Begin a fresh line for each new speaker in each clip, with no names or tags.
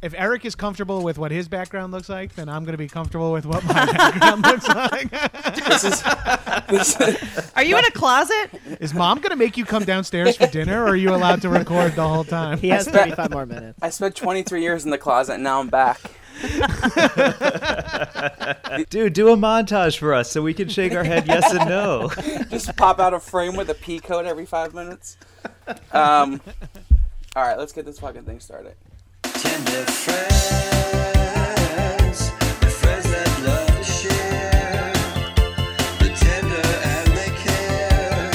if Eric is comfortable with what his background looks like, then I'm going to be comfortable with what my background looks like.
This is, this is-
Are you in a closet?
Is mom going to make you come downstairs for dinner, or are you allowed to record the whole time?
He has
That's right.
35 more minutes.
I spent 23 years in the closet, and now I'm back.
Dude, do a montage for us so we can shake our head yes and no.
Just pop out of frame with a P code every five minutes. Um, all right, let's get this fucking thing started.
Tender friends, the friends that love to share, the tender and they care.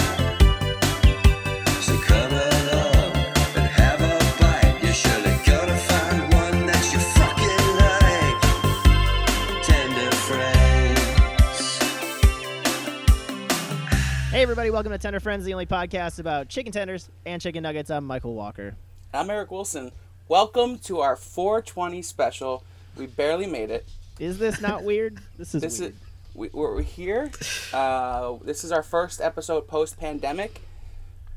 So come along and have a bite. You're surely gonna find one that you fucking like. Tender friends.
Hey, everybody, welcome to Tender Friends, the only podcast about chicken tenders and chicken nuggets. I'm Michael Walker.
I'm Eric Wilson. Welcome to our 420 special. We barely made it.
Is this not weird? This is
This
weird.
is we, we're we're here. Uh, this is our first episode post pandemic.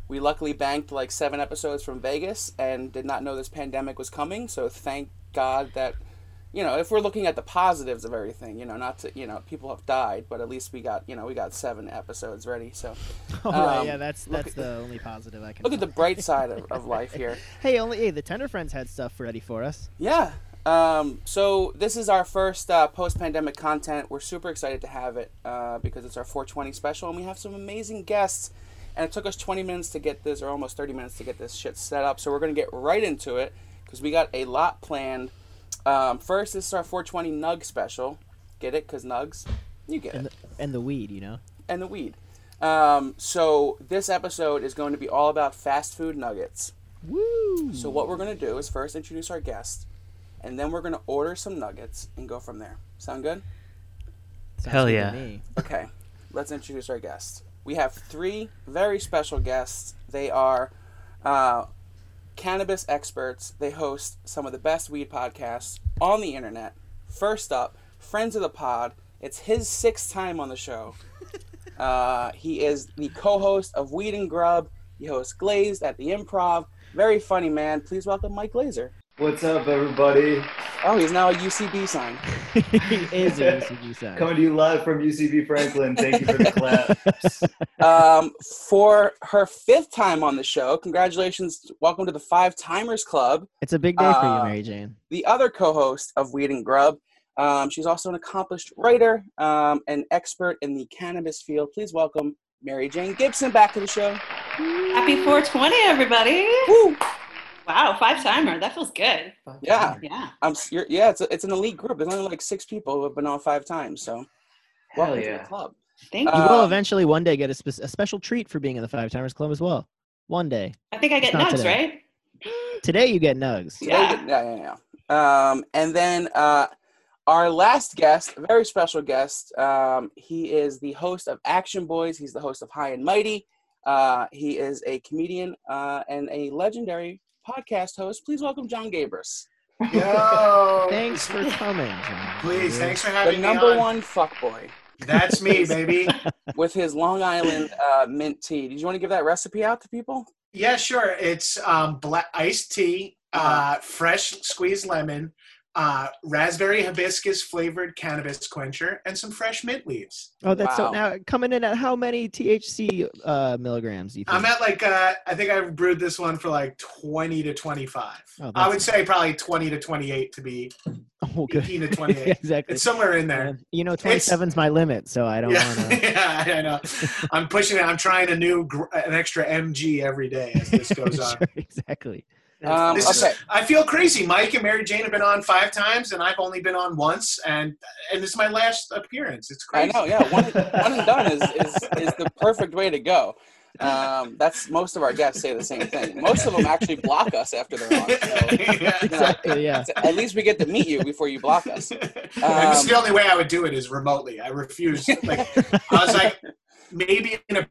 We luckily banked like seven episodes from Vegas and did not know this pandemic was coming. So thank God that you know if we're looking at the positives of everything, you know, not to you know people have died, but at least we got you know we got seven episodes ready. So um,
Right, Oh, yeah, that's
look
that's
at-
the only positive I can.
look at the
find.
bright side of, of life here.
hey, only hey, the Tender Friends had stuff ready for us.
Yeah. Um, so this is our first uh, post-pandemic content. We're super excited to have it uh, because it's our 420 special, and we have some amazing guests. And it took us 20 minutes to get this, or almost 30 minutes to get this shit set up. So we're gonna get right into it because we got a lot planned. Um, first, this is our 420 Nug special. Get it? Cause Nugs, you get it
And the, and the weed, you know.
and the weed. Um, so this episode is going to be all about fast food nuggets. Woo! So what we're going to do is first introduce our guest, and then we're going to order some nuggets and go from there. Sound good?
Sounds
Hell
good to
yeah.
me.
Okay. Let's introduce our guest. We have three very special guests. They are uh, cannabis experts. They host some of the best weed podcasts on the internet. First up, friends of the pod. It's his sixth time on the show. Uh, he is the co-host of Weed and Grub. He hosts Glazed at the Improv. Very funny man. Please welcome Mike Glazer.
What's up, everybody?
Oh, he's now a UCB sign.
he is a UCG side.
Coming to you live from UCB Franklin. Thank you for the claps.
um, for her fifth time on the show. Congratulations. Welcome to the Five Timers Club.
It's a big day for
Uh,
you, Mary Jane.
The other co host of Weed and Grub. Um, she's also an accomplished writer, um, an expert in the cannabis field. Please welcome Mary Jane Gibson back to the show.
Happy 420, everybody.
Woo!
Wow, five timer. That feels good.
Yeah,
Yeah.
I'm, s- you're, yeah it's, a, it's an elite group. There's only like six people who have been on five times. So, welcome to
Hell
the
yeah.
club.
Thank
Uh,
you.
you will eventually one day get a, spe- a special treat for being in the Five Timers Club as well. One day.
I think I get
it's not
nugs,
today.
right?
Today you get nugs.
So there you go- yeah, yeah, yeah. Um, and then uh, our last guest, a very special guest. Um, he is the host of Action Boys. He's the host of High and Mighty. Uh, he is a comedian uh, and a legendary podcast host. Please welcome John Gabris,
Yo,
Thanks for coming. John.
please. Thanks for
the
having me
number
on.
one fuckboy,
That's me, baby.
with his Long Island uh, mint tea. Did you want to give that recipe out to people?
Yeah, sure. It's um, black iced tea,
Uh-huh.
uh, fresh squeezed lemon, uh, raspberry hibiscus flavored cannabis quencher, and some fresh mint leaves.
Oh, that's
Wow.
so now coming in at how many THC uh, milligrams do you think?
I'm at like uh, I think I brewed this one for like 20 to 25.
Oh,
I
that's-
would say probably 20 to 28 to be
oh, good.
18 to
Yeah,
28.
exactly.
It's somewhere in there.
Um, you know,
It's-
27's my limit, so I don't
yeah,
want to.
yeah, I know. I'm pushing it. I'm trying a new, gr- an extra MG every day as this goes on.
exactly.
Um,
This is-
okay.
I feel crazy. Mike and Mary Jane have been on five times, and I've only been on once, and and this is my last appearance. It's
I
crazy.
know, yeah. One, one and done is, is, is the perfect way to go. Um, that's most of our guests say the same thing. Most of them actually block us after they're on. So, you know,
Exactly. Yeah.
it's- at least we get to meet you before you block us. Um,
And this is the only way I would do it is remotely. I refuse. Like I was like, maybe in a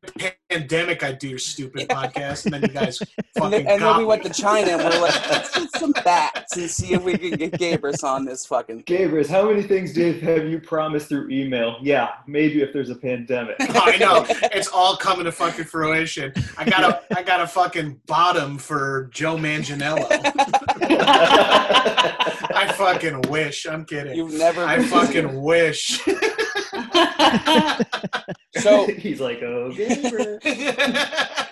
pandemic I'd do your stupid podcast, and then you guys
And then,
fucking.
and then
cop
we went
me.
to China and we're like, let's get some bats and see if we can get Gabrus on this fucking thing.
Gabers, how many things did have you promised through email? Yeah, maybe if there's a pandemic.
Oh, I know it's all coming to fucking fruition. I got a I got a fucking bottom for Joe Manganiello. fucking wish. I'm kidding.
You've never.
I fucking wish.
So
he's like, "Oh, okay.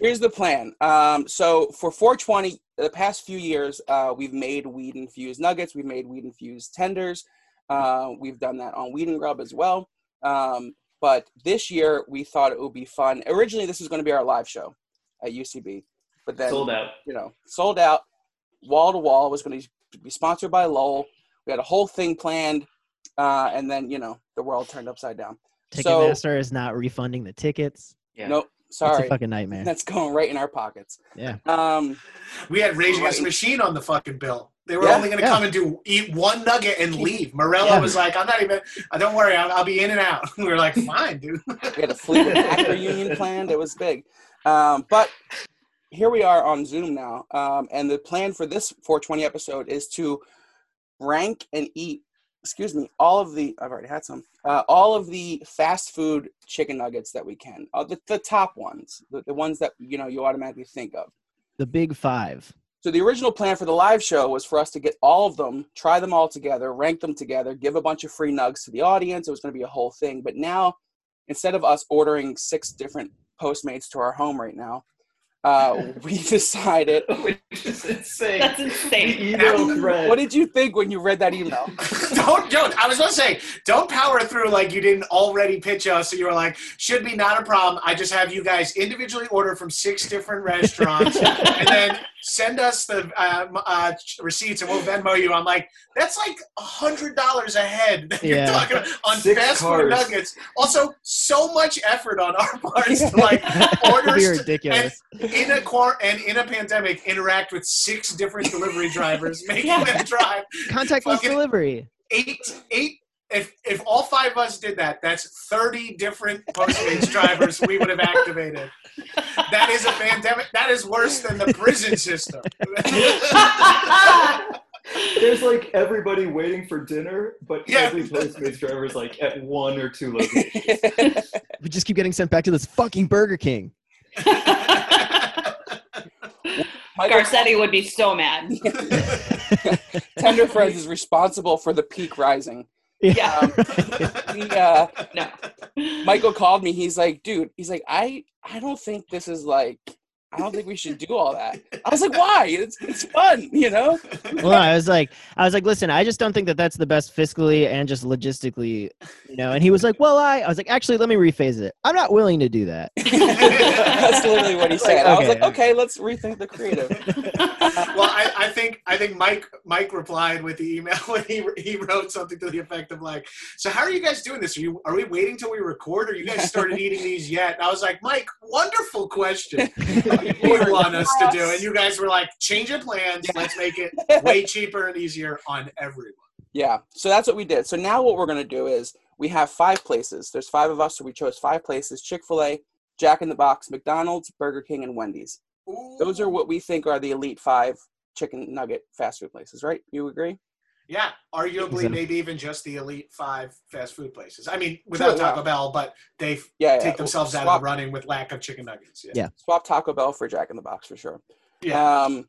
here's the plan. Um, so for 420, the past few years, uh, we've made weed infused nuggets. We've made weed infused tenders. Uh, we've done that on Weed and Grub as well. Um, but this year, we thought it would be fun. Originally, this was going to be our live show at UCB, but then
Sold out.
you know, sold out, wall to wall. Was going to be sponsored by Lowell. We had a whole thing planned, uh, and then you know the world turned upside down.
Ticketmaster is not refunding the tickets.
No,
Yeah.
Nope,
It's a
sorry,
fucking nightmare.
that's going right in our pockets.
Yeah.
Um,
we had Rage Against the Machine on the fucking bill. They were
Yeah,
only going to
yeah.
come and do eat one nugget and leave. Morello
Yeah.
was like, "I'm not even. uh, Don't worry, I'll, I'll be in and out." We were like, "Fine, dude."
we had a Fleetwood Mac reunion planned. It was big, um, but here we are on Zoom now, um, and the plan for this 420 episode is to rank and eat. Excuse me, all of the I've already had some. Uh, all of the fast food chicken nuggets that we can, uh, the, the top ones, the, the ones that you know you automatically think of.
The big five.
So the original plan for the live show was for us to get all of them, try them all together, rank them together, give a bunch of free nugs to the audience. It was going to be a whole thing. But now, instead of us ordering six different Postmates to our home right now, uh, we decided.
Which is insane.
That's insane.
email thread.
What did you think when you read that email?
don't don't. I was going to say, don't power through like you didn't already pitch us. So you were like, "Should be not a problem." I just have you guys individually order from six different restaurants, and then send us the um, uh, receipts, and we'll Venmo you. I'm like, that's like a hundred dollars a head that you're
Yeah.
talking about on
Six
fast food
cars.
nuggets. Also, so much effort on our parts to like order
That'd be
st-
ridiculous.
in a quar- and in a pandemic interact with six different delivery drivers, making
Yeah.
them drive
Contactless
fucking-
delivery.
eight eight. If, if all five of us did that, that's 30 different Postmates drivers we would have activated. That is a pandemic. That is worse than the prison system.
There's like everybody waiting for dinner, but
Yeah.
every Postmates driver is like at one or two locations.
We just keep getting sent back to this fucking Burger King.
Michael
Garcetti would be so mad.
Tender Friends is responsible for the peak rising.
Yeah.
Um, he, uh,
No.
Michael called me. He's like, dude. He's like, I, I don't think this is like. I don't think we should do all that. I was like, why? It's, it's fun, you know.
well, I was like, I was like, listen, I just don't think that that's the best fiscally and just logistically, you know. And he was like, well, I, I was like, actually, let me rephrase it. I'm not willing to do that.
That's literally what he said. I was
okay.
like, okay, let's rethink the creative.
well, I, I think I think Mike Mike replied with the email when he he wrote something to the effect of like, "So how are you guys doing this? Are you are we waiting till we record, or you guys started eating these yet?" And I was like, "Mike, wonderful question. What do you want us to do?" And you guys were like, "Change your plans. Let's make it way cheaper and easier on everyone."
Yeah. So that's what we did. So now what we're gonna do is we have five places. There's five of us, so we chose five places: Chick Fil A, Jack in the Box, McDonald's, Burger King, and Wendy's. Those are what we think are the elite five chicken nugget fast food places, right? You agree?
yeah, arguably
Exactly.
maybe even just the elite five fast food places. I mean, without
Sure, yeah.
Taco Bell, but they f-
uh, Yeah. yeah.
take themselves out of
Swap-
the running with lack of chicken nuggets.
Yeah.
Swap Taco Bell for Jack in the Box for sure.
yeah.
Um,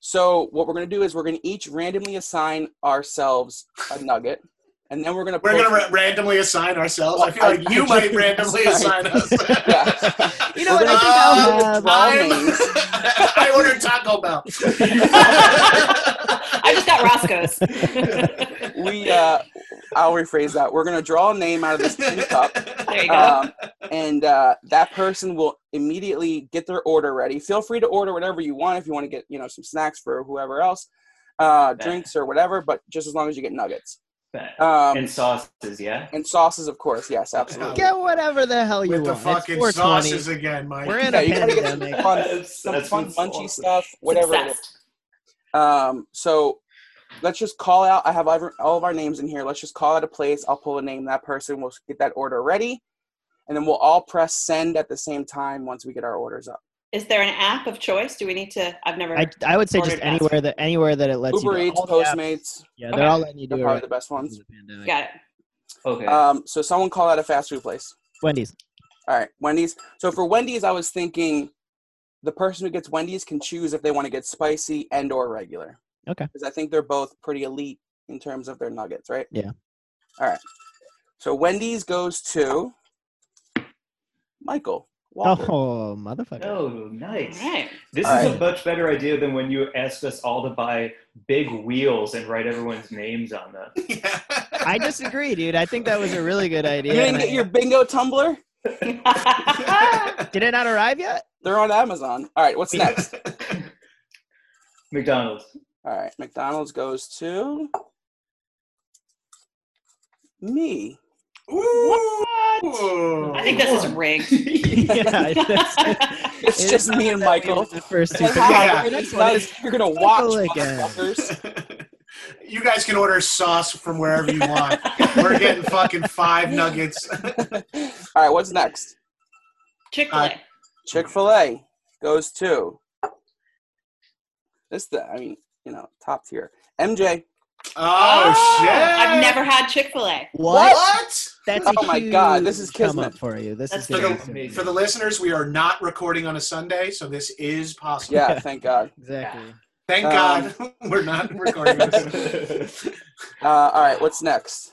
so what we're gonna do is we're gonna each randomly assign ourselves a nugget, and then we're gonna
We're
put-
gonna ra- randomly assign ourselves. I feel like you might randomly assign us.
Yeah.
You know
We're
what?
gonna-
I think I'll
Um,
have.
I'm-
names.
I ordered Taco Bell.
I just got Roscoe's. there
we uh i'll rephrase that we're gonna draw a name out of this tin cup
you go.
um, and uh, that person will immediately get their order ready feel free to order whatever you want if you want to get you know some snacks for whoever else uh, drinks or whatever but just as long as you get nuggets um, and,
sauces, yeah.
sauces of course yes absolutely
Get whatever the hell you
With the
want.
fucking
it's 420.
sauces again, Mike.
We're in
yeah,
a
you gotta get some
pandemic.
fun, some
That's
fun
what's
munchy
awesome.
stuff whatever it is
Obsessed.
Um, so let's just call out. I have all of our- all of our names in here. Let's just call out a place. I'll pull a name. That person. We'll get that order ready, and then we'll all press send at the same time once we get our orders up.
Is there an app of choice? Do we need to? I've never.
I, I would say just
Ordered fast
anywhere that anywhere that it lets
Uber
you.
Eats,
do it. All the apps-
Postmates,
Yeah,
Okay.
they're all letting you do
they're
it.
probably
Right
the best ones.
now.
Got it.
Okay.
Um, so someone call out a fast food place.
Wendy's.
All right, Wendy's. So for Wendy's, I was thinking the person who gets Wendy's can choose if they want to get spicy and or regular.
Okay.
Because I think they're both pretty elite in terms of their nuggets, right?
Yeah.
All right. So Wendy's goes to Michael Walker.
Oh, motherfucker.
Oh,
All
nice.
right.
This
All
is a
right.
much better idea than when you asked us all to buy big wheels and write everyone's names on them.
Yeah.
I disagree, dude. I think that was a really good idea.
You didn't get your bingo tumbler?
Did it not arrive yet?
They're on Amazon. All right, what's next?
McDonald's.
All right, McDonald's goes to me.
Ooh.
I think this is rigged.
yeah,
It's
It
just
is
me and
not that
Michael.
weird, The first two.
Like,
things.
hi,
Yeah.
your next one is you're gonna watch
again.
motherfuckers.
you guys can order sauce from wherever you want. We're getting fucking five nuggets. Oh,
All right, what's next?
Chick Fil A.
Chick Fil A goes to this. The I mean, you know, top tier. MJ.
Oh,
Oh,
shit!
I've never had Chick Fil A.
What?
What?
That's a
Oh my God,
huge
this is
come up
kismet.
for you. This
That's
is
for
gonna
the-
be amazing.
For the listeners, we are not recording on a Sunday, so this is possible.
Yeah, thank God.
exactly.
Thank
Um,
God we're not recording on a Sunday.
Uh, all right, what's next?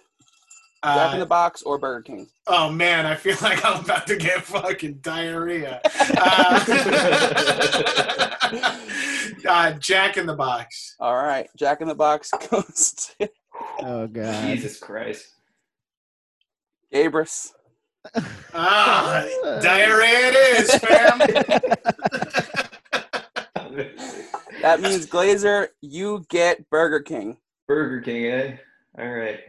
Jack in
Uh,
the Box or Burger King?
oh man, I feel like I'm about to get fucking diarrhea. Uh, uh, Jack in the Box.
All right, Jack in the Box goes to
Oh god.
Jesus Christ.
Gabrus.
Ah, diarrhea it is, fam.
That means Glazer, you get Burger King.
Burger King, eh? All right.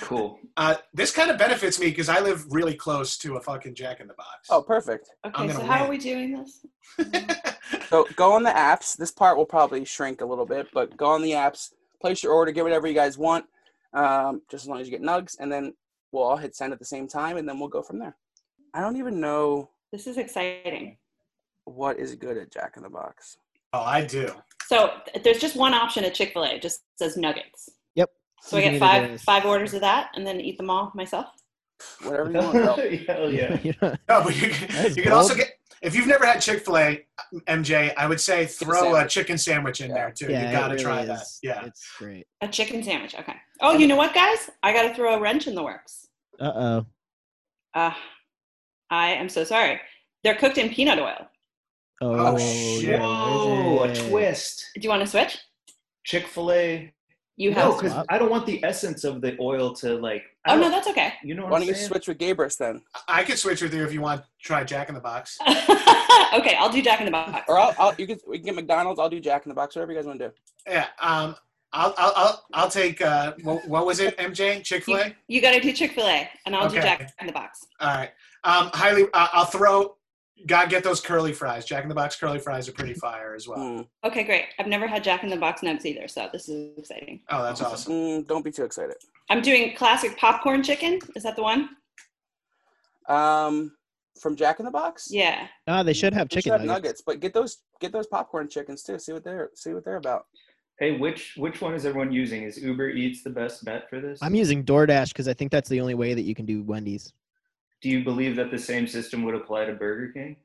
Cool.
Uh, this kind of benefits me because I live really close to a fucking Jack in the Box.
Oh, perfect.
I'm
Okay,
gonna
so how
win.
are we doing this?
So go on the apps. This part will probably shrink a little bit, but go on the apps, place your order, get whatever you guys want, um, just as long as you get nugs, and then we'll all hit send at the same time, and then we'll go from there. I don't even know
This is exciting.
what is good at Jack in the Box.
Oh, I do.
So th- there's just one option at Chick Fil A. It just says nuggets.
Yep.
So I
You
get
can either
five
do this.
five orders of that, and then eat them all myself.
Whatever you want. bro.
Hell yeah.
You know,
No, but you can,
That's
you can also
bold.
get if you've never had Chick Fil A, MJ. I would say throw a
sandwich.
chicken sandwich in
Yeah.
there too.
yeah,
you
it
gotta
really
try that.
is.
Yeah.
It's great.
A chicken sandwich. Okay. Oh, you know what, guys? I got to throw a wrench in the works.
Uh oh.
Uh, I am so sorry. They're cooked in peanut oil.
Oh,
shit.
yeah,
Whoa, Oh, a
it is.
twist.
Do you want to switch?
Chick fil A.
You have.
No, because I don't want the essence of the oil to, like. I
oh no,
don't-
that's okay.
You know
Why
what
don't
I'm
you
saying?
switch with Gabrus then?
I could switch with you if you want. Try Jack in the Box.
okay, I'll do Jack in the Box.
Or I'll, I'll you can we can get McDonald's. I'll do Jack in the Box. Whatever you guys want to do.
Yeah. Um. I'll I'll I'll, I'll take uh. What, what was it? MJ Chick Fil A.
You got to do Chick Fil A, and I'll do
Okay.
Jack in the Box.
All right. Um. Highly. Uh, I'll throw. God, get those curly fries. Jack in the Box curly fries are pretty fire as well.
Mm.
Okay, great. I've never had Jack in the Box nugs either, so this is exciting.
Oh, that's awesome.
Mm, don't be too excited.
I'm doing classic popcorn chicken. Is that the one?
Um, from Jack in the Box.
Yeah.
No, they should have
We should
chicken
have
nuggets.
nuggets, but get those get those popcorn chickens too. See what they're see what they're about.
Hey, which which one is everyone using? Is Uber Eats the best bet for this?
I'm using DoorDash because I think that's the only way that you can do Wendy's.
Do you believe that the same system would apply to Burger King?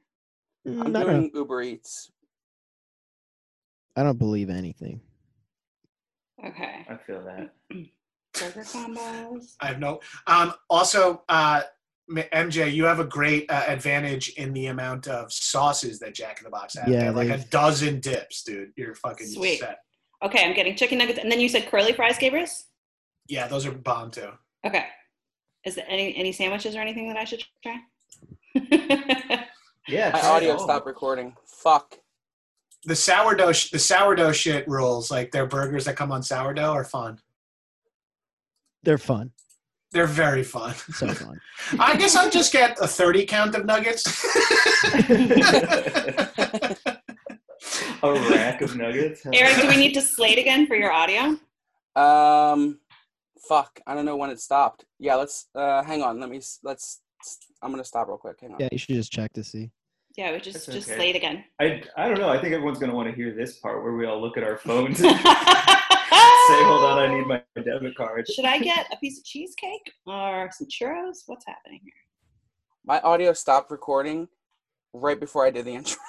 I'm
I, don't,
doing Uber Eats.
I don't believe anything.
Okay.
I feel that.
Burger combos.
I have no. Um, also, uh, M- MJ, you have a great uh, advantage in the amount of sauces that Jack in the Box has.
Yeah,
Yeah, like a
they've-
dozen dips, dude. You're fucking
Sweet.
set.
Okay, I'm getting chicken nuggets, and then you said curly fries, Gabrus.
Yeah, those are bomb too.
Okay. Is there any any sandwiches or anything that I should try? okay.
Yeah.
My
try it
oh.
audio
all.
stopped recording. Fuck.
The sourdough, sh- the sourdough shit rules. Like their burgers that come on sourdough are fun.
They're fun.
They're very fun.
So fun.
I guess I'll just get a thirty count of nuggets.
A rack of nuggets. huh?
Eric, do we need to slate again for your audio?
Um, fuck. I don't know when it stopped. Yeah, let's. Uh, hang on. Let me. s- Let's. I'm gonna stop real quick. Hang on.
Yeah, you should just check to see.
Yeah, we
That's
just just
okay.
slate again.
I, I don't know. I think everyone's going to want to hear this part where we all look at our phones
Say
and say, hold on, I need my debit card.
Should I get a piece of cheesecake or some churros? What's happening here?
My audio stopped recording right before I did the intro.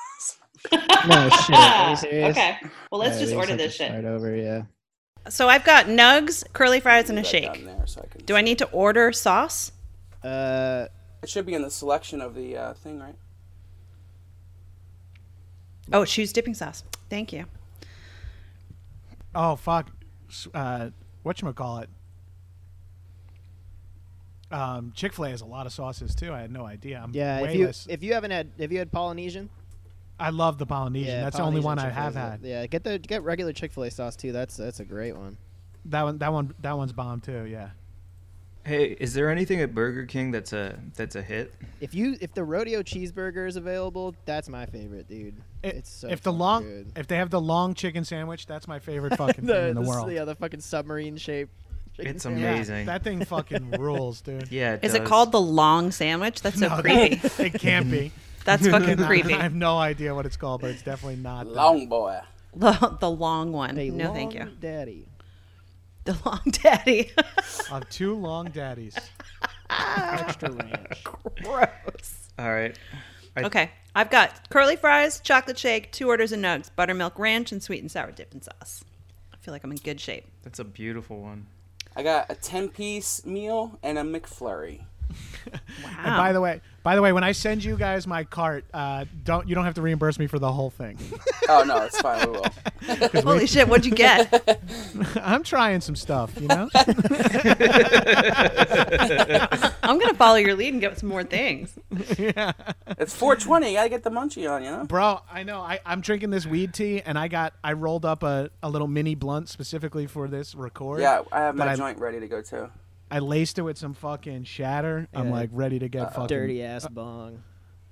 No shit. Are you serious?
okay. Well, let's
Yeah,
just
we
order
have to
this shit.
Start over, yeah.
So I've got nugs, curly fries, and a
Put that
shake.
down There so I can,
Do I need to order sauce?
Uh,
it should be in the selection of the uh, thing, right?
Oh, choose dipping sauce. Thank you.
Oh fuck. S- Uh, what you call it? Um, Chick Fil A has a lot of sauces too. I had no idea. I'm
yeah.
way
If you
less-
if you haven't had have you had Polynesian?
I love the Polynesian.
Yeah,
That's the only
Polynesian
one I
Chick-fil-A
have
is a-
had.
Yeah, get the get regular Chick Fil A sauce too. That's that's a great one.
That one, that one, that one's bomb too. Yeah.
Hey, is there anything at Burger King that's a that's a hit?
If you if the rodeo cheeseburger is available, that's my favorite, dude.
It-
it's so
if the
fucking
long,
good.
if they have the long chicken sandwich, that's my favorite fucking thing in the
this-
world.
yeah, the fucking submarine shape.
It's
Yeah,
amazing.
that thing fucking rules, dude.
Yeah.
Is it
does.
called the long sandwich? That's so
No,
creepy.
It can't be.
That's fucking
I-
creepy.
I have no idea what it's called, but it's definitely not. that.
Long boy.
The, the long one.
A
no, thank
long
you.
daddy.
The long daddy.
Of two long daddies.
Extra ranch.
Gross.
All right.
Okay. I've got curly fries, chocolate shake, two orders of nugs, buttermilk ranch, and sweet and sour dipping sauce. I feel like I'm in good shape.
That's a beautiful one.
I got a ten-piece meal and a McFlurry.
Wow.
And by the way, by the way, when I send you guys my cart, uh, don't you don't have to reimburse me for the whole thing.
Oh no, it's fine. We will.
Holy shit, what'd you get?
I'm trying some stuff, you know.
I'm going to follow your lead and get some more things.
yeah.
It's 420. You gotta get the munchie on, you know.
Bro, I know. I, I'm drinking this weed tea, and I got I rolled up a, a little mini blunt specifically for this record.
Yeah, I have
But
my
I'm-
joint ready to go too.
I laced it with some fucking shatter. I'm
Yeah.
like ready to get fucking
Dirty ass bong.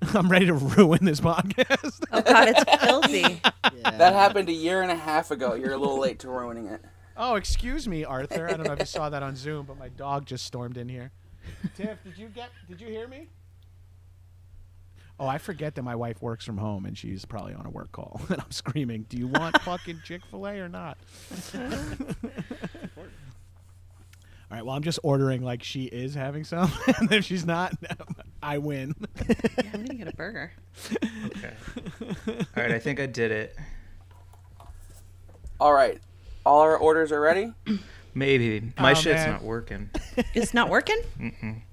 I'm ready to ruin this podcast.
Oh, God, it's filthy.
Yeah.
That happened a year and a half ago. You're a little late to ruining it.
oh, excuse me, Arthur. I don't know if you saw that on Zoom, but my dog just stormed in here. Tiff, did you get? Did you hear me? Oh, I forget that my wife works from home and she's probably on a work call, and I'm screaming, "Do you want fucking Chick Fil A or not?" All right. Well, I'm just ordering like she is having some, and if she's not, I win.
I'm going to get a burger.
Okay. All right. I think I did it.
All right, all our orders are ready.
Maybe my
Oh,
shit's
man.
not working.
It's not working?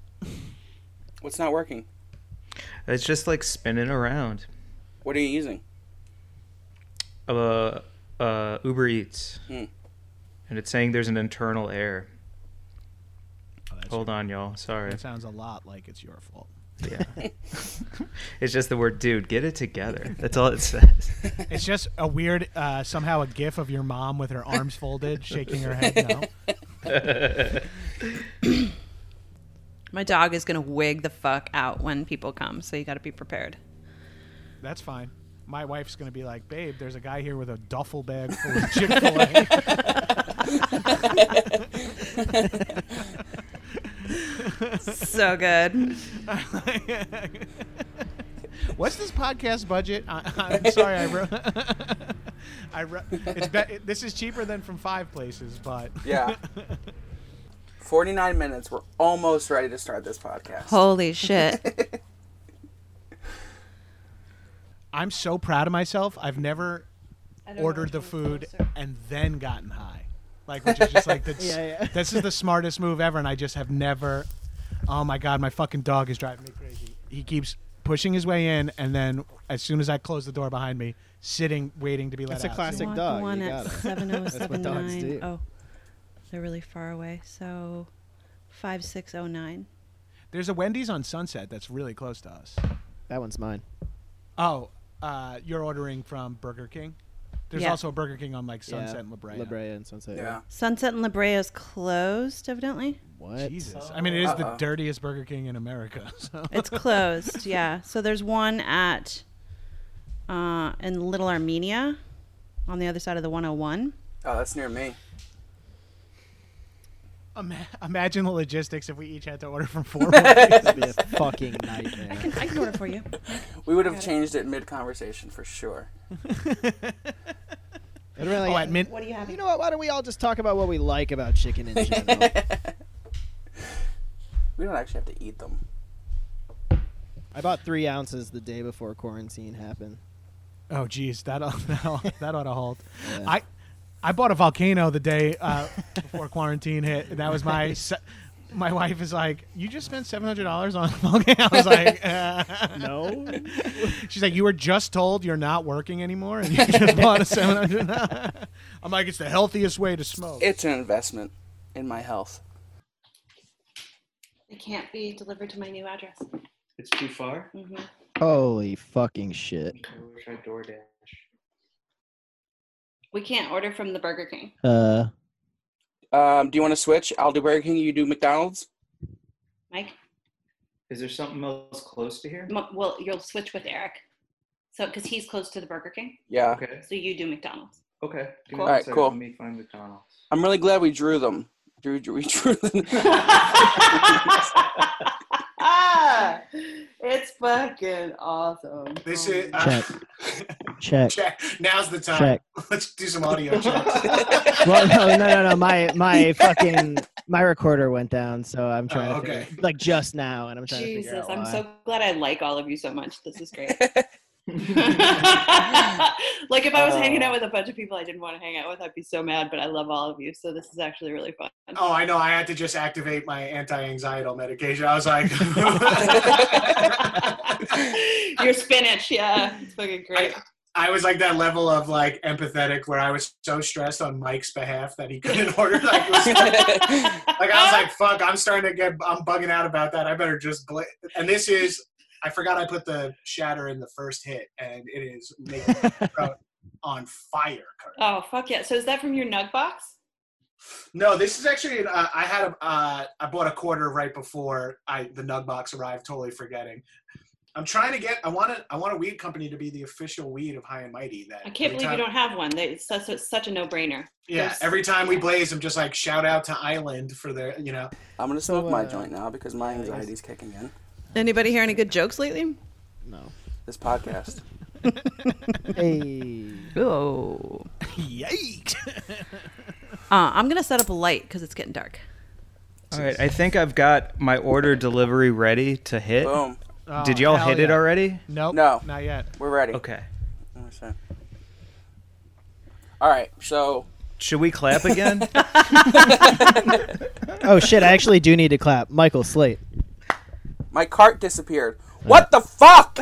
What's not working?
It's just like spinning around.
What are you using?
Uh, uh, Uber Eats,
Hmm.
and it's saying there's an internal error.
Oh, that's-
Hold on, y'all. Sorry.
That sounds a lot like it's your fault.
Yeah. it's just the word, dude. Get it together. That's all it says.
It's just a weird, uh, somehow a gif of your mom with her arms folded, shaking her head. No.
My dog is going to wig the fuck out when people come, so you got to be prepared.
That's fine. My wife's gonna be like, "Babe, there's a guy here with a duffel bag full of Chick Fil A."
So good.
What's this podcast budget? I, I'm sorry, I wrote. I wrote. It's be- this is cheaper than from five places, but
Yeah. 49 minutes. We're almost ready to start this podcast.
Holy shit.
I'm so proud of myself. I've never ordered the food and then gotten high, like which is just like that's,
Yeah, yeah.
this is the smartest move ever, and I just have never. Oh my god, my fucking dog is driving me crazy. He keeps pushing his way in, and then as soon as I close the door behind me, sitting waiting to be let
That's a
out.
classic
want
dog,
The
you
one
got
at
it.
seven oh seven
dogs
nine.
do.
Oh, they're really far away. So five six oh nine.
There's a Wendy's on Sunset that's really close to us.
that one's mine.
Oh, uh, you're ordering from Burger King. There's
Yeah.
also a Burger King on like
Yeah,
Sunset and La Brea.
La Brea and Sunset.
Yeah.
Sunset and La Brea is closed, evidently.
What?
Jesus, I mean it is the
Uh-oh.
dirtiest Burger King in America. So.
It's closed. yeah. So there's one at uh, in Little Armenia, on the other side of the 101.
Oh, that's near me.
Ima- imagine the logistics if we each had to order from four. Wendy's.
It'd be a fucking nightmare.
I can order for you.
We would have changed it mid conversation for sure.
I'd really
oh,
like-
at min-
What do you have?
you know what? Why don't we all just talk about what we like about chicken in general?
We don't actually have to eat them.
I bought three ounces the day before quarantine happened.
Oh, geez, that ought- that ought- that ought to halt. I I bought a volcano the day uh, before quarantine hit, and that was my. Se- my wife is like, "You just spent seven hundred dollars on a volcano." I was like, uh,
No.
She's like, "You were just told you're not working anymore, and you just bought a seven hundred. I'm like, "It's the healthiest way to smoke."
It's an investment in my health.
They can't be delivered to my new address.
It's too far.
hmm
Holy fucking shit.
I wish I DoorDash.
We can't order from the Burger King.
Uh,
Um, do you want to switch? I'll do Burger King. You do McDonald's.
Mike,
Is there something else close to here?
Mm.
m- well, you'll switch with Eric. So, because he's close to the Burger King.
Yeah.
Okay.
So you do McDonald's.
Okay. Give me
Cool.
one
Alright,
second,
cool.
Let me find McDonald's.
I'm really glad we drew them. Drew, drew we drew them.
Ah, it's fucking awesome. Oh
This is uh,
Check. check.
check. Now's the time.
Check.
Let's do some audio checks.
Well, no, no, no, no. My my fucking my recorder went down, so I'm trying
Oh,
to figure-
okay.
like just now, and I'm trying to
Jesus,
figure out
I'm
why.
so glad I like all of you so much. This is great. like if I was hanging
Oh.
out with a bunch of people I didn't want to hang out with, I'd be so mad. But I love all of you, so this is actually really fun.
Oh, I know. I had to just activate my anti-anxietal medication. I was like,
Your spinach, yeah, it's fucking great.
I was like that level of like empathetic where I was so stressed on Mike's behalf that he couldn't order. Like, it was, like I was like, fuck, I'm starting to get, I'm bugging out about that. I better just. Bl-. And this is, I forgot I put the shatter in the first hit, and it is making my throat on fire. currently.
Oh fuck yeah! So is that from your nug box?
No, this is actually. An, uh, I had a. Uh, I bought a quarter right before I the nug box arrived. Totally forgetting. I'm trying to get. I want to. I want a weed company to be the official weed of High and Mighty. That
I can't
every
believe you
time-
don't have one. They, it's, such, it's such a no-brainer.
Yeah,
There's-
every time we blaze, I'm just like shout out to Island for their. You know,
I'm gonna smoke my
uh,
joint now because my anxiety's kicking in.
Anybody hear any good jokes lately?
No.
This podcast.
Hey.
Ooh.
Yikes!
Uh, I'm gonna set up a light because it's getting dark.
All right, I think I've got my order delivery ready to hit.
Boom.
Did y'all
Oh, hell
hit it
yeah.
already?
Nope,
No.
not yet.
We're ready.
Okay.
Let me see. All right. So
Should we clap again?
Oh shit! I actually do need to clap. Michael Slate.
my cart disappeared. What the fuck?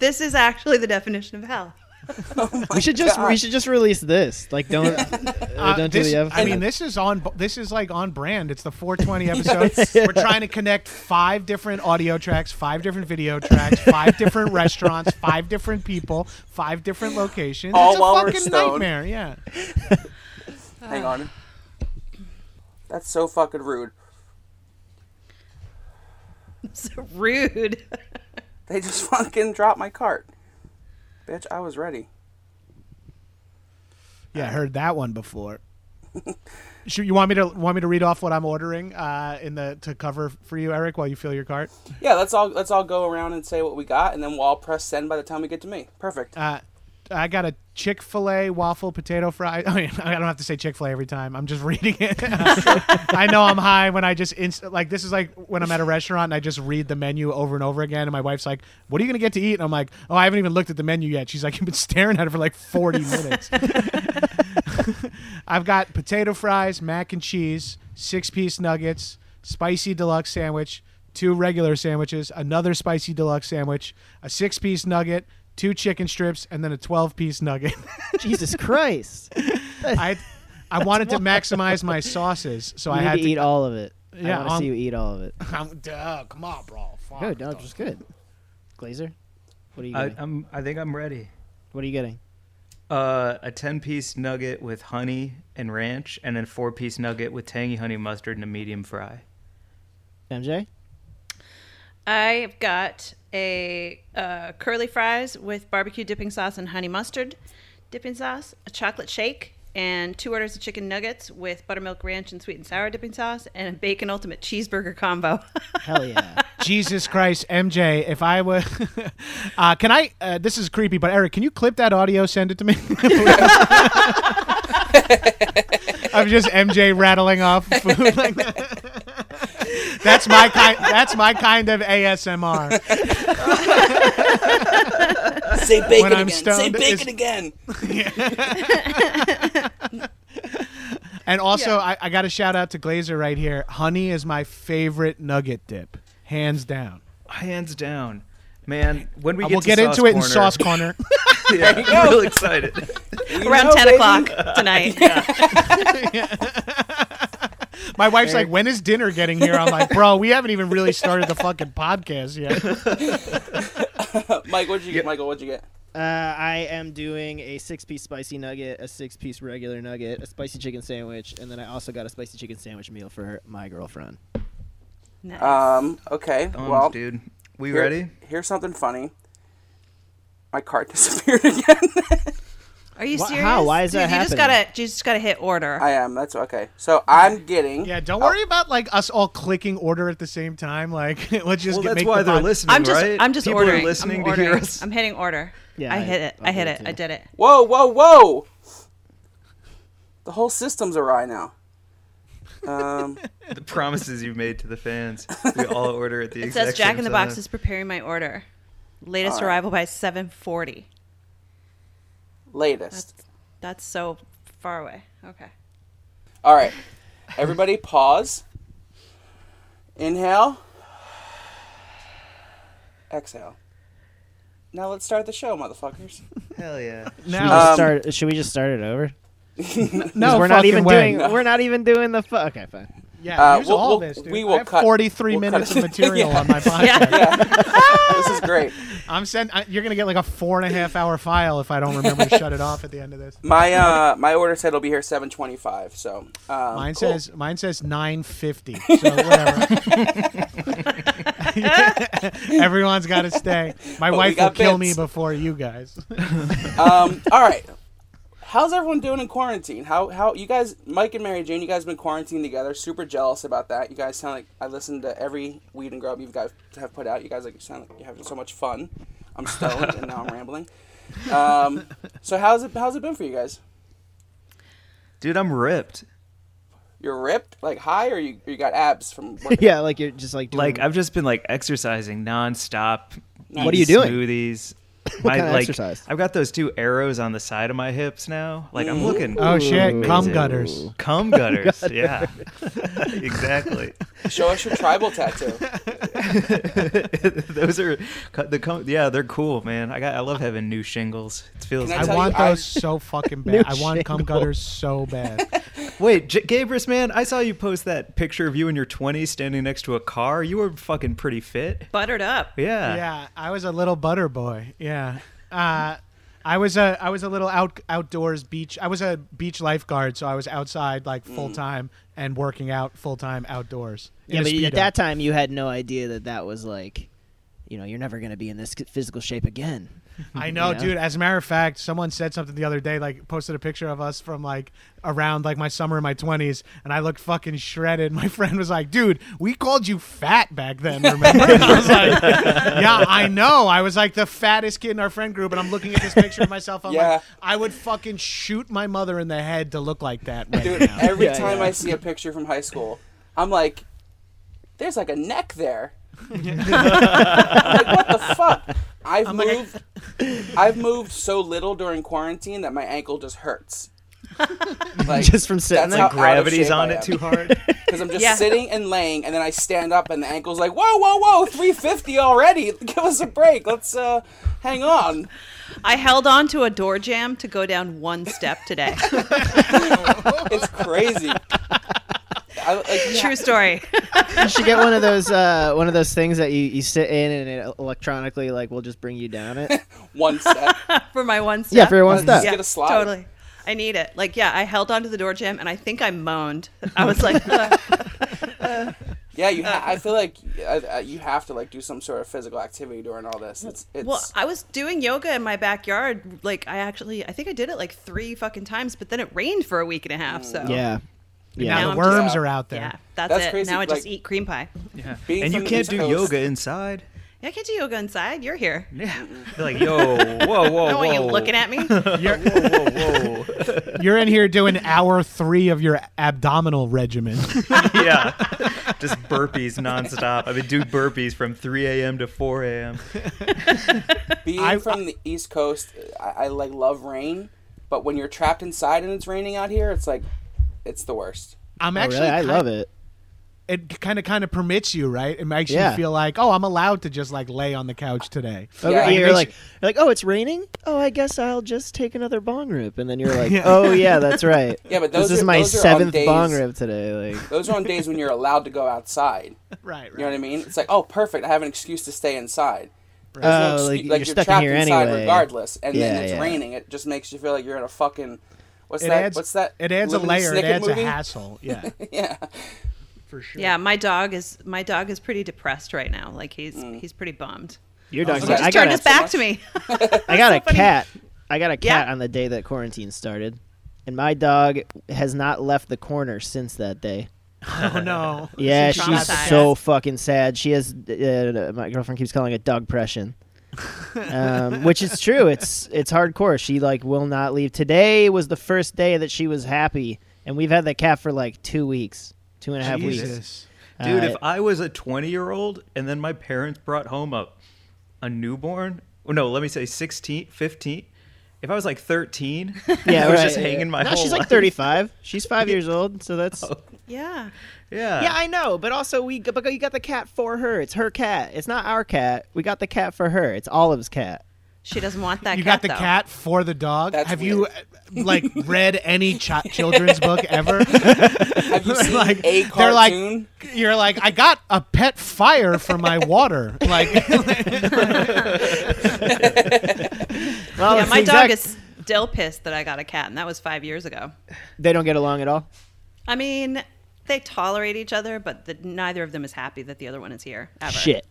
This is actually the definition of hell.
we should just
God.
we should just release this. Like don't uh,
Uh,
don't do
this-
the
I
episode.
mean, this is on. This is like on brand. It's the 420 episode. We're trying to connect five different audio tracks, five different video tracks, five different restaurants, five different people, five different locations.
All
it's a
while we're
fucking
stoned.
nightmare. Yeah.
Hang on. That's so fucking rude.
So rude.
They just fucking dropped my cart. Bitch, I was ready.
Yeah, I heard that one before. Shoot, you want me to want me to read off what I'm ordering uh, in the to cover for you, Eric, while you fill your cart?
Yeah, let's all let's all go around and say what we got, and then we'll all press send by the time we get to me. Perfect.
Uh, I got a Chick Fil A waffle potato fry. I, mean, I don't have to say Chick Fil A every time. I'm just reading it. I know I'm high when I just inst- like this is like when I'm at a restaurant and I just read the menu over and over again. And my wife's like, "What are you gonna get to eat?" And I'm like, "Oh, I haven't even looked at the menu yet." She's like, "You've been staring at it for like 40 minutes." I've got potato fries, mac and cheese, six piece nuggets, spicy deluxe sandwich, two regular sandwiches, another spicy deluxe sandwich, a six piece nugget, two chicken strips, and then a 12 piece nugget.
Jesus Christ!
I, I wanted to maximize my sauces, so I
you need
had
to eat all of it.
Yeah,
I want to
on-
see you eat all of it.
I'm, duh, come on, bro. Fuck.
Good, no, just good. Glazer, what are you
I,
getting?
I'm. I think I'm ready.
what are you getting?
Uh, a ten-piece nugget with honey and ranch, and then four-piece nugget with tangy honey mustard and a medium fry.
MJ,
I've got a uh, curly fries with barbecue dipping sauce and honey mustard dipping sauce, a chocolate shake, and two orders of chicken nuggets with buttermilk ranch and sweet and sour dipping sauce, and a bacon ultimate cheeseburger combo.
hell yeah!
Jesus Christ, MJ, if I were. uh, can I. Uh, this is creepy, but Eric, can you clip that audio? Send it to me. I'm just MJ rattling off food like that. That's my kind. That's my kind of ASMR.
Say bacon
When I'm
again. Say
stoned,
bacon
it's-
again.
And also, I, I got a shout out to Glazer right here. Honey is my favorite nugget dip, hands down.
Hands down, man. When we
We
get
will
to
get
sauce
into it in
corner-
sauce corner.
yeah, I'm real excited.
Around 10 o'clock tonight.
my wife's like, "When is dinner getting here?" I'm like, "Bro, we haven't even really started the fucking podcast yet."
Mike, what'd you get? Michael, what'd you get?
Uh, I am doing a six-piece spicy nugget, a six-piece regular nugget, a spicy chicken sandwich, and then I also got a spicy chicken sandwich meal for my girlfriend.
Nice.
Um, okay.
Thumbs,
well,
dude. We
here-
ready?
Here's something funny. My card disappeared again.
Are you
wha-
serious?
how? Why is that
you Just
happening?
gotta, you just gotta hit order.
I am. That's okay. So I'm getting.
yeah, don't worry about like us all clicking order at the same time. Like, let's just
Well,
get,
that's
make
why
the
they're
pod-
listening,
I'm just,
right?
I'm just
People
ordering.
are listening
I'm
to hear
ordering.
us.
I'm hitting order.
Yeah,
I
I-
hit it.
I'll
I
do
hit
it
it.
too.
I did it.
Whoa, whoa, whoa! The whole system's awry now. Um,
the promises you made to the fans. We all order at the
It
exact
says Jack
same
in the Box
time.
is preparing my order. Latest arrival by 7:40.
latest.
That's so far away. Okay.
All right. Everybody pause. Inhale. Exhale. Now let's start the show, motherfuckers.
Hell yeah.
Should we,
now.
just
Um,
start, should we just start it over? 'Cause
no,
we're not
fucking
even
way.
doing. We're not even doing the. Fu- okay, fine.
Yeah,
Uh,
use
we'll-
all
we'll-
this. Dude.
we will
I have
cut-
43
we'll cut
minutes
it.
of material
Yeah.
on my podcast.
Yeah. this is great.
I'm send, I, You're gonna get like a four and a half hour file if I don't remember to shut it off at the end of this.
My uh, my order said it'll be here 7:25. So um,
Mine
cool.
says mine says 950. So whatever. Everyone's got to stay. My
But we
wife will
got
kill me
bits.
before you guys.
Um, all right. How's everyone doing in quarantine? How how you guys, Mike and Mary Jane, you guys been quarantined together. Super jealous about that. You guys sound like I listened to every Weed and Grub you guys have put out. You guys like you sound like you're having so much fun. I'm stoned and now I'm rambling. Um, so how's it how's it been for you guys?
Dude, I'm ripped.
You're ripped, like high, or you you got abs from working?
Yeah, like you're just like. Doing,
Like I've just been like exercising nonstop.
What are you
eating
doing?
Smoothies.
kind
My,
of
like,
exercise?
I've got those two arrows on the side of my hips now. Like I'm looking.
Oh shit, cum
amazing.
gutters.
Cum gutters. yeah. exactly.
Show us your tribal tattoo.
those are the cum, yeah, they're cool, man. I got I love having new shingles. It feels
Can
I
tell
want
you, I-
those so fucking
New
bad. I want cum
shingle.
gutters so bad.
Wait, J- Gabrus, man, I saw you post that picture of you in your 20s standing next to a car. You were fucking pretty fit.
Buttered up.
Yeah.
Yeah, I was a little butter boy. Yeah. Uh, I was a I was a little out outdoors beach. I was a beach lifeguard, so I was outside like full time and working out full time outdoors.
Mm.
in
yeah,
a
but at
Speedo.
that time you had no idea that that was like, you know, you're never gonna be in this physical shape again.
I know,
Yeah.
dude. As a matter of fact, someone said something the other day, like posted a picture of us from like around like my summer in my twenties, and I looked fucking shredded. My friend was like, "Dude, we called you fat back then, remember?" And I was like, "Yeah, I know. I was like the fattest kid in our friend group." And I'm looking at this picture of myself. I'm
Yeah.
like, I would fucking shoot my mother in the head to look like that right
Dude,
now.
every
Yeah,
time
yeah.
I see a picture from high school, I'm like, there's like a neck there. I'm like, what the fuck? I've
like, I-
moved I've moved so little during quarantine that my ankle just hurts. Like
Just from sitting
that's
there.
how
Gravity's on it too hard.
because I'm just
Yeah.
sitting and laying, and then I stand up, and the ankle's like, "Whoa, whoa, whoa! 350 already! Give us a break! Let's uh, hang on."
I held on to a door jamb to go down one step today.
It's crazy. I, like, yeah.
True story.
you should get one of those uh, one of those things that you, you sit in and it electronically like will just bring you down it.
One step.
for my one step.
Yeah, for your one
Just
step.
get a slide.
Totally. I need it. Like, yeah, I held onto the door jam and I think I moaned. I was like, "Ugh."
Yeah, you. Ha- I feel like uh, uh, you have to like do some sort of physical activity during all this. It's it's
well, I was doing yoga in my backyard. Like, I actually, I think I did it like three fucking times, but then it rained for a week and a half. So,
Yeah.
now
Yeah.
Now
the
I'm
worms
just-
are out there.
yeah, that's,
That's
it.
crazy,
Now I just
like-
eat cream pie.
Yeah.
Being
and you
from the
can't
East
do
Coast.
yoga inside.
Yeah, I can't do yoga inside. You're here.
Yeah. You're like, yo, whoa, whoa,
I
whoa.
don't want you looking at me.
You're,
Whoa, whoa.
you're in here doing hour three of your abdominal regimen.
yeah. Just burpees nonstop. I would do burpees from 3 a.m. to 4 a.m.
Being
I-
from the East Coast, I, I like love rain, but when you're trapped inside and it's raining out here, it's like, it's the worst.
I'm
Oh,
actually
really? I
kind-
love it.
It kind of kind of permits you, right? It makes
Yeah.
you feel like, oh, I'm allowed to just like lay on the couch today.
Oh,
Yeah,
right,
it
you're
makes
like,
you-
you're like, oh, it's raining. Oh, I guess I'll just take another bong rip, and then you're like,
Yeah.
oh yeah, that's right.
Yeah, but
this
those
is
are-
my
those are on
seventh
days-
bong rip today. Like,
Those are on days when you're allowed to go outside.
Right,
You know
right.
what I mean? It's like, oh, perfect. I have an excuse to stay inside.
oh,
There's no
like,
excu-
you're, stuck in
trapped
here
inside
anyway.
regardless, and
Yeah,
then it's
yeah.
raining. It just makes you feel like you're in a fucking what's
It
that?
adds-
what's that?
It adds a
Lemony
layer. It
Snicket
adds
movie?
a hassle. Yeah,
Yeah,
for sure.
Yeah, my dog is my dog is pretty depressed right now. Like he's
Mm.
he's pretty bummed.
Your dog's
so
like,
just
I
Just
got
turned
a,
his
so
back
much.
to me.
I got a
funny.
cat. I got a cat
Yeah.
on the day that quarantine started, and my dog has not left the corner since that day.
Oh no.
Yeah,
She's
she's
traumatized.
so fucking sad. She has uh, my girlfriend keeps calling it dogpression, um, which is true. It's it's hardcore. She like will not leave. Today was the first day that she was happy, and we've had that cat for like two weeks, two and a half weeks.
Jesus.
Dude,
Uh,
if I was a 20 year old and then my parents brought home a, a newborn, well, no, let me say 16, 15. If I was like 13,
Yeah,
I was
right,
just
yeah,
hanging
yeah.
my
no,
whole
she's like
life. Oh,
thirty five. She's five years old, so that's.
Yeah.
Yeah.
Yeah, I know, but also we but you got the cat for her. It's her cat. It's not our cat. We got the cat for her. It's Olive's cat.
She doesn't want that
You
cat
got the
though.
cat for the dog.
That's
Have you uh, like read any chi- children's book ever?
have you seen
Like,
a
they're like-
cartoon?
You're like, I got a pet fire for my water. Like,
Well,
Yeah,
Oh,
it's
my
the
dog
exact-
is still pissed that I got a cat, and that was five years ago.
They don't get along at all.
I mean, they tolerate each other, but the, neither of them is happy that the other one is here. Ever.
Shit.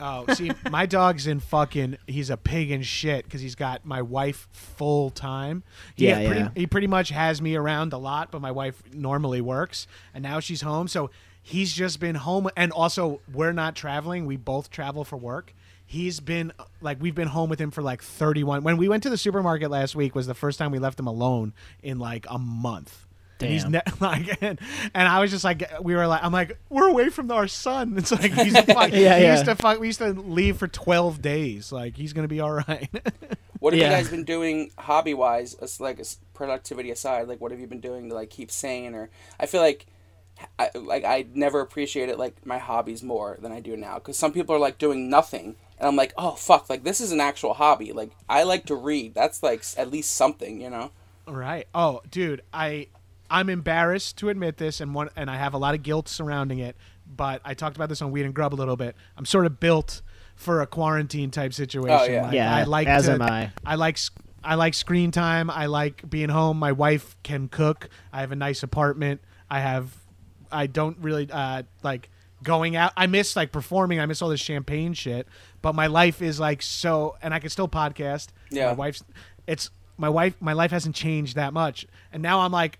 oh, see, my dog's in fucking. He's a pig in shit because he's got my wife full time. He
Yeah,
pretty,
yeah.
He pretty much has me around a lot, but my wife normally works, and now she's home. So he's just been home, and also we're not traveling. We both travel for work. He's been like we've been home with him for like 31. When we went to the supermarket last week was the first time we left him alone in like a month. And he's
Damn.
ne- like, and, and I was just like, we were like, I'm like, we're away from our son. It's like he's a fuck,
Yeah,
he
yeah.
used to fuck. We used to leave for 12 days. Like he's gonna be all right.
What have
Yeah.
you guys been doing hobby wise, as like as productivity aside? Like, what have you been doing to like keep sane? Or I feel like, I, like I never appreciated like my hobbies more than I do now because some people are like doing nothing, and I'm like, oh fuck, like this is an actual hobby. Like I like to read. That's like s- at least something, you know.
Right. Oh, dude, I I'm embarrassed to admit this and one and I have a lot of guilt surrounding it, but I talked about this on Weed and Grub a little bit. I'm sort of built for a quarantine type situation.
yeah.
Like,
Yeah,
I like
as
to-
am I.
I like s- I like screen time. I like being home. My wife can cook. I have a nice apartment. I have I don't really uh like going out. I miss like performing. I miss all this champagne shit, but my life is like so and I can still podcast.
Yeah.
My wife's it's my wife my life hasn't changed that much. And now I'm like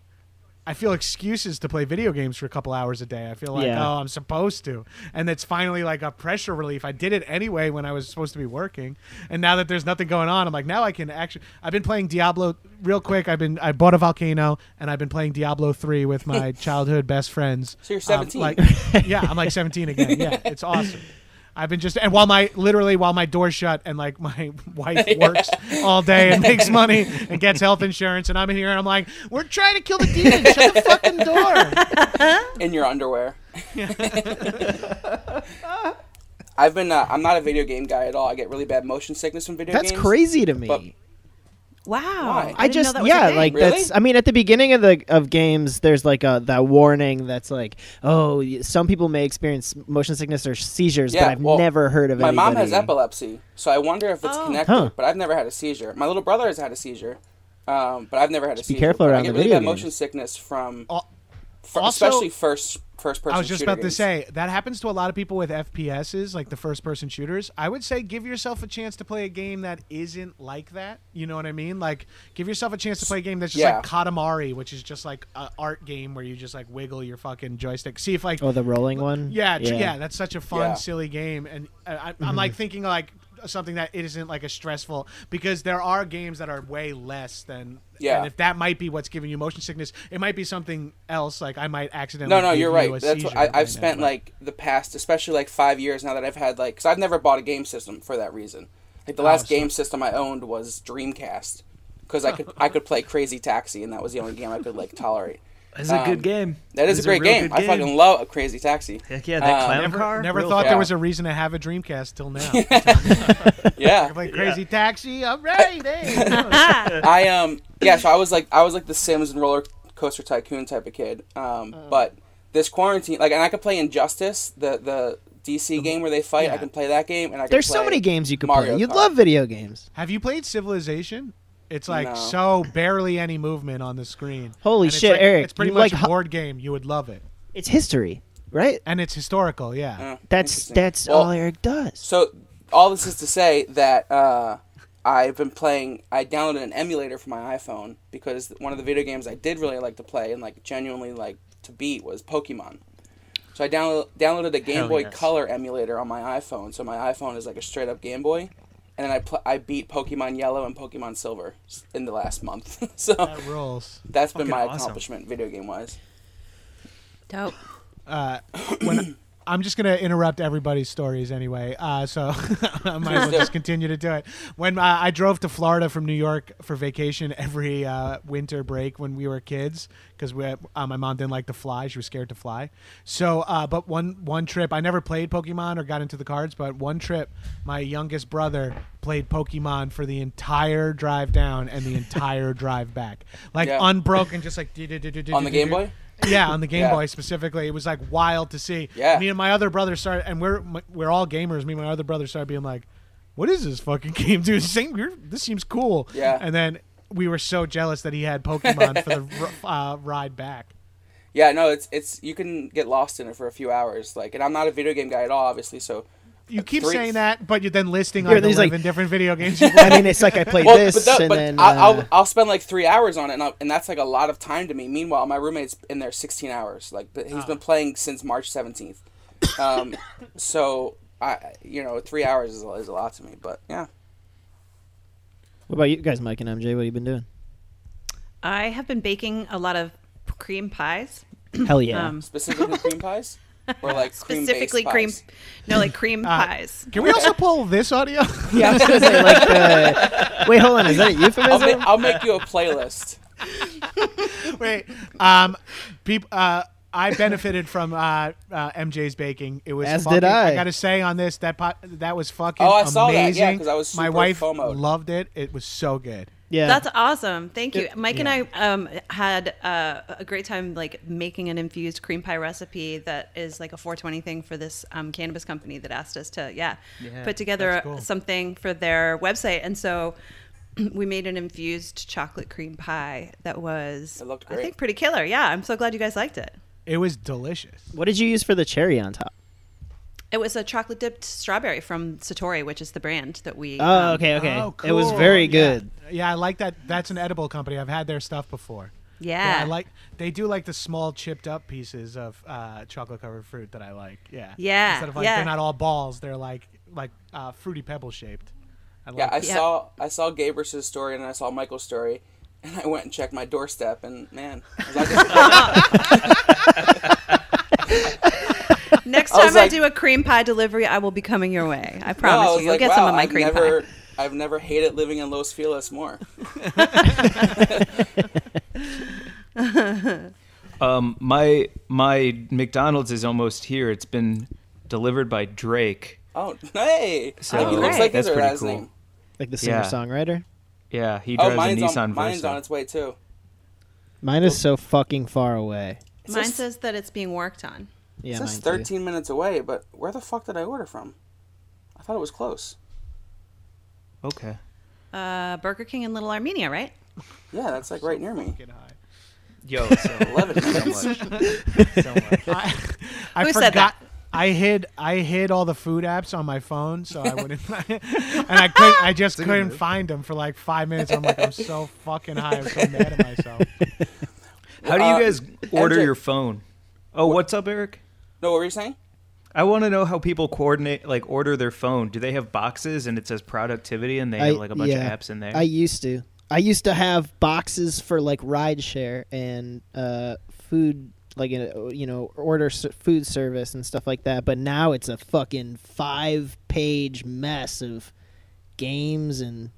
I feel excuses to play video games for a couple hours a day. I feel like,
Yeah.
oh, I'm supposed to. And it's finally like a pressure relief. I did it anyway when I was supposed to be working. And now that there's nothing going on, I'm like, now I can actually I've been playing Diablo real quick. I've been I bought a volcano and I've been playing Diablo 3 with my childhood best friends.
So you're
Um,
17.
like- yeah, I'm like 17 again. Yeah, it's awesome. I've been just and while my literally while my door's shut and like my wife works all day and makes money and gets health insurance and I'm in here and I'm like we're trying to kill the demon shut the fucking door
in your underwear. I've been. Uh, I'm not a video game guy at all. I get really bad motion sickness from video
That's
games.
crazy to me.
But-
Wow.
Why?
I
didn't know
just
that was a
yeah,
thing.
like
Really?
that's I mean at the beginning of the of games there's like a that warning that's like, "Oh, y- some people may experience motion sickness or seizures,
Yeah,
but I've
well,
never heard of
My
anybody."
mom has epilepsy, so I wonder if it's
Oh.
connected.
Huh.
But I've never had a seizure. My little brother has had a seizure, um, but I've never had a
be
seizure. But
careful
I
around
get
the
really
video
bad motion
games.
sickness from,
Al-
fr-
also-
especially first first person.
I was just
shooter
about to
games.
say that happens to a lot of people with FPSs like the first person shooters I would say give yourself a chance to play a game that isn't like that you know what I mean like give yourself a chance to play a game that's just
Yeah.
like Katamari which is just like an art game where you just like wiggle your fucking joystick see if like
Oh, the rolling one?
Yeah, tr- yeah, that's such a fun,
Yeah. Mm-hmm.
silly game, and uh, I, I'm like thinking like something that it isn't like a stressful because there are games that are way less than
Yeah.
And if that might be what's giving you motion sickness, it might be something else. Like I might accidentally
No, no,
give
you're
you
right.
a
That's what
seizure
I,
right now,
I've spent
but-
like the past, especially like five years now that I've had like, because I've never bought a game system for that reason. Like
Oh,
the last game system I owned was Dreamcast, because I could I could play Crazy Taxi, and that was the only game I could like tolerate.
That's a
Um,
good game. Uh,
That is
It's
a great
real
game.
good
I fucking love a Crazy Taxi.
Heck yeah, that
Um,
clown
Never,
car.
never
real
thought
Yeah.
there was a reason to have a Dreamcast till now.
Yeah,
like Crazy Taxi, all right. Hey.
I um yeah, so I was like I was like the Sims and Roller Coaster Tycoon type of kid. Um, but this quarantine, like, and I could play Injustice, the the DC game where they fight. I
yeah.
can play that game, and I can
There's so
play-
many games you could
Mario
play. You'd
Kart.
love video games.
Have you played Civilization? It's like
No.
so barely any movement on the screen.
Holy
And it's
shit,
like-
Eric,
It's pretty
you
much
like
a
hu-
board game. You would love it,
It's history, right?
and it's historical. Yeah.
Yeah,
That's
interesting.
that's
Well,
all Eric does.
So all this is to say that uh, I've been playing. I downloaded an emulator for my iPhone because one of the video games I did really like to play and like genuinely like to beat was Pokemon. So I download, downloaded a Game
Hell
Boy
yes.
Color emulator on my iPhone. So my iPhone is like a straight up Game Boy. And then I pl- I beat Pokemon Yellow and Pokemon Silver s- in the last month. so
That rules.
that's been
fucking
my
awesome.
accomplishment video game wise.
Dope.
I'm just gonna interrupt everybody's stories anyway, uh, so I might as well just continue to do it. When uh, I drove to Florida from New York for vacation every uh, winter break when we were kids, because uh, my mom didn't like to fly; she was scared to fly. So, uh, but one one trip, I never played Pokemon or got into the cards, but one trip, my youngest brother played Pokemon for the entire drive down and the entire drive back, like
Yeah.
unbroken, just like
On the Game Boy?
yeah, on the Game
Yeah.
Boy specifically, it was like wild to see.
Yeah.
Me and my other brother started, and we're m- we're all gamers. Me and my other brother started being like, "What is this fucking game, dude? This, ain't, weird- this seems cool."
Yeah.
And then we were so jealous that he had Pokemon for the r- uh, ride back.
Yeah, no, it's it's you can get lost in it for a few hours. Like, and I'm not a video game guy at all, obviously. So
You keep
Three-
saying that, but you're then listing
Yeah,
like
there's, like-
11 different video games. You
I mean, it's like I played
well,
this,
but, tho-
and
but
then
I,
uh,
I'll I'll spend like three hours on it, and, I'll, and that's like a lot of time to me. Meanwhile, my roommate's in there sixteen hours. Like but he's been
Ah.
playing since March seventeenth. Um, so I, you know, three hours is, a- is a lot to me. But yeah,
what about you guys, Mike and MJ? What have you been doing?
I have been baking a lot of p- cream pies.
Hell yeah!
Um,
specifically cream pies or like
specifically
cream
cream,
pies.
no like cream pies
Can we also pull this audio?
yeah, I was gonna say like the. Wait, hold on. Is that a
I'll,
euphemism?
make, I'll make you a playlist.
Wait, um, peop, uh, I benefited from uh, uh, MJ's baking. It was
As
fucking-
did I.
gotta say on this that pot, that was fucking.
Oh, I saw that, yeah,
amazing.
'cause I was
my
super
wife
FOMO'd.
loved it. It was so good.
yeah,
that's awesome thank you mike and i um, had uh, a great time like making an infused cream pie recipe that is like a 420 thing for this um, cannabis company that asked us to yeah, put together
cool.
something for their website and so we made an infused chocolate cream pie that was
It looked
i
great.
think pretty killer yeah i'm so glad you guys liked it
It was delicious.
What did you use for the cherry on top?
it was a chocolate dipped strawberry from satori which is the brand that we um,
Oh, okay, okay.
Oh,
It was
cool.
very
Yeah.
good.
Yeah, I like that. That's an edible company. I've had their stuff before.
yeah,
I like. They do like the small chipped up pieces of uh, chocolate covered fruit that I like. Yeah.
Yeah,
Instead of like
yeah.
they're not all balls. They're like like uh, fruity pebble shaped. I like
Yeah, I
that.
Yeah.
saw I saw Gabrus' story and I saw Michael's story, and I went and checked my doorstep, and man, I was like,
Next
I was
time I
like-
do a cream pie delivery, I will be coming your way. I
No,
promise
I was
you. You'll
like,
get
wow,
some of my
I've
cream
never,
pie.
I've never hated living in Los Feliz more.
Um, my my McDonald's is almost here. It's been delivered by Drake.
Oh, hey!
So,
I think he looks like
that's
his or
pretty
his
cool.
name.
Like the
Yeah.
singer-songwriter.
Yeah, he
Oh,
drives a
mine's
Nissan
on, mine's
Versa.
on its way too.
Mine is so fucking far away.
It
Mine
says-
says that it's being worked on.
Yeah,
It says
mine too.
13 minutes away, but where the fuck did I order from? I thought it was close.
okay.
Uh, Burger King in Little Armenia, right?
Yeah, that's like right near me.
Fucking high.
Yo, so,
Love it so much.
so much.
I, I
Who
forgot.
said that?
I hid I hid all the food apps on my phone, so I wouldn't. and I could I just couldn't find them for like five minutes. I'm like, I'm so fucking high. I'm so mad at myself.
How do
Uh,
you guys order
MJ.
your phone? Oh, what's up, Eric?
No, what were you saying?
I want to know how people coordinate, like order their phone. Do they have boxes and it says productivity and they
I-
have like a bunch
yeah.
of apps in there?
I used to. I used to have boxes for like rideshare and uh, food, like uh, you know, order s food service and stuff like that. But now it's a fucking five-page mess of games and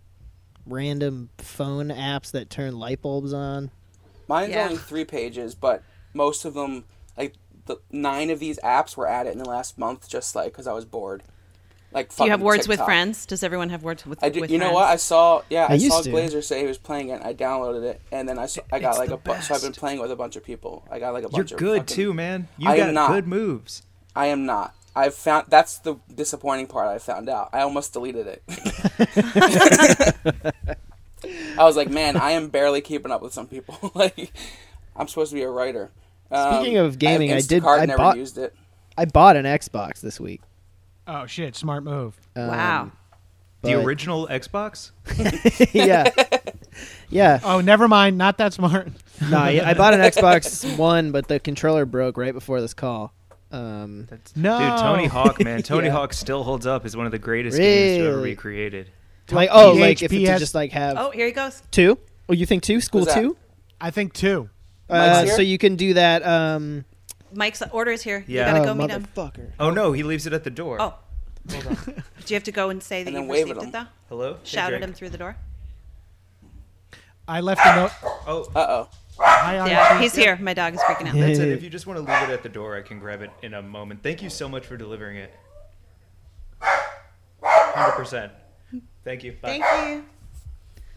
random phone apps that turn light bulbs on.
Mine's
Yeah.
only three pages, but most of them, like the nine of these apps, were added in the last month, just like because I was bored. Like,
Do you have
fucking
words with
TikTok.
friends? Does everyone have words with,
I do,
with
you know what? I
friends?
saw yeah, I,
I
saw
used to.
Glazer say he was playing it. and I downloaded it, and then I saw, I got
It's
like
the
a bunch. So I've been
best.
playing with a bunch of people. I got like a
You're
bunch of.
good
fucking-
too, man. You
I am
got
not.
good moves.
I am not. I've found that's the disappointing part. I found out. I almost deleted it. I was like, man, I am barely keeping up with some people. like, I'm supposed to be a writer. Um,
Speaking of gaming, I
have
did-
Instacart,
I
never
bought-
used it.
I bought an Xbox this week.
Oh shit! Smart move.
Um,
Wow.
the
but-
original Xbox?
yeah, yeah.
Oh, never mind. Not that smart.
No, I, I bought an Xbox One, but the controller broke right before this call. Um,
No,
Dude, Tony Hawk, man. Tony
Yeah.
Hawk still holds up as one of the greatest games to ever
Really?
be created.
like, oh, like if you
PHPS
just like have
Oh, here he goes.
Two? Oh, you think two? School
Who's that?
two?
I think two.
Uh,
Mike's here?
so you can do that. Um,
Mike's order is here.
Yeah.
You
oh,
gotta go meet him.
motherfucker.
Oh no, he leaves it at the door.
Oh. Do you have to go and say that
And then
you
wave at
received
him.
it though?
Hello. Hey,
Shout at
Drake.
him through the door.
I left a note.
Oh,
Uh oh.
Hi, Archie.
Yeah, he's here. My dog is freaking out.
that's it. If you just want to leave it at the door, I can grab it in a moment. Thank you so much for delivering it. Hundred percent. Thank you. Bye.
Thank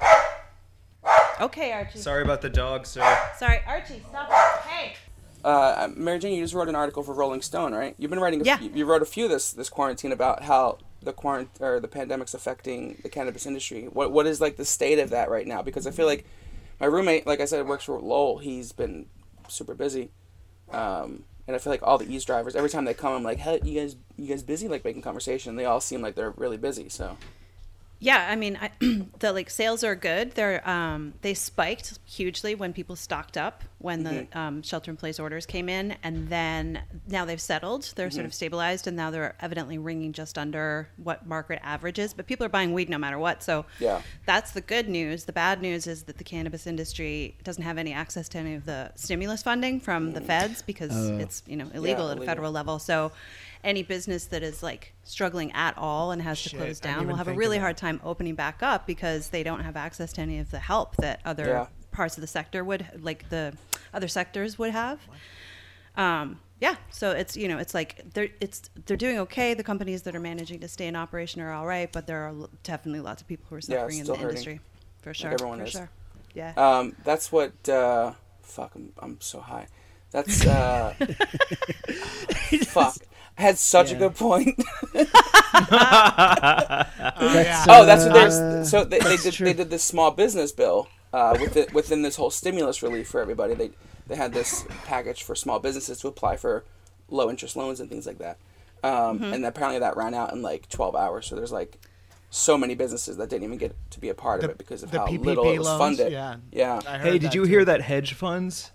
you. Okay, Archie.
Sorry about the dog, sir.
Sorry, Archie, stop it. Hey.
Uh, Mary Jane, you just wrote an article for Rolling Stone, right? You've been writing. A,
Yeah.
you, you wrote a few this this quarantine about how the quarant or the pandemic's affecting the cannabis industry. What what is like the state of that right now? Because I feel like my roommate, like I said, works for Lowell. He's been super busy, um, and I feel like all the ease drivers. Every time they come, I'm like, "Hey, you guys, you guys busy? Like making conversation?" They all seem like they're really busy. So
Yeah, I mean, I, the like sales are good. They're um, they spiked hugely when people stocked up when
Mm-hmm.
the um, shelter in place orders came in, and then now they've settled. They're sort of
Mm-hmm.
stabilized, and now they're evidently ringing just under what market average is. But people are buying weed no matter what, so
Yeah.
that's the good news. The bad news is that the cannabis industry doesn't have any access to any of the stimulus funding from the feds because
Uh.
it's you know illegal at a
Mm. illegal.
federal level. So any business that is like struggling at all and has to
Shit,
close
I didn't
down will
even
have a
think of
really
that.
hard time opening back up because they don't have access to any of the help that other
Yeah.
parts of the sector would like the other sectors would have um, yeah so it's you know it's like they're it's they're doing okay the companies that are managing to stay in operation are all right but there are l- definitely lots of people who are suffering in the
still hurting.
industry for sure
everyone
for
is.
sure yeah
um, that's what. Uh, fuck, I'm I'm so high. That's uh, fuck. I had such a good point.
uh,
Oh, that's what they're so they, they did. They did this small business bill uh, within within this whole stimulus relief for everybody. They they had this package for small businesses to apply for low interest loans and things like that. Um,
Mm-hmm.
And apparently that ran out in like twelve hours. So there's like so many businesses that didn't even get to be a part of it because of
the
how
PPP
little it was
loans,
funded.
yeah.
yeah.
I
Hey,
heard
did
that
you
too.
hear that hedge funds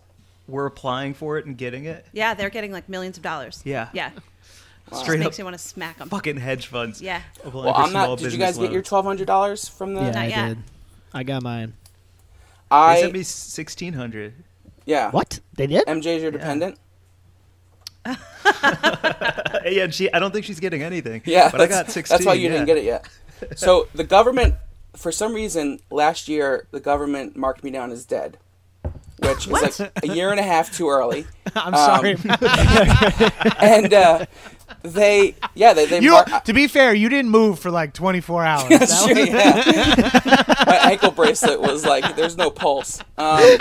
were applying for it and getting it?
yeah they're getting like millions of dollars
Yeah.
yeah
Straight
makes
up
you want to smack them
fucking hedge funds.
yeah
applying
Well,
for
I'm
small
not. Did you guys
business
get your
loans.
twelve hundred dollars from the?
Yeah, I
yet.
did. I got mine.
They
I
sent me sixteen hundred.
yeah.
What? They did?
MJ's your dependent.
Uh, yeah, and she. I don't think she's getting anything.
Yeah,
but I
that's-
got sixteen.
That's why you
yeah.
didn't get it yet. So the government, for some reason, last year the government marked me down as dead, which is like a year and a half too early.
I'm
Um,
sorry.
And uh, they, yeah, they they
you.
mar-
To be fair, you didn't move for like 24 hours.
That's true, yeah. My ankle bracelet was like, there's no pulse. Um,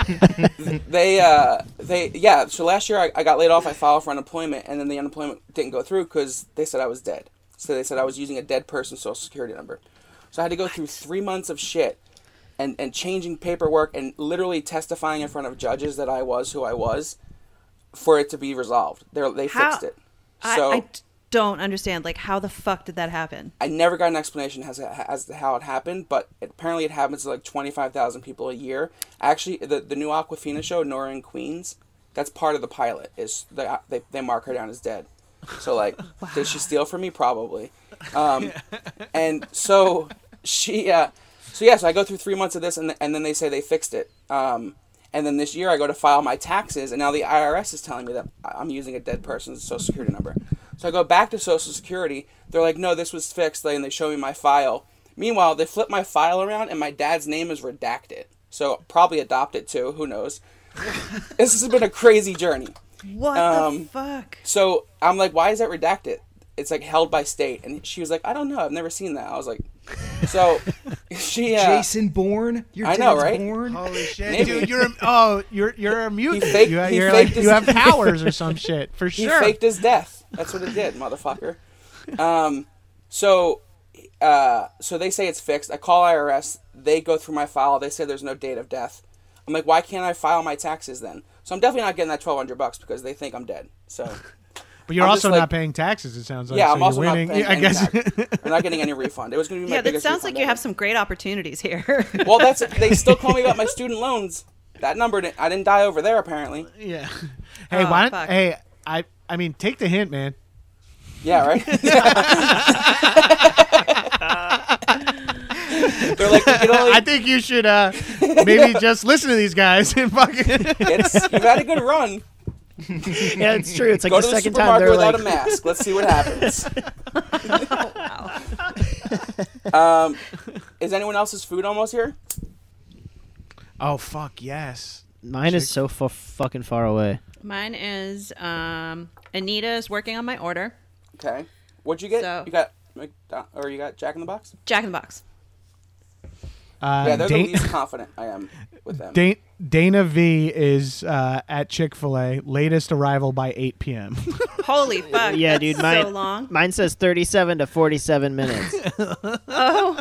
they, uh, they, yeah. So last year I, I got laid off. I filed for unemployment, and then the unemployment didn't go through because they said I was dead. So they said I was using a dead person's social security number. So I had to go through three months of shit, and and changing paperwork and literally testifying in front of judges that I was who I was, for it to be resolved. They they
How-
fixed it.
I,
So
I d- don't understand like how the fuck did that happen
I never got an explanation as, as to how it happened, but apparently it happens to like 25,000 people a year. Actually, the, the new Aquafina show, Nora in Queens, that's part of the pilot, is they, they, they mark her down as dead. So like, did she steal from me? Probably. Um, and so she, uh, so yeah, so I go through three months of this, and and then they say they fixed it. Um, and then this year I go to file my taxes, and now the IRS is telling me that I- I'm using a dead person's social security number. So I go back to social security. They're like, no, this was fixed, and they show me my file. Meanwhile, they flip my file around, and my dad's name is redacted. So probably adopted too. Who knows? this has been a crazy journey.
What the
Um,
fuck?
So I'm like, why is that redacted? It's like held by state. And she was like, I don't know. I've never seen that. I was like, so she, uh,
Jason Bourne. Your
I know,
dad's
right?
Bourne.
Holy shit,
Maybe.
dude! You're a, oh, you're you're a mutant.
faked-
you,
he
you're
faked
like,
his-
you have powers or some shit for
he
sure.
faked his death. That's what it did, motherfucker. Um, so, uh, so they say it's fixed. I call IRS. They go through my file. They say there's no date of death. I'm like, why can't I file my taxes then? So I'm definitely not getting that 1,200 bucks because they think I'm dead. So.
but you're
I'm
also
just like-
not paying taxes. It sounds like
Yeah,
so
I'm also
you're
not
winning.
paying
Yeah, I
any
guess.
tax. I'm not getting any refund. It was going to be my
Yeah, that
biggest
sounds like
refund
you
ever.
have some great opportunities here.
Well, that's they still call me about my student loans. That number, didn't, I didn't die over there apparently.
yeah. Hey,
Oh,
why don't?
fuck.
Hey, I I mean, take the hint, man.
Yeah, right. They're like, you can
I
only,
think you should uh maybe just listen to these guys and fucking.
it's, you've had a good run.
Yeah, it's true. It's like
Go
the
to the
second time
supermarket
they're
without
like,
a mask. Let's see what happens.
Oh, wow.
Um, is anyone else's food almost here?
oh fuck yes.
mine is so f- fucking far away.
Mine is um, Anita is working on my order.
Okay. What'd you get?
So-
You got McDo- or you got Jack in the Box?
Jack in the Box.
Uh,
Yeah, they're
Dan-
the least confident I am with them.
Dan- Dana V is uh, at Chick Fil A. Latest arrival by 8 p.m.
Holy fuck.
Yeah,
that's
dude, mine
so long.
mine says 37 to 47 minutes.
Oh,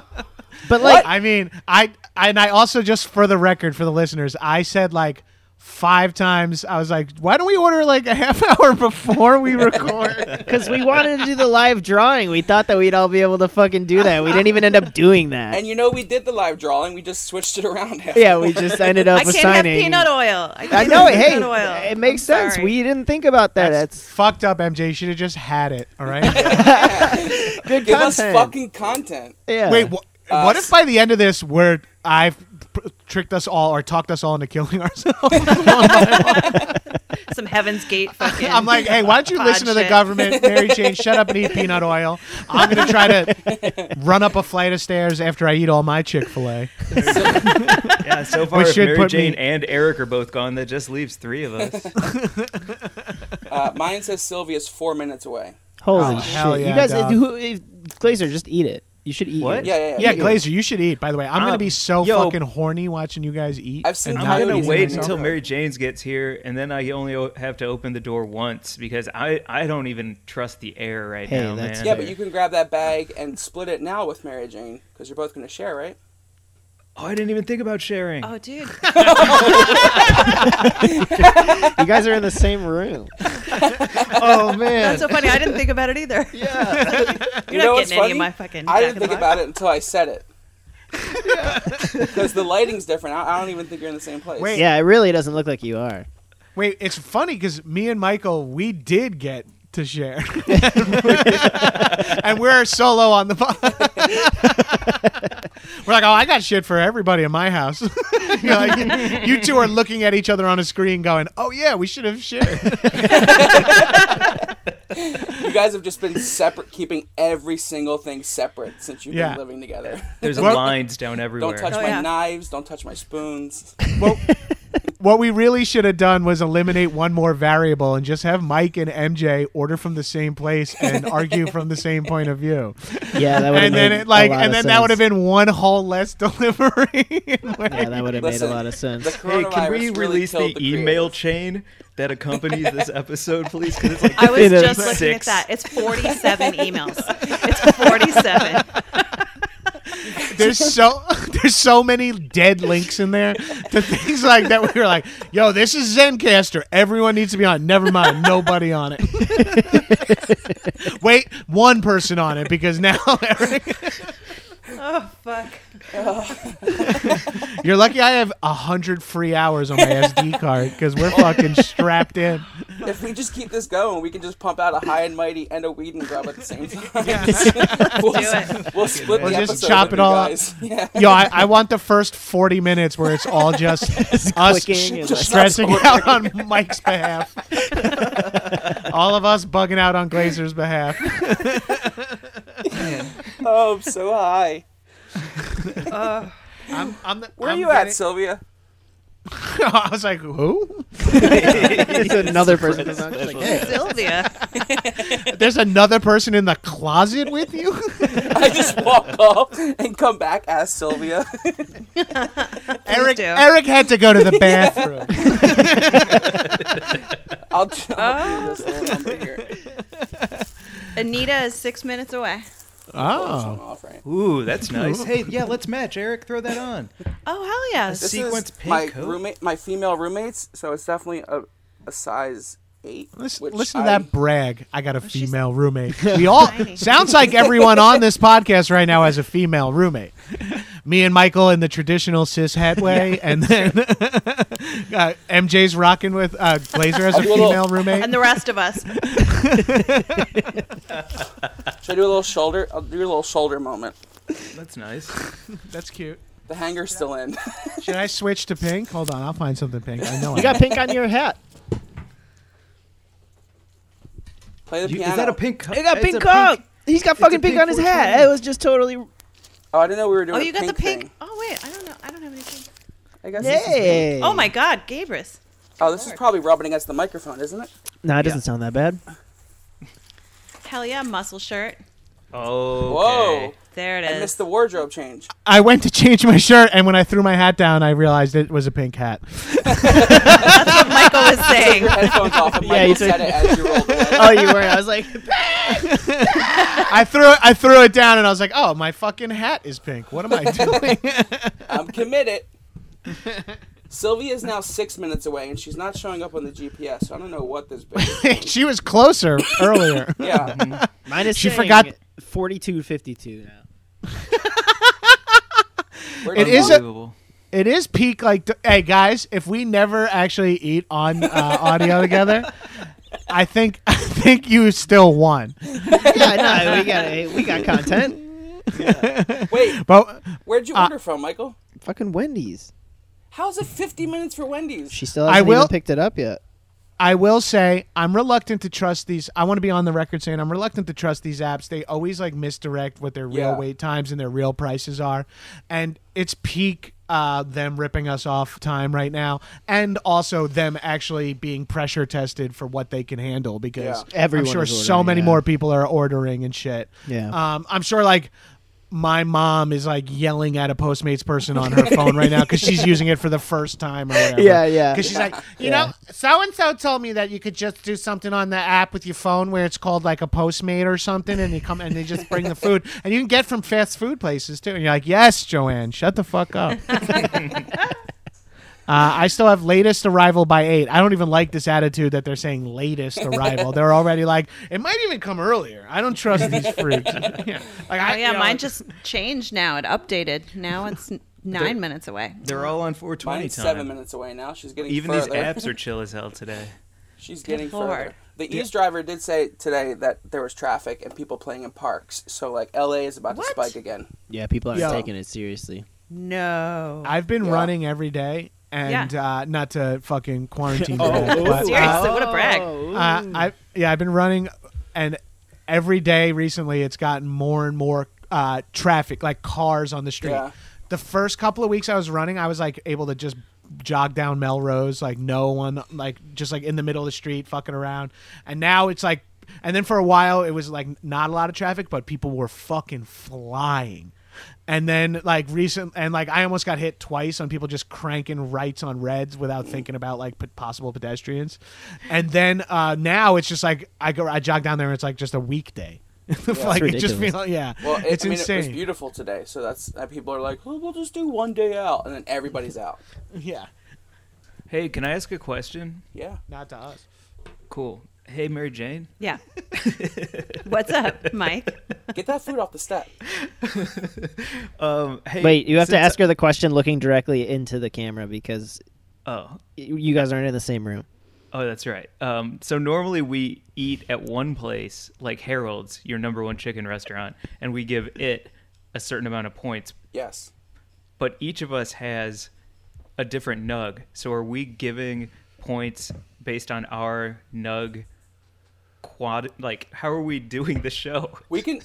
But like
I mean, I and I also just for the record for the listeners, I said like five times. I was like, why don't we order like a half hour before we record?
cuz we wanted to do the live drawing. We thought that we'd all be able to fucking do that. We didn't even end up doing that.
And you know we did the live drawing. We just switched it around. after.
Yeah, we just ended up
I can't have
assigning
peanut oil. I, can't
I know.
have
Hey,
peanut oil.
it makes
I'm
sense.
sorry.
We didn't think about that. That's,
fucked up. MJ should have just had it. All right.
good
Give us
content.
fucking content.
yeah.
Wait, wha- what if by the end of this we're I've p- tricked us all or talked us all into killing ourselves?
some Heaven's Gate fucking.
I'm like, hey, why don't you
Pod
listen to the
shit.
government, Mary Jane? Shut up and eat peanut oil. I'm gonna try to run up a flight of stairs after I eat all my Chick Fil A.
Yeah, so far, if
should
Mary
put me-
Jane and Eric are both gone, that just leaves three of us.
Uh, mine says Sylvia's four minutes away.
Holy
Oh,
shit!
hell yeah,
you guys,
dog.
who, if, Glazer, just eat it. You should eat
What?
it.
Yeah, yeah, yeah.
Yeah, Glazer, you should eat. By the way, I'm gonna
Um,
be so
yo-
fucking horny watching you guys eat.
I've seen
and not
I'm gonna
Coyotes
eating
wait
in
myself.
until
Minnesota.
Mary Jane's gets here, and then I only o- have to open the door once because I I don't even trust the air right
Hey,
now,
that's
man.
Yeah, but you can grab that bag and split it now with Mary Jane because you're both going to share, right?
Oh, I didn't even think about sharing.
Oh, dude.
You guys are in the same room. oh man!
That's so funny. I didn't think about it either.
You
You're
know what's
not getting any of
funny?
my fucking.
I
Jack
didn't
in the
think
Box.
about it until I said it. Because the lighting's different. I, I don't even think you're in the same place.
Wait.
yeah, it really doesn't look like you are.
Wait, it's funny because me and Michael, we did get to share, and we're solo on the pod. we're like, oh, I got shit for everybody in my house. You're like, you two are looking at each other on a screen, going, "Oh yeah, we should have shared."
You guys have just been separate, keeping every single thing separate since you've
Yeah.
been living together.
There's
Well-
lines down everywhere.
Don't touch
Oh,
my
yeah.
knives. Don't touch my spoons.
well, what we really should have done was eliminate one more variable and just have Mike and MJ order from the same place and argue from the same point of view.
Yeah, that would.
and then it like, and then that would have been one whole less delivery. Like-
Yeah, that would have made a
Listen,
lot of sense.
The
Hey,
coronavirus
can we
really
release
killed
the, email
creators.
chain that accompanies this episode, please? 'Cause it's like
I was
It is
just looking
six.
at that. It's 47 emails. It's 47.
there's so there's so many dead links in there to things like that. We were like, "Yo, this is ZenCaster. Everyone needs to be on. it. Never mind, nobody on it. Wait, one person on it because now every-
Oh, fuck.
you're lucky. I have a hundred free hours on my SD card because we're fucking strapped in.
if we just keep this going, we can just pump out a high and mighty and a weed and grub at the same time. we'll, we'll split
We'll
the
just
episode
chop
with
it
you
all up.
guys. Yeah.
Yo, I, I want the first 40 minutes where it's all just us
clicking and
just stressing out on Mike's behalf. all of us bugging out on Glazer's behalf.
Oh, I'm so high.
Oh,
I'm, I'm the,
Where
I'm
are you
getting-
at, Sylvia?
I was like, who?
It's another person. who's not- Like, hey,
Sylvia.
There's another person in the closet with you?
I just walk off and come back as Sylvia.
Eric
do.
Eric had to go to the bathroom.
I'll just I'll
Oh.
do this little number here.
Anita is six minutes away.
Turn
Oh.
off, right?
Ooh, that's nice. Hey, yeah, let's match, Eric. Throw that on.
Oh hell yes.
This
Sequence
is
pink
my
coat.
roommate, my female roommates. So it's definitely a, a size eight.
Listen,
which
listen to
I-
that brag. I got a
she's
female roommate. We all sounds like everyone on this podcast right now has a female roommate. Me and Michael in the traditional cis hat way, and then uh, MJ's rocking with uh, Glazer as a,
A little-
female roommate.
And the rest of us.
Should I do a little shoulder? I'll do a little shoulder moment.
That's nice.
That's cute.
The hanger's still in.
Should I switch to pink? Hold on, I'll find something pink. I know. I
you got pink on your hat.
Play the
You-
piano.
is that a pink coat?
I got
It's
pink
a pink-
coat. He's got
a
fucking pink,
pink
on his hat.
420.
It was just totally.
Oh, I didn't know we were doing.
Oh,
a
you got the pink.
thing.
Oh wait, I don't know. I don't have anything.
I guess. This is,
Hey.
Oh my God, Gabrus.
oh, this is probably rubbing against the microphone, isn't it?
Nah, it doesn't sound that bad.
Hell yeah, muscle shirt.
Oh.
Whoa!
There it
I
is.
missed the wardrobe change.
I went to change my shirt, and when I threw my hat down, I realized it was a pink hat.
Michael was saying.
Your headphones off. And Michael
you took-
said it as you rolled away.
Oh, you were. I was like,
I threw I threw it down, and I was like, "Oh, my fucking hat is pink. What am I doing?"
I'm committed. Sylvia is now six minutes away, and she's not showing up on the GPS. So I don't know what this bitch. is doing.
she was closer earlier.
yeah.
Mm-hmm. mine is
She
saying
forgot-
42.52 now.
Where
It
did I
is
walk?
a-
Unbelievable.
It is peak. Like, t- hey guys, if we never actually eat on uh, audio together, I think I think you still won.
yeah, no, we got hey, we got content.
Wait,
But
where'd
uh,
you order from, Michael?
Fucking Wendy's.
How's it 50 minutes for Wendy's?
She still
I
hasn't
will-
even picked it up yet.
I will say I'm reluctant to trust these. I want to be on the record saying I'm reluctant to trust these apps. They always like misdirect what their real
Yeah.
wait times and their real prices are, and it's peak uh, them ripping us off time right now, and also them actually being pressure tested for what they can handle because
Yeah.
Everyone
I'm sure
is
so
ordering,
many
yeah.
more people are ordering and shit.
Yeah.
um, I'm sure like. My mom is like yelling at a Postmates person on her phone right now because she's using it for the first time or whatever.
Yeah, yeah.
Because she's like, you know, so and so told me that you could just do something on the app with your phone where it's called like a Postmate or something, and you come and they just bring the food, and you can get from fast food places too. And you're like, yes, Joanne, shut the fuck up. uh, I still have latest arrival by eight. I don't even like this attitude that they're saying latest arrival. They're already like, it might even come earlier. I don't trust these freaks. yeah. Like,
Oh
I,
yeah,
you know,
mine just changed now. It updated. Now it's n- nine minutes away.
They're all on 420
Mine's
time.
seven minutes away now. She's getting
Even
further.
these apps are chill as hell today.
She's getting
Lord.
further. The eavesdriver did say today that there was traffic and people playing in parks. So like LA is about
What?
to spike again.
Yeah, people aren't
Yo.
taking it seriously.
No.
I've been
Yeah.
running every day. And uh, not to fucking quarantine.
Oh,
you guys,
ooh.
but, uh,
Seriously, what a brag.
Uh, I yeah, I've been running, and every day recently, it's gotten more and more uh, traffic, like cars on the street.
Yeah.
The first couple of weeks I was running, I was like able to just jog down Melrose, like no one, like just like in the middle of the street, fucking around. And now it's like, and then for a while it was like not a lot of traffic, but people were fucking flying. And then like recent and like I almost got hit twice on people just cranking rights on reds without thinking about like p- possible pedestrians. And then uh, now it's just like I go I jog down there and it's like just a weekday. like it just
ridiculous.
feels yeah.
Well, it,
it's
I mean,
insane.
it was beautiful today. So that's that people are like, oh, we'll just do one day out, and then everybody's out.
Yeah.
Hey, can I ask a question?
Yeah.
Not to us.
Cool. Hey, Mary Jane.
Yeah. What's up, Mike?
Get that food off the step.
Um, hey,
Wait, you have to
since-
ask her the question looking directly into the camera because
Oh,
y- you guys aren't in the same room.
Oh, that's right. Um, so normally we eat at one place, like Harold's, your number one chicken restaurant, and we give it a certain amount of points.
Yes.
But each of us has a different nug. So are we giving points based on our nug quad? Like, how are we doing the show?
We can.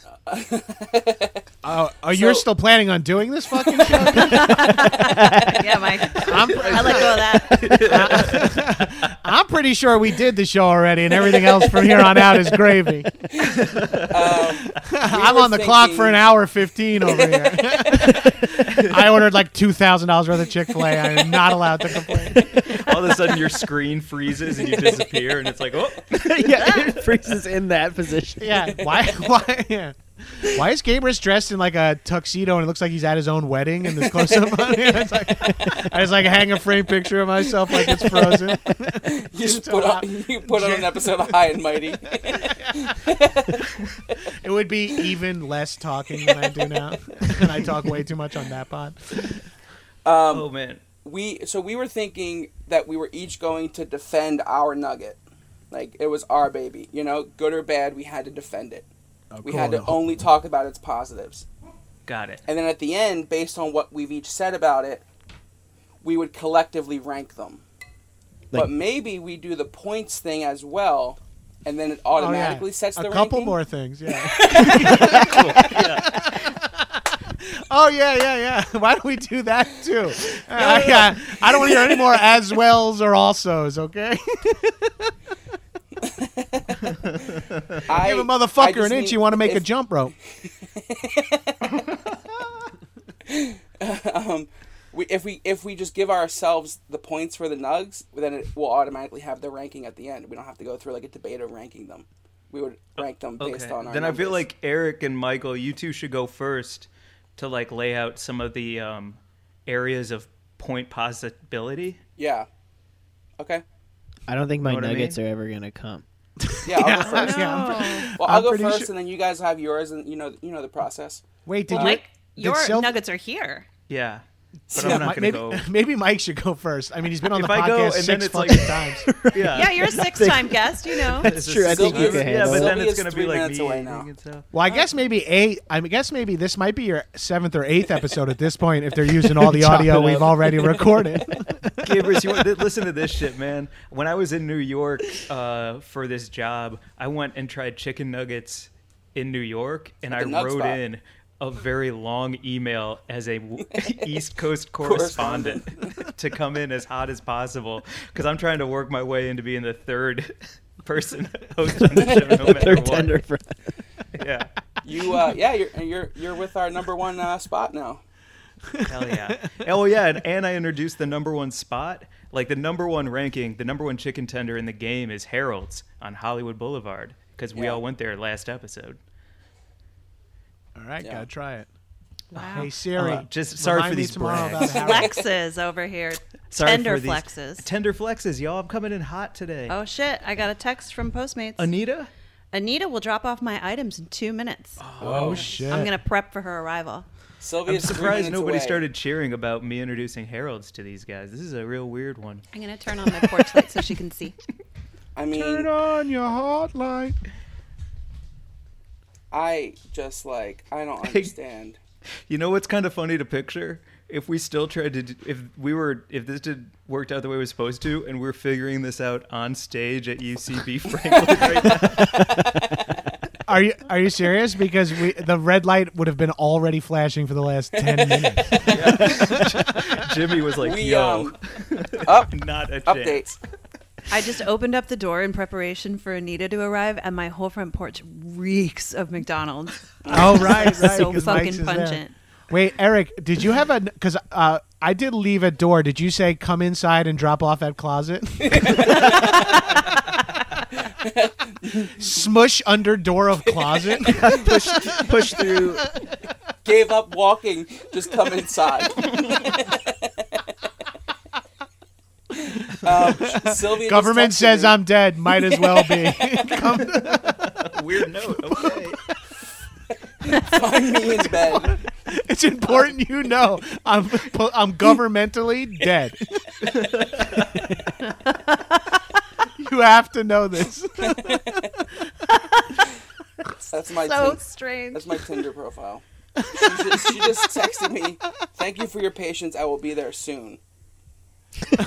Oh, oh you're
So-
still planning on doing this fucking show?
yeah, Mike. I let go of that.
I'm pretty sure we did the show already, and everything else from here on out is gravy. I'm Um,
were
on the clock for an
thinking-
hour 15 over here. I ordered like $2,000 worth of Chick fil A. I am not allowed to complain.
All of a sudden, your screen freezes and you disappear, and it's like, oh,
yeah, it freezes in that position.
Yeah. Why? Why? Yeah. Why is Gabrus dressed in like a tuxedo and it looks like he's at his own wedding in this close up? on him? It's like, I just like hang a frame picture of myself like it's frozen.
You just put on, you put on an episode of High and Mighty.
It would be even less talking than I do now. and I talk way too much on that pod.
oh man.
we so we were thinking that we were each going to defend our nugget. Like it was our baby, you know, good or bad, we had to defend it.
Oh,
we had to only talk about its positives.
Got it.
And then at the end, based on what we've each said about it, we would collectively rank them.
Like-
but maybe we do the points thing as well, and then it automatically sets
Oh, a
the
couple
ranking.
more things. Yeah. Oh yeah, yeah, yeah. Why don't we do that too? I, I- I don't want to hear any more as wells or alsos. Okay,
I,
give a
I
motherfucker
just
an inch.
need-
You want to make a
if-
jump rope?
Um, We, if we if we just give ourselves the points for the nugs, then it will automatically have the ranking at the end. We don't have to go through like a debate of ranking them. We would rank them
Okay.
based on our.
then I feel
numbers.
like Eric and Michael, you two should go first to like lay out some of the um, areas of point possibility.
yeah. Okay.
I don't think my
what I
nuggets
mean?
are ever gonna come.
Yeah, I'll go first.
Yeah,
Oh,
I'm-
Well, I'll
I'm
go
pretty
first,
sure-
and then you guys have yours, and you know you know the process.
Wait, did
Well,
you?
Mike,
did
your
Sylv-
nuggets are here.
Yeah, but
Yeah,
I'm not
Mi-
gonna
maybe,
go.
maybe Mike should go first. I mean, he's been on
If
the
I go
podcast
and then
six
it's like-
fucking times.
Yeah, you're a six-time guest. You know.
It's
true, I
just-
think you
yeah,
can
Yeah,
handle
but
it.
then it's
Sylvia's
gonna
three
be like
minutes
me
away
eating
now.
and stuff.
Well, I guess maybe eight. I mean, I guess maybe this might be your seventh or eighth episode at this point if they're using all the
Chop
audio
it
we've
up.
already recorded.
Gabrus, you want, th- listen to this shit, man. When I was in New York uh, for this job, I went and tried chicken nuggets in New York, and I
the nug
wrote
spot.
in a very long email as a w- East Coast correspondent to come in as hot as possible because I'm trying to work my way into being the third person host on the show, no matter
They're
what.
tender fries.
Yeah,
You, uh, yeah, you're and you're you're with our number one uh, spot now.
hell yeah. Oh yeah, and, and I introduced the number one spot, like the number one ranking, the number one chicken tender in the game is Harold's on Hollywood Boulevard because we
Yeah.
all went there last episode.
all right,
Yeah.
gotta try it.
Wow.
Hey Siri,
Uh, just sorry
remind
for
me
these
tomorrow
brags.
about how-
Flexes over here.
Sorry
Tender
for these-
flexes.
Tender flexes, y'all. I'm coming in hot today.
Oh shit! I got a text from Postmates.
Anita,
Anita will drop off my items in two minutes.
Oh shit!
I'm gonna prep for her arrival.
Sylvia's
I'm
three
surprised
minutes
nobody
away.
started cheering about me introducing Harold's to these guys. This is a real weird one.
I'm gonna turn on my porch light so she can see.
I mean,
Turn on your hot light.
I just like I don't understand.
You know what's kind of funny to picture? If we still tried to, d- if we were, if this did worked out the way it was supposed to, and we're figuring this out on stage at UCB Franklin right now.
Are you are you serious? Because we the red light would have been already flashing for the last ten minutes.
Jimmy was like,
We,
"Yo,
um, up
not a chance."
updates.
I just opened up the door in preparation for Anita to arrive, and my whole front porch reeks of McDonald's.
oh right, right.
so
'cause Mike's
fucking
is there.
pungent.
Wait, Eric, did you have a? Because uh, I did leave a door. Did you say come inside and drop off at closet? Smush under door of closet.
Push, push through.
Gave up walking. Just come inside. um, Sylvia just
Government
texted
says
me.
I'm dead. Might as well be.
Weird note. Okay.
Find me in bed.
it's important you know I'm I'm governmentally dead. You have to know this.
That's my
so
tin-
strange.
that's my Tinder profile. She just, she just texted me, "Thank you for your patience. I will be there soon."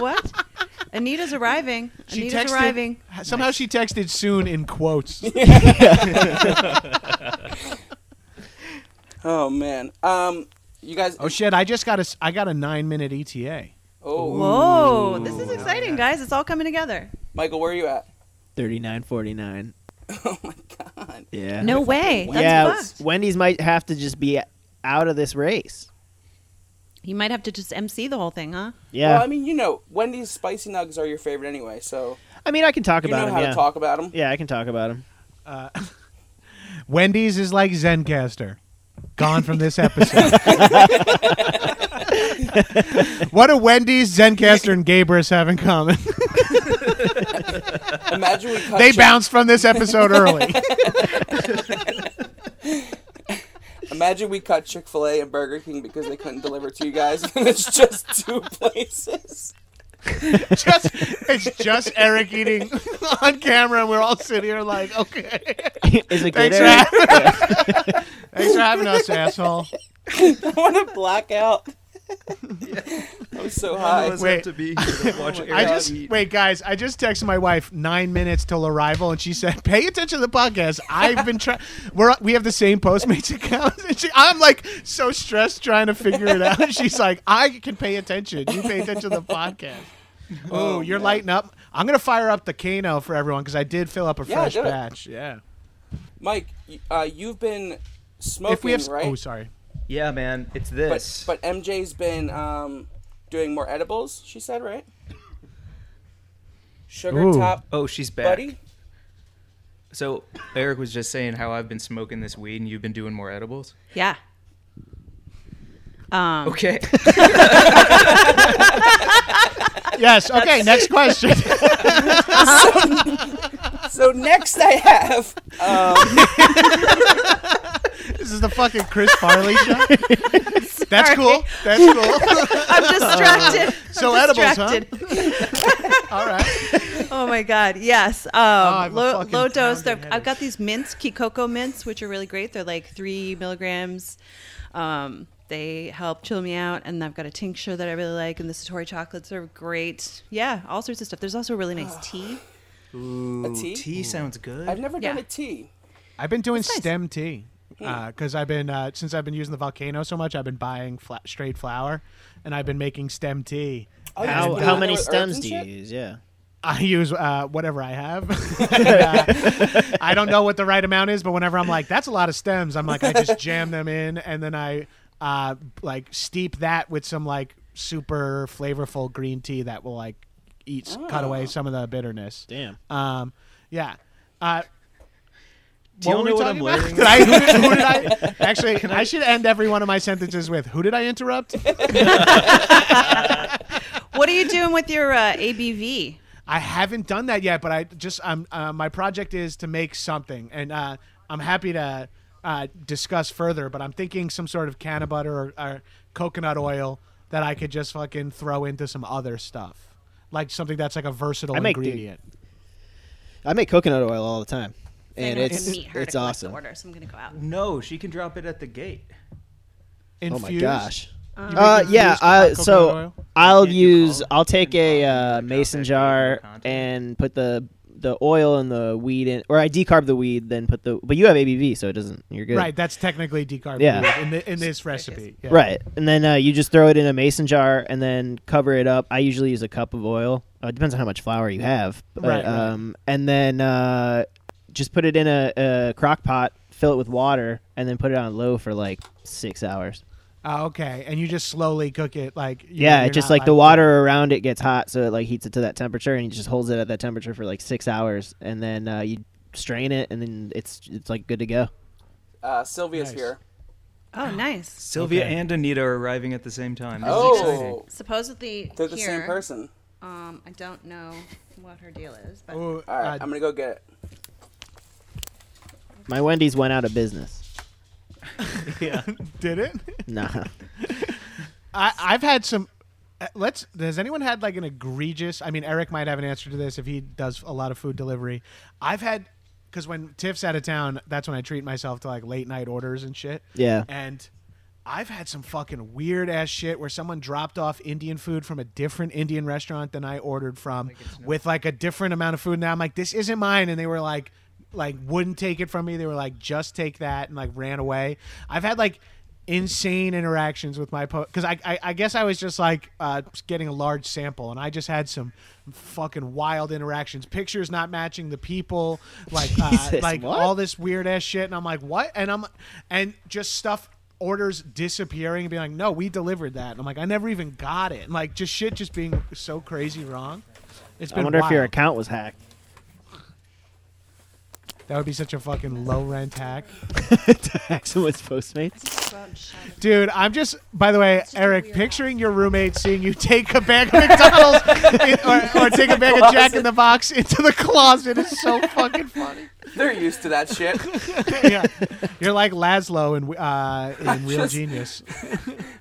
What? Anita's arriving.
She
Anita's
texted-
arriving.
Somehow she texted soon in quotes.
Oh man. Um, you guys.
Oh shit! I just got a s- I got a nine minute ETA.
Oh,
Whoa, this is
Oh,
exciting, guys. It's all coming together.
Michael, where are you at?
Thirty-nine forty-nine.
Oh my god.
Yeah.
No way. That's
yeah.
fucked.
Wendy's might have to just be out of this race.
You might have to just MC the whole thing, huh?
Yeah.
Well, I mean, you know, Wendy's spicy nugs are your favorite anyway, so
I mean, I can talk
you
about
know
him.
how
yeah.
to talk about them.
yeah, I can talk about him.
Wendy's is like Zencaster. Gone from this episode. what do Wendy's, Zencaster, and Gabrus have in common?
Imagine we cut
they
Ch-
bounced from this episode early.
Imagine we cut Chick Fil A and Burger King because they couldn't deliver to you guys, and it's just two places.
just it's just Eric eating on camera, and we're all sitting here like, okay,
Is it good?
thanks for,
Eric?
having, thanks for having us, asshole.
I want to black out. I'm so
None of
high.
us
Wait.
have to be here to watch
I
Eric
just
eat.
wait, guys. I just texted my wife nine minutes till arrival, and she said, "Pay attention to the podcast." I've been trying. We're we have the same Postmates account. And she, I'm like so stressed trying to figure it out. She's like, "I can pay attention. You pay attention to the podcast." Oh, you're lighting up. I'm gonna fire up the Kano for everyone because I did fill up a
Yeah,
fresh
do it.
batch. Yeah.
Mike, y- uh, you've been smoking,
if we have,
right?
oh sorry.
Yeah, man, it's
but
this.
but MJ's been um, doing more edibles. She said, right? Sugar
Ooh.
top,
oh, she's back.
buddy.
So Eric was just saying how I've been smoking this weed and you've been doing more edibles.
Yeah. Um,
Okay.
Yes. Okay. next question.
So next, I have. Um,
this is the fucking Chris Farley show. That's cool. That's cool.
I'm distracted.
so
I'm
edibles,
distracted.
huh? All right. Oh,
Oh my god, yes. Um,
have a
low,
fucking
low
pounding
dose. They're, I've
headache.
got these mints, Kikoko mints, which are really great. They're like three milligrams. Um, they help chill me out, and I've got a tincture that I really like, and the Satori chocolates are great. Yeah, all sorts of stuff. There's also really nice tea.
Ooh,
tea?
tea sounds good.
I've never done
Yeah.
a tea.
I've been doing stem tea because I've been uh, since I've been using the volcano so much. I've been buying fla- straight flour, and I've been making stem tea.
Oh, you just
How,
put it
how
in
many
there with herbs
stems
and
do you
shit?
use? Yeah.
I use uh, whatever I have. And, uh, I don't know what the right amount is, but whenever I'm like, that's a lot of stems, I'm like, I just jam them in, and then I uh, like steep that with some like super flavorful green tea that will like eat cut away some of the bitterness.
Damn.
Uh,
Um, yeah. Uh,
Do y'all
were we
know what I'm
talking about?
wearing?
Did I, who did, who did I, actually, I, should end every one of my sentences with, who did I interrupt?
What are you doing with your uh, ABV?
I haven't done that yet, but I just, I'm, uh, my project is to make something. And uh, I'm happy to uh, discuss further, but I'm thinking some sort of can of butter or, or coconut oil that I could just fucking throw into some other stuff. Like something that's like a versatile
I make the-
ingredient.
Oh
I make coconut oil all the time, and
I have to
it's
meet her to
it's
collect the
awesome.
Order, so I'm gonna go out.
No, she can drop it at the gate.
Oh my
Infused?
gosh.
You
Uh,
make
yeah.
infused
Uh,
coconut
so
oil?
I'll
Can't you
use.
call-
I'll take
can
a
call and,
uh,
like, drop
mason
that
jar
coconut content?
and put the the oil and the weed in, or I decarb the weed, then put the. But you have ABV, so it doesn't. You're good.
Right, that's technically decarbonated
Yeah.
in, the, in this recipe. Yeah.
Right, and then uh, you just throw it in a mason jar and then cover it up. I usually use a cup of oil. Uh, it depends on how much flour you have. But,
Right, right.
um, And then uh, just put it in a, a crock pot, fill it with water, and then put it on low for like six hours.
Oh, okay, and you just slowly cook it, like you-
Yeah,
you're
it just
not
like the water around it gets hot, so it like heats it to that temperature, and it just holds it at that temperature for like six hours, and then uh, you strain it, and then it's it's like good to go.
Uh, Sylvia's
Nice.
here.
Oh, nice.
Sylvia
Okay.
and Anita are arriving at the same time. This is exciting.
Oh,
Supposedly
they're the
here,
same person.
Um, I don't know what her deal is, but
Ooh,
All right,
uh,
I'm gonna go get it.
My Wendy's went out of business.
did it?
Nah.
I, I've had some. Uh, Let's. Has anyone had like an egregious? I mean, Eric might have an answer to this if he does a lot of food delivery. I've had because when Tiff's out of town, that's when I treat myself to like late night orders and shit.
Yeah.
And I've had some fucking weird ass shit where someone dropped off Indian food from a different Indian restaurant than I ordered from, with like a different amount of food. Now I'm like, this isn't mine, and they were like, like wouldn't take it from me. They were like, just take that, and like ran away. I've had like insane interactions with my po because I, I I guess I was just like uh, getting a large sample and I just had some fucking wild interactions pictures not matching the people like uh,
Jesus,
like
what?
all this weird ass shit and I'm like what and I'm and just stuff orders disappearing and being like no we delivered that and I'm like I never even got it and like just shit just being so crazy wrong it's been
I wonder if your
wild.
account was hacked.
that would be such a fucking low rent hack
to hack someone's Postmates.
Dude, I'm just. By the way, Eric, picturing your roommate seeing you take a bag of McDonald's in, or, or take a bag of Jack in the Box into the closet is so fucking funny.
They're used to that shit.
Yeah, you're like Laszlo in uh, in Real
just-
Genius.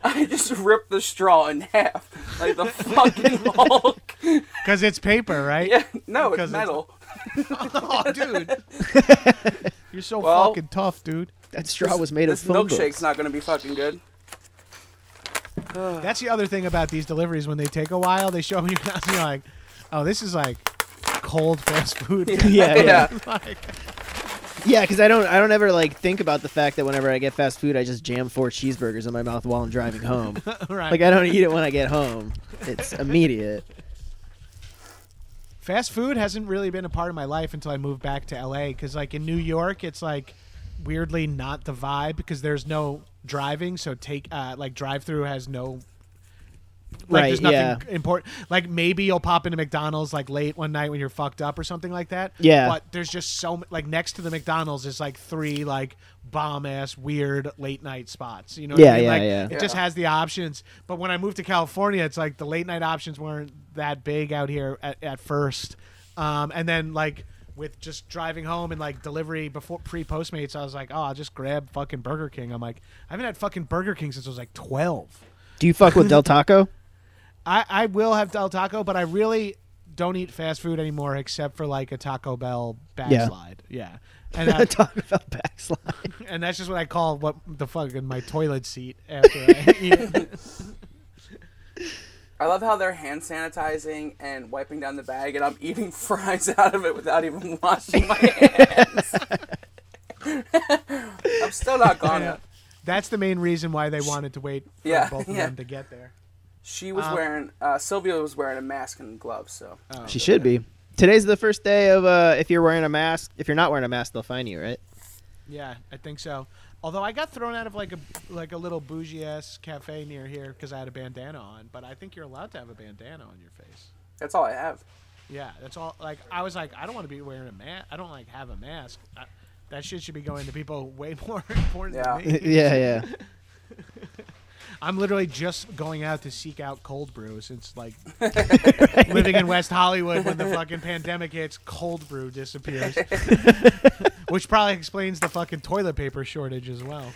I just ripped the straw in half like the fucking Hulk.
Because it's paper, right?
Yeah, no,
Because it's-
it's metal.
Oh, dude, you're so
Well-
fucking tough, dude.
That straw was made
This
of phone
milkshake's
books.
not gonna be fucking good.
uh,
That's the other thing about these deliveries. When they take a while, they show me your house, and you're like, oh, this is like cold fast food.
yeah, yeah,
yeah.
like,
yeah. Because I don't, I don't ever like think about the fact that whenever I get fast food, I just jam four cheeseburgers in my mouth while I'm driving home.
right.
like I don't eat it when I get home. It's immediate.
fast food hasn't really been a part of my life until I moved back to LA cuz like in New York it's like weirdly not the vibe because there's no driving so take uh, like drive through has no like
Right,
there's nothing
yeah.
important like maybe you'll pop into McDonald's like late one night when you're fucked up or something like that
Yeah.
but there's just so m- like next to the McDonald's is like three like bomb ass weird late night spots you know what
Yeah,
I mean?
yeah,
like,
yeah.
it just
Yeah.
has the options but when I moved to California it's like the late night options weren't that big out here at, at first um, and then like with just driving home and like delivery before pre Postmates I was like oh I'll just grab fucking Burger King I'm like I haven't had fucking Burger King since I was like 12
Do you fuck with Del Taco?
I, I will have Del Taco, but I really don't eat fast food anymore except for like a Taco Bell
Yeah.
backslide. Yeah. And, I,
Talk about backslide.
and that's just what I call what the fucking my toilet seat after I eat. it.
I love how they're hand sanitizing and wiping down the bag, and I'm eating fries out of it without even washing my hands. I'm still not gonna.
That's the main reason why they wanted to wait for
Yeah,
both of
yeah.
them to get there.
She was wearing uh, Sylvia was wearing a mask and gloves, so
She should be. Today's the first day of uh, if you're wearing a mask. If you're not wearing a mask, they'll fine you, right?
Yeah, I think so. Although I got thrown out of like a like a little bougie ass cafe near here because I had a bandana on, but I think you're allowed to have a bandana on your face.
that's all I have.
Yeah, that's all. Like I was like, I don't want to be wearing a mask. I don't like have a mask. I, that shit should be going to people way more important than
yeah,
me.
yeah.
I'm literally just going out to seek out cold brew since like living in West Hollywood when the fucking pandemic hits, cold brew disappears, which probably explains the fucking toilet paper shortage as well.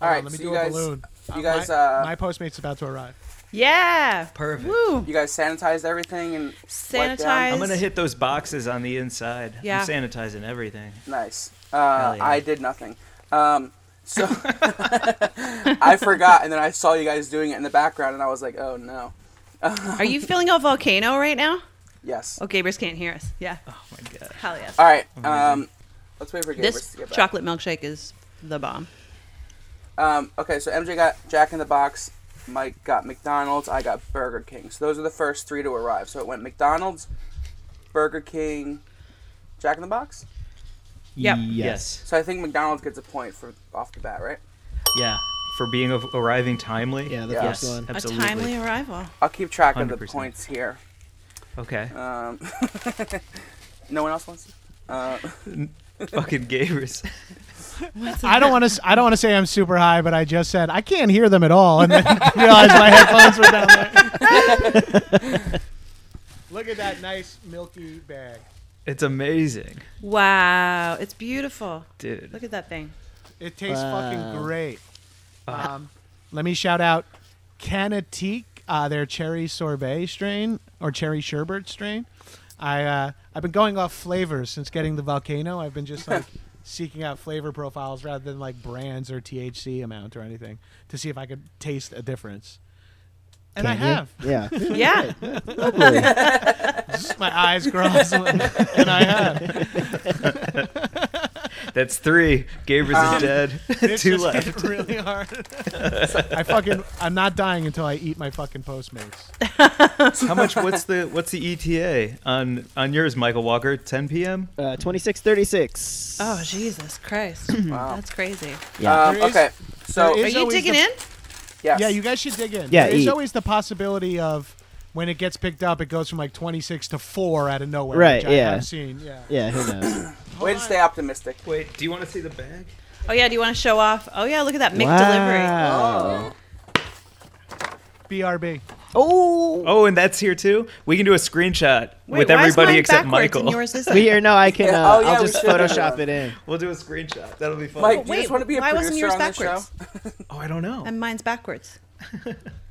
All right,
let me
so
do
you
a
guys,
balloon.
you guys,
my,
uh,
my postmate's about to arrive.
Yeah.
Perfect.
Woo.
you guys sanitized everything and wiped down?
Sanitize.
I'm gonna hit those boxes on the inside.
Yeah.
I'm sanitizing everything.
Nice. Uh,
yeah.
I did nothing. Um, so I forgot, and then I saw you guys doing it in the background, and I was like, oh no.
Are you feeling a volcano right now?
Yes.
Oh, Gabrus can't hear us. Yeah.
Oh my god.
Hell yes.
All right. Um, let's wait for Gabriel
This
to get back.
chocolate milkshake is the bomb.
Um, okay, so MJ got Jack in the Box, Mike got McDonald's, I got Burger King. So those are the first three to arrive. So it went McDonald's, Burger King, Jack in the Box.
Yep.
Yes.
So I think McDonald's gets a point for off the bat, right?
Yeah. For being of arriving timely.
Yeah, the
Yeah.
first
Yes,
one.
Absolutely.
A timely arrival.
I'll keep track of the
100%.
points here.
Okay.
Um, no one else wants. To? Uh,
Fucking gamers.
I don't want to. I don't want to say I'm super high, but I just said I can't hear them at all, and then realized my headphones were down there. Look at that nice milky bag.
It's amazing,
Wow. It's beautiful.
dude.
Look at that thing.
It tastes
Wow.
fucking great. Um, let me shout out Canatique. uh, their cherry sorbet strain or cherry sherbet strain. I uh, I've been going off flavors since getting the volcano. I've been just like seeking out flavor profiles rather than like brands or THC amount or anything to see if I could taste a difference. And I
Can you?
have.
Yeah.
Yeah.
Lovely.
Just my eyes crossed, and I have.
That's three. Gabrus
Um,
is dead.
It's
Two
just
left.
getting really hard. I fucking I'm not dying until I eat my fucking Postmates.
How much? What's the what's the ETA on on yours, Michael Walker? 10 p.m.
Uh, 2636.
Oh Jesus Christ! Hmm. That's crazy.
Yeah.
Um,
There is-
okay. So
there
Are
It's
you
always
digging
the-
in?
yes.
Yeah, you guys should dig in.
Yeah,
there's
eat.
always the possibility of when it gets picked up, it goes from like 26 to four out of nowhere.
Right,
Which I
yeah.
have seen. Yeah.
Yeah, who knows?
Way to stay optimistic.
Wait, do you want to see the bag?
Oh yeah. Do you want to show off? Oh yeah. Look at that Mick delivery.
wow.
BRB.
Oh.
Oh, and that's here too. We can do a screenshot
Wait,
with
why is
everybody
mine
except
backwards
Michael.
And yours isn't?
We or no, I can. Uh,
Yeah, oh, yeah,
I'll
we
just
should do
Photoshop
that.
it in.
We'll do a screenshot. That'll be fun.
Mike,
Oh,
do you
wait,
just want to be a
why wasn't
producer on
yours
this show?
backwards?
oh, I don't know.
And mine's backwards.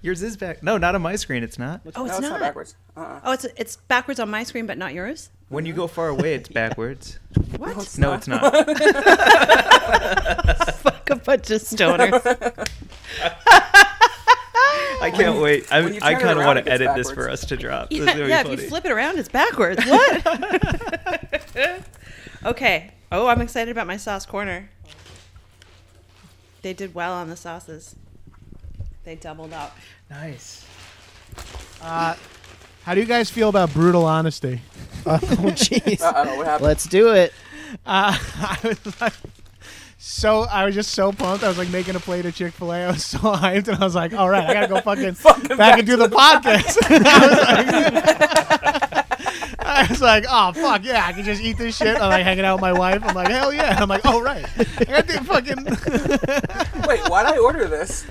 yours is back. No, not on my screen. It's not.
Oh,
No,
it's,
it's
not.
not backwards. Uh-uh.
Oh, it's it's backwards on my screen, but not yours.
When you go far away, it's backwards.
What?
No, it's not.
Fuck a bunch of stoners.
I can't wait. I,
when you
I
turn it
kind of
around,
want
it
to
gets
edit this for us
backwards.
to drop. This is
yeah,
gonna be
yeah, if
funny.
you flip it around, it's backwards. What? okay. Oh, I'm excited about my sauce corner. They did well on the sauces. They doubled up.
Nice.
How do you guys feel about brutal honesty?
Oh, jeez.
Uh-oh, what happened?
Let's do it.
Uh, I was like, so I was just so pumped. I was like making a plate of Chick Fil A. I was so hyped, and I was like, "All right, I gotta go fucking, back, and do the, podcast." I, was like, I was like, "Oh fuck yeah, I can just eat this shit." I'm like hanging out with my wife. I'm like, "Hell yeah!" I'm like, "Oh right, I gotta do fucking."
Wait, why did I order this?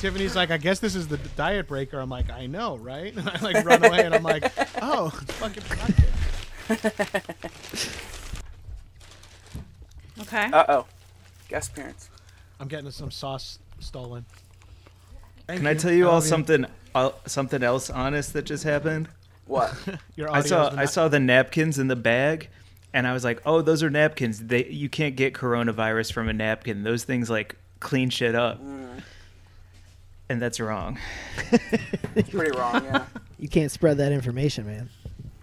Tiffany's like, "I guess this is the diet breaker." I'm like, "I know, right?" And I like run away, and I'm like, "Oh it's fucking podcast."
Okay.
Uh-oh. Guest parents.
I'm getting some sauce stolen.
Can I tell you all something uh, something else honest that just happened?
What?
Your
I
audio's
saw
not-
I saw the napkins in the bag, and I was like, "Oh, those are napkins. They you can't get coronavirus from a napkin. Those things like clean shit up." And that's wrong.
Pretty wrong, yeah.
You can't spread that information, man.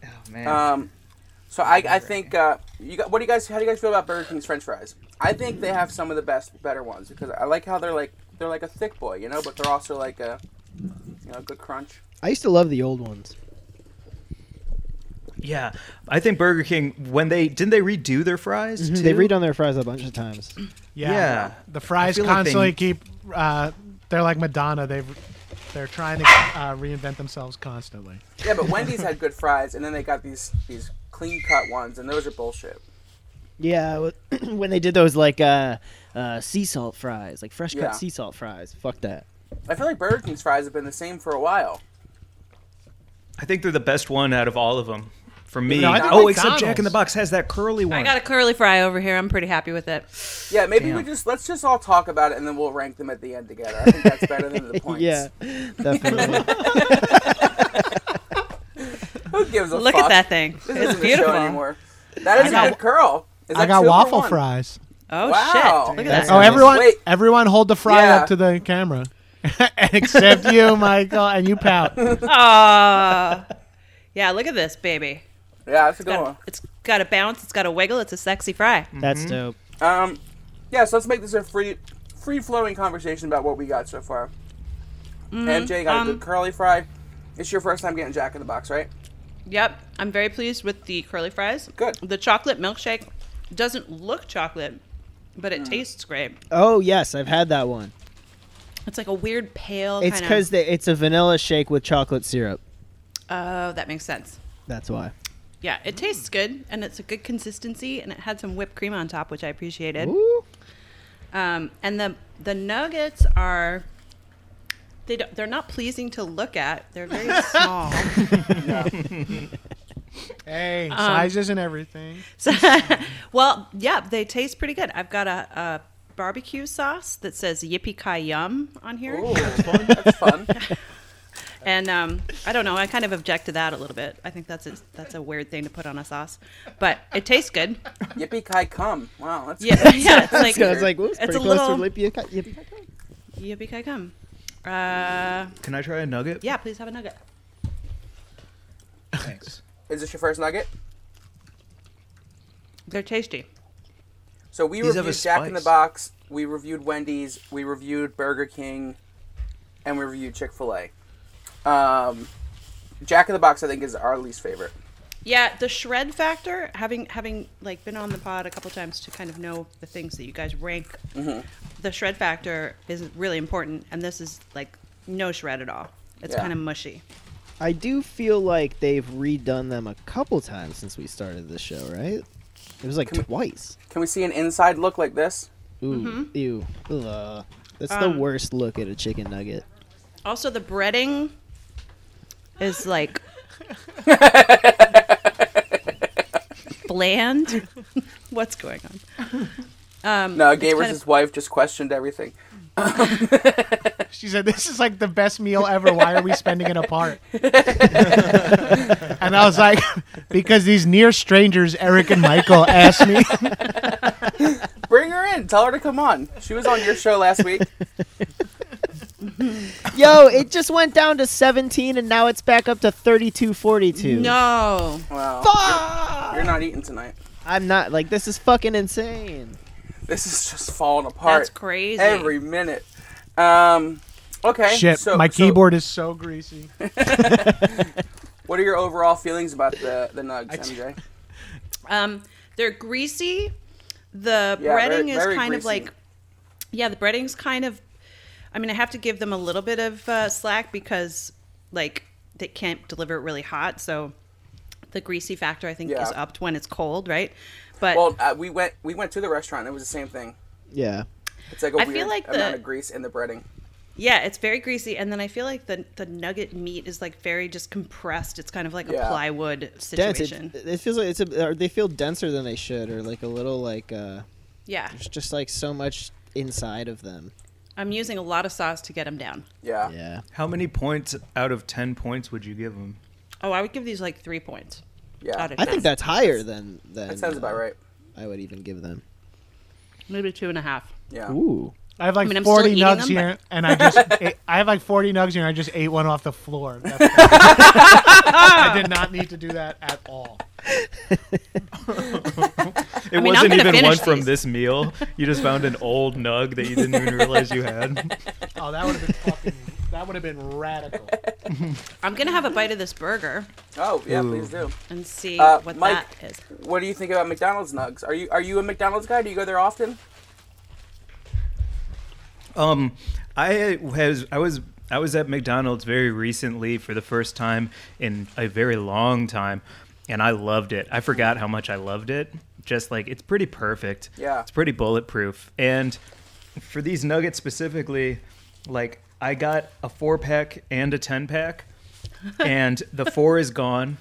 Oh man.
Um, so I, I think uh, you got, what do you guys how do you guys feel about Burger King's French fries? I think they have some of the best better ones because I like how they're like they're like a thick boy, you know, but they're also like a you know good crunch.
I used to love the old ones.
yeah, I think Burger King when they didn't they redo their fries too?
They redone their fries a bunch of times.
Yeah.
Yeah.
The fries
I feel like they-
constantly keep. Uh, they're like Madonna. They they're trying to uh, reinvent themselves constantly.
Yeah, but Wendy's had good fries, and then they got these these clean cut ones, and those are bullshit.
Yeah, w- when they did those like uh, uh, sea salt fries, like fresh cut
Yeah.
sea salt fries. Fuck that.
I feel like Burger King's fries have been the same for a while.
I think they're the best one out of all of them. For me,
No, I think
oh, except
McDonald's.
Jack in the Box has that curly one.
I got a curly fry over here. I'm pretty happy with it.
Yeah, maybe we
Damn.
just let's just all talk about it, and then we'll rank them at the end together. I think that's better than the points.
Yeah, definitely.
Who gives a
Look
fuck?
at that thing.
This
It's
isn't a show
beautiful.
anymore. That is
got-
a good curl. Is
I
that
got
two for
waffle
one?
fries.
Oh
Wow.
shit! Look at
That's
that.
Oh,
nice.
everyone!
Wait.
Everyone, hold the fry
Yeah.
up to the camera, except you, Michael, and you pout.
Oh, yeah. Look at this baby.
Yeah, that's a good one.
Got- It's got a bounce. It's got a wiggle. It's a sexy fry.
That's dope.
Um, yeah, so let's make this a free, free flowing conversation about what we got so far. MJ got a
um,
good curly fry. It's your first time getting Jack in the Box, right?
Yep, I'm very pleased with the curly fries.
Good.
The chocolate milkshake doesn't look chocolate, but
Mm.
it tastes great.
Oh yes, I've had that one.
It's like a weird pale.
It's
kind
because it's a vanilla shake with chocolate syrup.
Oh, that makes sense.
That's why.
Yeah, it tastes good, and it's a good consistency, and it had some whipped cream on top, which I appreciated.
Ooh.
Um, and the the nuggets are they don't, they're not pleasing to look at. They're very small.
Hey,
um,
sizes and everything.
well, yeah, they taste pretty good. I've got a, a barbecue sauce that says "Yippee Ki Yum" on here,
Ooh, that's fun.
and um, I don't know. I kind of object to that a little bit. I think that's a, that's a weird thing to put on a sauce, but it tastes good.
Yippee ki cum. Wow, that's
Yeah, yeah. It's
Like,
like
I was like, well, it's,
It's a
pretty close
little-
to Olympia. Yippee-
Yippee Ki Yum. Uh,
Can I try a nugget?
yeah, please have a nugget.
Thanks.
Is this your first nugget?
They're tasty.
So we
These have a
reviewed Jack in the
spice.
Box, we reviewed Wendy's, we reviewed Burger King, and we reviewed Chick Fil A. Um, Jack in the Box, I think, is our least favorite.
Yeah, the shred factor. Having having like been on the pod a couple times to kind of know the things that you guys rank, the shred factor is really important, and this is like no shred at all. It's
Yeah.
kind of mushy.
I do feel like they've redone them a couple times since we started the show, right? It was like twice.
Can we see an inside look like this?
Ooh, ew. Ugh. That's the worst look at a chicken nugget.
Also, the breading is like bland. What's going on?
No, Gay
Mm, kind
versus
of-
wife just questioned everything.
She said, "This is like the best meal ever. Why are we spending it apart?" and I was like, "Because these near strangers, Eric and Michael, asked me."
Bring her in. Tell her to come on. She was on your show last week.
Yo, it just went down to 17 and now it's back up to 3242.
No.
Wow. You're, you're not eating tonight.
I'm not like this is fucking insane.
This is just falling apart.
That's crazy.
Every minute. Um, okay.
Shit,
so-
my
so
keyboard is so greasy.
What are your overall feelings about the the nugs,
t-
MJ?
Um, they're greasy. The
Yeah,
breading
very-
is
very
kind of
greasy.
like, yeah, the breading's kind of. I mean, I have to give them a little bit of uh, slack because, like, they can't deliver it really hot, so the greasy factor I think
Yeah.
is upped when it's cold, right? But
Well, uh, we went we went to the restaurant. It was the same thing.
Yeah.
It's like a
I feel
weird
like the-
amount of grease in the breading.
yeah, it's very greasy, and then I feel like the the nugget meat is like very just compressed. It's kind of like
Yeah.
a plywood
Dense.
situation.
It, it feels like it's a, or they feel denser than they should or like a little like uh
yeah,
there's just like so much inside of them.
I'm using a lot of sauce to get them down.
Yeah.
Yeah.
How many points out of 10 points would you give them?
Oh, I would give these like three points.
Yeah.
out of
I think
10.
that's higher than than
That sounds about
uh,
right.
I would even give them.
maybe two and a half.
Yeah.
Ooh.
I have like
I mean, I'm still
40
eating
nugs
them,
here, and I just ate, I have like 40 nugs here, and I just ate one off the floor. That's- I did not need to do that at all.
It
I mean,
wasn't
I'm gonna
even one
finish
from
these.
this meal. You just found an old nug that you didn't even realize you had.
Oh, that would have been fucking. That would have been radical.
I'm gonna have a bite of this burger
Oh yeah, please do.
and see
Uh,
what
Mike-
that is.
What do you think about McDonald's nugs? Are you are you a McDonald's guy? Do you go there often?
Um, I was I was I was at McDonald's very recently for the first time in a very long time, and I loved it. I forgot how much I loved it. Just like it's pretty perfect.
Yeah.
it's pretty bulletproof. And for these nuggets specifically, like I got a four pack and a ten pack, and the four is gone.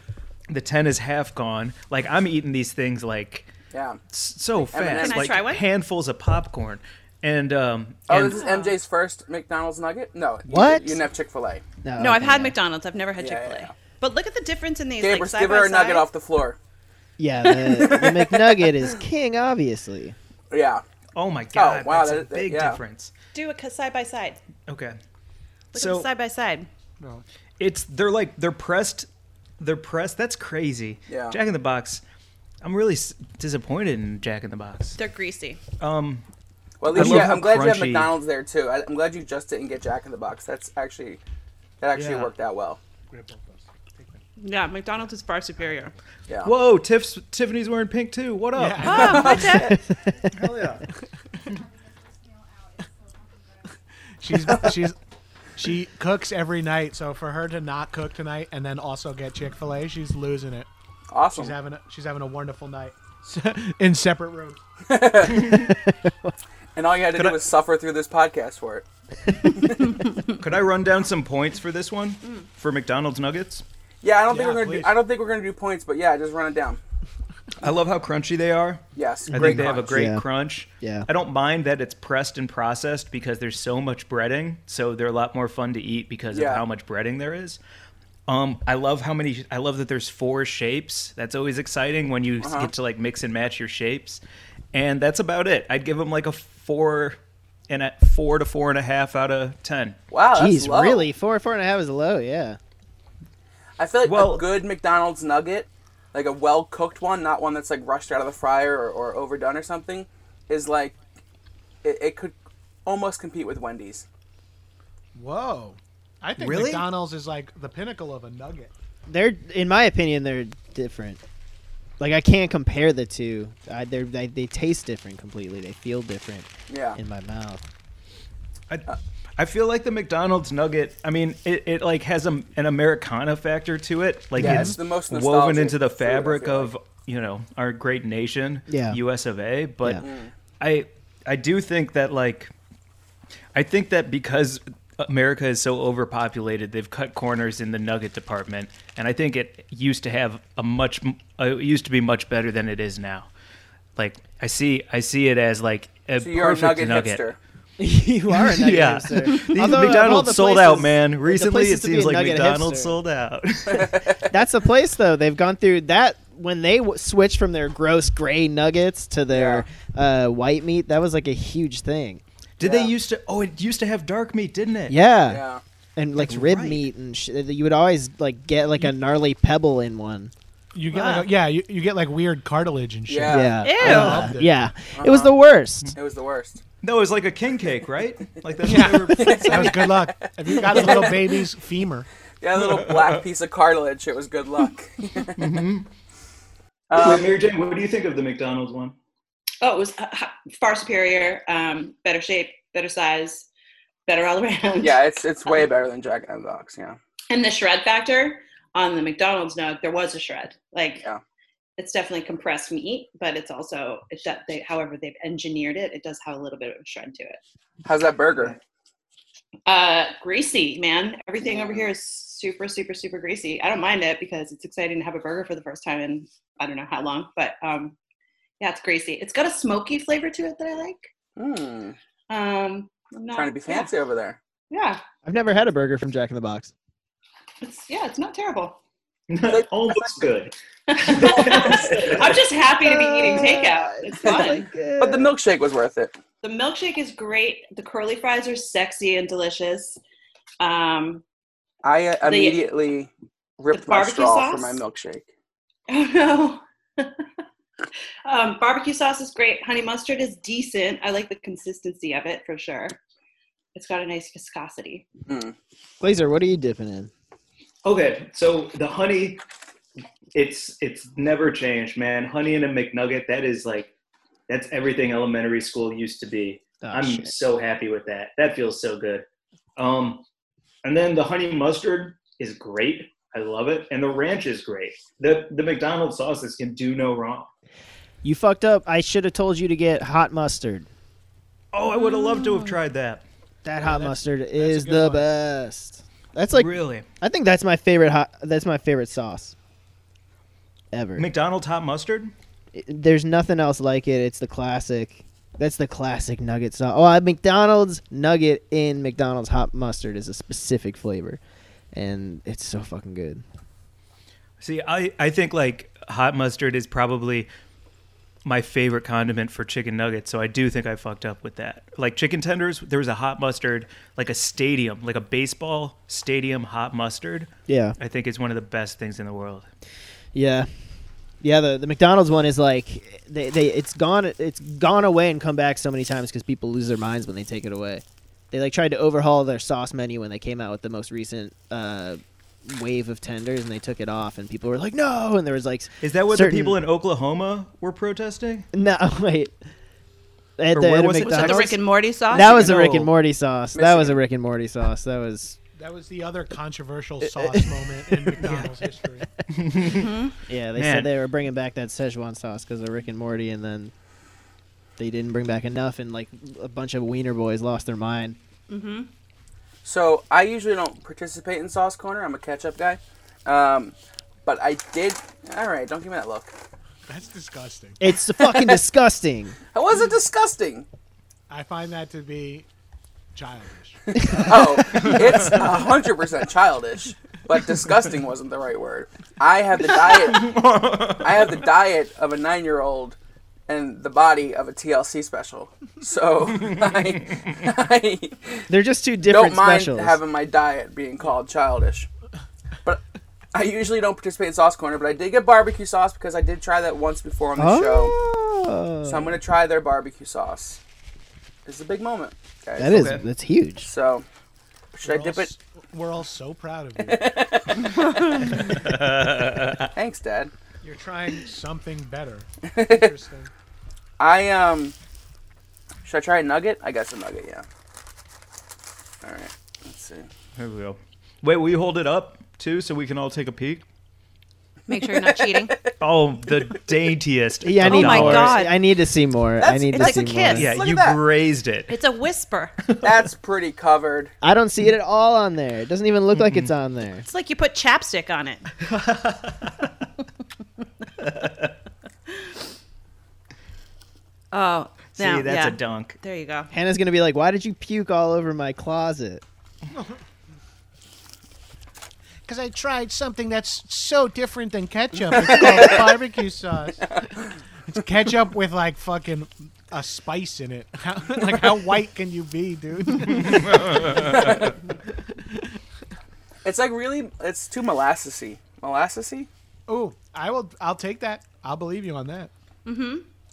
The ten is half gone. Like I'm eating these things like
Yeah.
s- so fast,
Can I
like
try one?
handfuls of popcorn. And um,
Oh,
and
this is MJ's first McDonald's nugget. No, you-
What?
You didn't have Chick Fil A.
No.
No, I've
okay.
had McDonald's. I've never had
Yeah,
Chick Fil A.
yeah, yeah.
But look at the difference in these. like,
Gabriel,
side
give
by
her a nugget
side.
off the floor.
Yeah, the, the McNugget is king obviously.
Yeah.
Oh my god!
wow,
that's
that-
a
that-
big
yeah.
difference.
Do it side by side.
Okay,
Look at
So-
them side by side.
it's they're like they're pressed, they're pressed. That's crazy.
Yeah.
Jack in the Box. I'm really s- disappointed in Jack in the Box.
They're greasy.
Um,
Well, at least
love
yeah,
how
I'm glad you have
crunchy-
McDonald's there too. I, I'm glad you just didn't get Jack in the Box. That's actually that actually
Yeah.
worked out well.
Yeah, McDonald's is far superior.
Yeah.
whoa, Tiff's Tiffany's wearing pink too. What up?
Oh, hi, Jeff.
Hell yeah.
She's she's she cooks every night, so for her to not cook tonight and then also get Chick Fil A, she's losing it.
Awesome.
She's having a, she's having a wonderful night in separate rooms.
and all you had to do
I-
was suffer through this podcast for it.
Could I run down some points for this one
Mm.
for McDonald's nuggets?
Yeah, I don't
Yeah,
think we're gonna.
please.
Do, I don't think we're gonna do points, but yeah, just run it down.
I love how crunchy they are.
Yes,
I
great
think they have a
crunch.
great
Yeah.
crunch.
Yeah.
I don't mind that it's pressed and processed because there's so much breading, so they're a lot more fun to eat because
Yeah.
of how much breading there is. Um, I love how many. I love that there's four shapes. That's always exciting when you
Uh-huh.
get to like mix and match your shapes, and that's about it. I'd give them like a four and a four to four and a half out of ten.
Wow, Oh, that's
Jeez,
low.
really? Four, four and a half is low. Yeah.
I feel like a
Well-
good McDonald's nugget, like a well cooked one, not one that's like rushed out of the fryer or, or overdone or something, is like it, it could almost compete with Wendy's.
Whoa. I think
Really?
McDonald's is like the pinnacle of a nugget.
They're, in my opinion, they're different. Like I can't compare the two. I, they're, they they taste different completely. They feel different
Yeah,
in my mouth.
I, I feel like the McDonald's nugget. I mean, it, it like has a, an Americana factor to it. Like
Yeah,
it's,
it's the most
woven
nostalgic
into the
food, I
fabric
feel
of you know our great nation,
Yeah.
U.S. of A. But
Yeah.
I I do think that like I think that because America is so overpopulated, they've cut corners in the nugget department, and I think it used to have a much uh, it used to be much better than it is now. Like I see I see it as like a
so you're a nugget,
perfect nugget.
hipster.
you are a nugget
Yeah.
hipster.
These
Although, of all
McDonald's
the
sold out,
places-
man.
the
Recently,
places
it
to be
seems
a
like
nugget
McDonald's
hipster.
sold out.
That's the place though. They've gone through that when they w- switched from their gross gray nuggets to their uh, white meat. That was like a huge thing.
Did
Yeah.
they used to? Oh, it used to have dark meat, didn't it?
Yeah,
Yeah,
and like
That's
rib
right.
meat and sh- you would always like get like a gnarly pebble in one.
You get like a, yeah, you, you get like weird cartilage and shit.
Yeah.
Yeah,
Ew.
Uh,
Loved it.
yeah. It was the worst.
it was the worst.
No, it was like a king cake, right? Like that's what they were.
That was good luck. If you got a little baby's femur,
Yeah, a little black piece of cartilage. It was good luck.
Wait,
um,
Mary Jane, what do you think of the McDonald's one?
Oh, it was uh, h- far superior, um, better shape, better size, better all around.
yeah, it's it's way better than Jack and the Box. Yeah,
And the shred factor on the McDonald's nug, there was a shred. Like,
Yeah.
it's definitely compressed meat, but it's also it's that they, however they've engineered it, it does have a little bit of a shred to it.
how's that burger?
Uh, greasy, man. Everything over here is super, super, super greasy. I don't mind it because it's exciting to have a burger for the first time in I don't know how long, but um, yeah, it's greasy. It's got a smoky flavor to it that I like.
Hmm,
Um, I'm not
trying to be
yeah.
fancy over there.
Yeah,
I've never had a burger from Jack in the Box.
it's yeah, it's not terrible.
Almost good.
I'm just happy to be eating takeout. It's fun.
But the milkshake was worth it.
The milkshake is great. The curly fries are sexy and delicious. Um,
I uh,
The-
immediately ripped my
barbecue
straw for
sauce?
my milkshake.
Oh no. um, barbecue sauce is great. Honey mustard is decent. I like the consistency of it for sure. It's got a nice viscosity.
Glazer, what are you dipping in?
Okay, so the honey, it's it's never changed, man. Honey and a McNugget, that is like, that's everything elementary school used to be.
Oh,
I'm
shit.
so happy with that. That feels so good. Um, and then the honey mustard is great. I love it, and the ranch is great. The the McDonald's sauces can do no wrong.
You fucked up. I should have told you to get hot mustard.
Oh, I would have loved to have tried that.
That hot
that's-
mustard
a
is
good
the
one.
best. That's like
really,
I think that's my favorite hot. That's my favorite sauce ever.
McDonald's hot mustard.
There's nothing else like it. It's the classic. That's the classic nugget sauce. Oh, I- McDonald's nugget in McDonald's hot mustard is a specific flavor, and it's so fucking good.
See, I I think like hot mustard is probably my favorite condiment for chicken nuggets, so I do think I fucked up with that. Like chicken tenders, there was a hot mustard, like a stadium, like a baseball stadium hot mustard.
Yeah,
I think is one of the best things in the world.
yeah, yeah. The the McDonald's one is like they, they it's gone it's gone away and come back so many times because people lose their minds when they take it away. They like tried to overhaul their sauce menu when they came out with the most recent. uh wave of tenders and they took it off and people were like no and there was like
Is that what
certain-
the people in Oklahoma were protesting?
No, wait. At
Or
the,
where
at a
was it?
Was that the
McDonald's?
Rick and Morty sauce?
That was a Rick and
No.
Morty sauce. That was a Rick and Morty sauce. That was
that was the other controversial sauce moment in McDonald's history.
yeah. They
Man.
said they were bringing back that Szechuan sauce because of Rick and Morty, and then they didn't bring back enough, and like a bunch of wiener boys lost their mind.
So I usually don't participate in Sauce Corner. I'm a ketchup guy. Um, but I did. All right, don't give me that look.
That's disgusting.
It's fucking disgusting.
How was it disgusting?
I find that to be childish.
Oh, it's hundred percent childish, but disgusting wasn't the right word. I have the diet. I have the diet of a nine-year-old, and the body of a TLC special. So I, I
They're just two
don't
different
mind
specials.
having my diet being called childish. But I usually don't participate in sauce corner, but I did get barbecue sauce because I did try that once before on the show.
oh,
So I'm gonna try their barbecue sauce. It's a big moment, guys.
that is
Okay.
that's huge.
So should I
We're all
dip it?
s- We're all so proud of you.
Thanks, Dad.
You're trying something better. Interesting.
I um should I try a nugget? I guess a nugget, yeah. Alright, let's see.
Here we go. Wait, will you hold it up too so we can all take a peek?
Make sure you're not cheating.
Oh, the daintiest.
Yeah, I
of
need
my
more.
dollars.
God.
I need to see more. I
That's-
need to
it's
see
like a kiss.
more.
Yeah,
Oh Look at
you
that.
grazed it.
It's a whisper.
That's pretty covered.
I don't see it at all on there. It doesn't even look like it's on there.
It's like you put chapstick on it. oh,
See,
now,
that's
yeah.
a dunk.
There you go.
Hannah's gonna be like, "Why did you puke all over my closet?"
Because I tried something that's so different than ketchup. It's called barbecue sauce. It's ketchup with like fucking a spice in it. How, like how white can you be, dude?
It's like really it's too molassesy. Molassesy?
Ooh, I will. I'll take that. I'll believe you on that.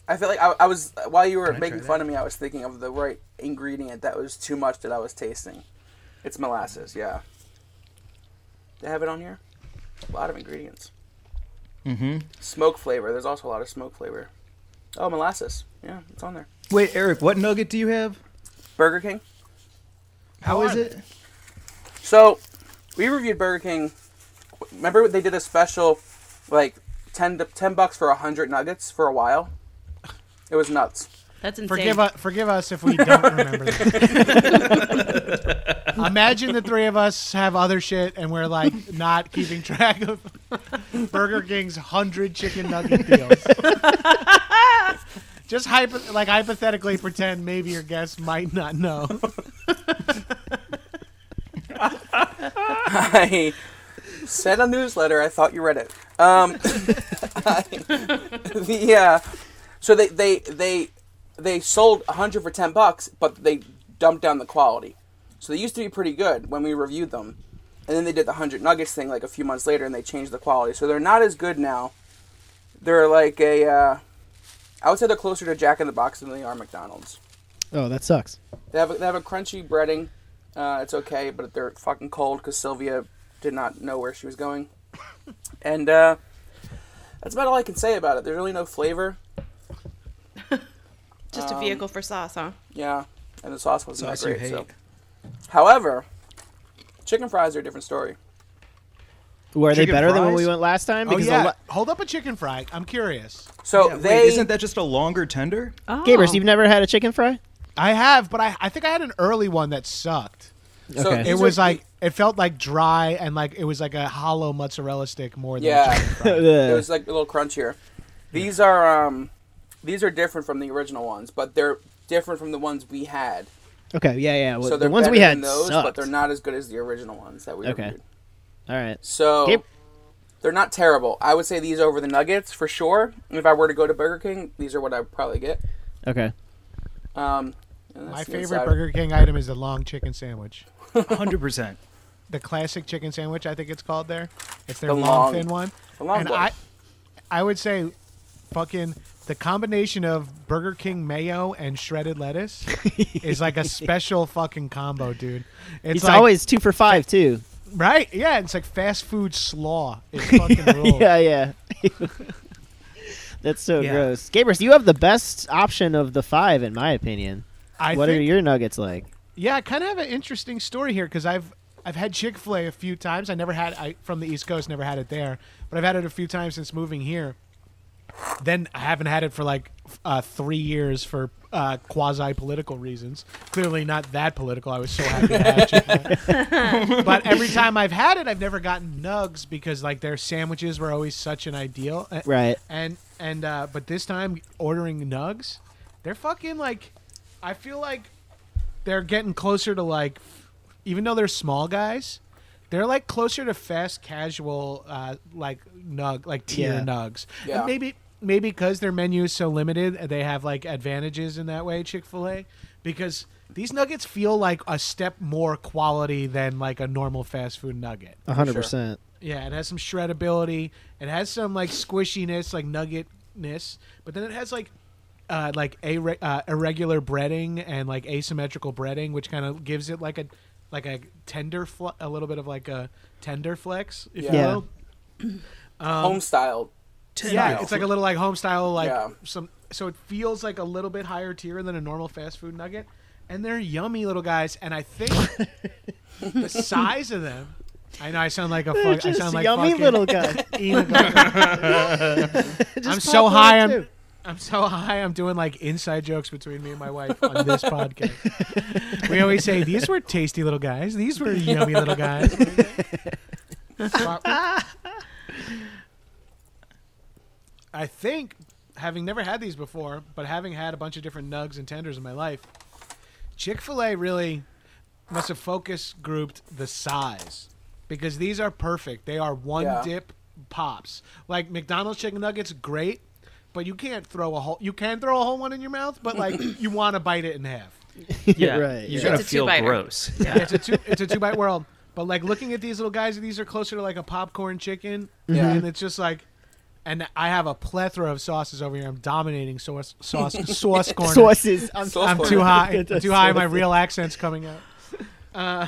I feel like I, I was while you were making fun of me, I was thinking of the right ingredient that was too much that I was tasting. It's molasses, yeah. They have it on here? A lot of ingredients. Mm-hmm. Smoke flavor. There's also a lot of smoke flavor. Oh, molasses. Yeah, it's on there.
Wait, Eric, what nugget do you have?
Burger King.
How is
are
it?
So, we reviewed Burger King. Remember they did a special, like 10, to, 10 bucks for hundred nuggets for a while. It was nuts.
That's insane.
Forgive us. Forgive us if we don't remember that. Imagine the three of us have other shit and we're like not keeping track of Burger King's hundred chicken nugget deals. Just hypo- like hypothetically pretend maybe your guest might not know.
I sent a newsletter. I thought you read it. Um, I- the uh, so they they they they sold hundred for ten bucks, but they dumped down the quality. So they used to be pretty good when we reviewed them, and then they did the hundred nuggets thing like a few months later, and they changed the quality. So they're not as good now. They're like a, uh, I would say they're closer to Jack in the Box than they are McDonald's.
Oh, that sucks.
They have a, they have a crunchy breading. Uh, it's okay, but they're fucking cold because Sylvia did not know where she was going. And uh, that's about all I can say about it. There's really no flavor.
Just a vehicle for sauce, huh?
Yeah, and the sauce wasn't
Sauce you
that great. So,
hate.
however, chicken fries are a different story.
Were they
Chicken
better than when we
fries?
went last time?
Oh
a
yeah,
lo-
hold up a chicken fry. I'm curious.
So
Yeah, Oh, wait,
they
isn't that just a longer tender?
Oh.
Gabers, you've never had a chicken fry?
I have, but I, I think I had an early one that sucked.
so
okay.
these
It
are-
was like it felt like dry and like it was like a hollow mozzarella stick more than
Yeah.
a chicken fry.
it was like a little crunchier. These are um, these are different from the original ones, but they're different from the ones we had.
okay, yeah, yeah. Well,
So they're
the ones we
better
had
than those, but
sucked.
they're not as good as the original ones that we
Okay.
reviewed.
All right.
So
Yep.
they're not terrible. I would say these over the nuggets for sure. And if I were to go to Burger King, these are what I would probably get.
Okay.
Um, and
My
that's the
favorite
inside.
Burger King item is the long chicken sandwich.
100%.
The classic chicken sandwich, I think it's called there. It's their
The
long,
long-
thin one.
the long
and
one.
I I would say fucking the combination of Burger King mayo and shredded lettuce is like a special fucking combo, dude. It's,
It's
like-
always two for five too.
right. Yeah, it's like fast food slaw. It's fucking rules.
yeah, yeah. That's so
Yeah.
gross. Gabers, you have the best option of the five, in my opinion.
I
what are
think-
your nuggets like?
Yeah, I kind of have an interesting story here because I've I've had Chick Fil A a few times. I never had I from the East Coast, never had it there, but I've had it a few times since moving here. Then I haven't had it for like f- uh, three years for uh, quasi political reasons. Clearly not that political. I was so happy to have Chick-fil-A. but every time I've had it, I've never gotten nugs because like their sandwiches were always such an ideal. uh, A-
Right.
And and uh, but this time ordering nugs, they're fucking like, I feel like they're getting closer to like, even though they're small guys. They're like closer to fast casual, uh, like nug, like tier
Yeah.
nugs. And
Yeah.
maybe maybe because their menu is so limited, they have like advantages in that way. Chick Fil A, because these nuggets feel like a step more quality than like a normal fast food nugget.
A hundred percent.
Yeah, it has some shredability. It has some like squishiness, like nuggetness, but then it has like uh, like a uh, irregular breading and like asymmetrical breading, which kind of gives it like a like a tender fl- a little bit of like a tender flex, if you
Yeah.
will.
Home styled.
um, Yeah, it's like a little like home style, like
Yeah.
some. So it feels like a little bit higher tier than a normal fast food nugget, and they're yummy little guys. And I think the size of them. I know I sound like a fuck. I
Just
sound like
yummy
fucking
little guy.
Ian Gillan.
Just
I'm
pop
so
one
high.
too.
I'm I'm so high. I'm doing like inside jokes between me and my wife on this podcast. We always say these were tasty little guys. These were yummy little guys. Wow. I think having never had these before, but having had a bunch of different nugs and tenders in my life, Chick Fil A really must have focus grouped the size because these are perfect. They are one
Yeah.
dip pops. Like McDonald's chicken nuggets, great, but you can't throw a whole. You can throw a whole one in your mouth, but like you want to bite it in half.
Yeah,
Right,
You're
yeah.
gonna
It's a
feel
two-biter.
gross.
Yeah, it's a two. It's a two bite world. But like looking at these little guys, these are closer to like a popcorn chicken.
Yeah.
and it's just like. And I have a plethora of sauces over here. I'm dominating sauce sauce sauce corner.
Sources. I'm
Sauce
I'm
corner.
too high.
Get
I'm
us
too high. My
sorted.
real accent's coming out. Uh,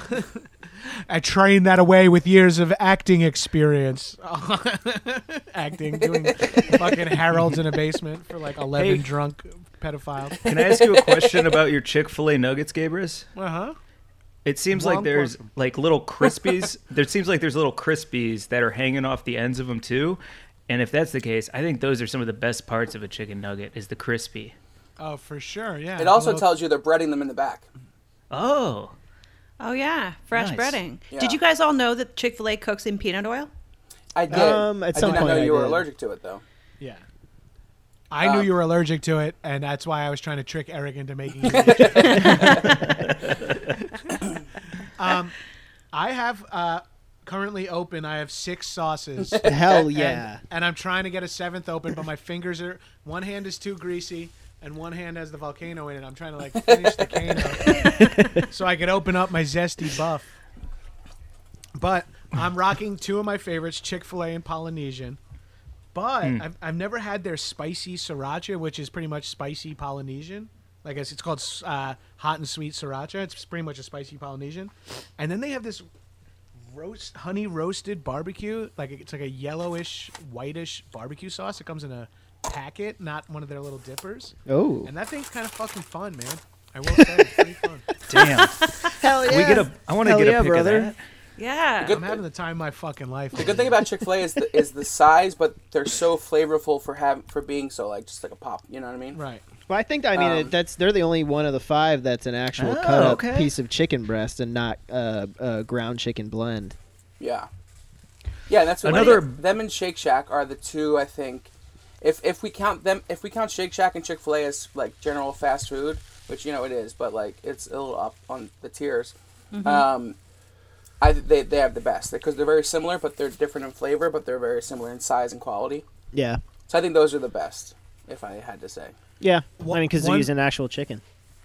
I trained that away with years of acting experience. acting, doing fucking Harold's in a basement for like eleven
Hey.
drunk pedophiles.
Can I ask you a question about your Chick Fil A nuggets, Gabrus?
Uh huh.
It seems
Wrong
like there's like little crispies. there seems like there's little crispies that are hanging off the ends of them too. And if that's the case, I think those are some of the best parts of a chicken nugget is the crispy.
Oh, for sure. Yeah.
It also
Well,
tells you they're breading them in the back.
Oh,
Oh yeah, fresh
Nice.
breading.
Yeah.
Did you guys all know that Chick Fil A cooks in peanut oil?
I did.
Um, at
I
some
did not
point
know
I
you were
did.
allergic to it though.
Yeah. I knew you were allergic to it, and that's why I was trying to trick Eric into making you. eat it. um, I have uh, currently open. I have six sauces.
Hell
And-
yeah.
And, I'm trying to get a seventh open, but my fingers are one hand is too greasy and one hand has the volcano in it. I'm trying to like finish the cano so I could open up my zesty buff. But I'm rocking two of my favorites, Chick-fil-A and Polynesian. But I've, I've never had their spicy sriracha, which is pretty much spicy Polynesian. Like it's, it's called uh, hot and sweet sriracha. It's pretty much a spicy Polynesian. And then they have this roast honey roasted barbecue like it's like a yellowish whitish barbecue sauce it comes in a packet not one of their little dippers
Oh.
and that thing's kind of fucking fun man i will say it's pretty fun
damn!
Hell
we get a. I want to
Hell
get a
yeah,
pic
brother.
of that.
Yeah.
i'm having the time of my fucking life
The good thing about Chick Fil A is the, is the size, but they're so flavorful for having for being so like just like a pop. You know what I mean?
right
Well, I think I mean
Um,
it, that's they're the only one of the five that's an actual
Oh,
cut up
okay.
piece of chicken breast and not uh, a ground chicken blend.
Yeah. Yeah, and that's what
Another-
them and Shake Shack are the two I think. If if we count them, if we count Shake Shack and Chick Fil A as like general fast food, which you know it is, but like it's a little up on the tiers. Um, I they they have the best because they're very similar, but they're different in flavor, but they're very similar in size and quality.
Yeah.
So I think those are the best, if I had to say.
Yeah.
Wha-
I mean, because they're
one-
using actual chicken.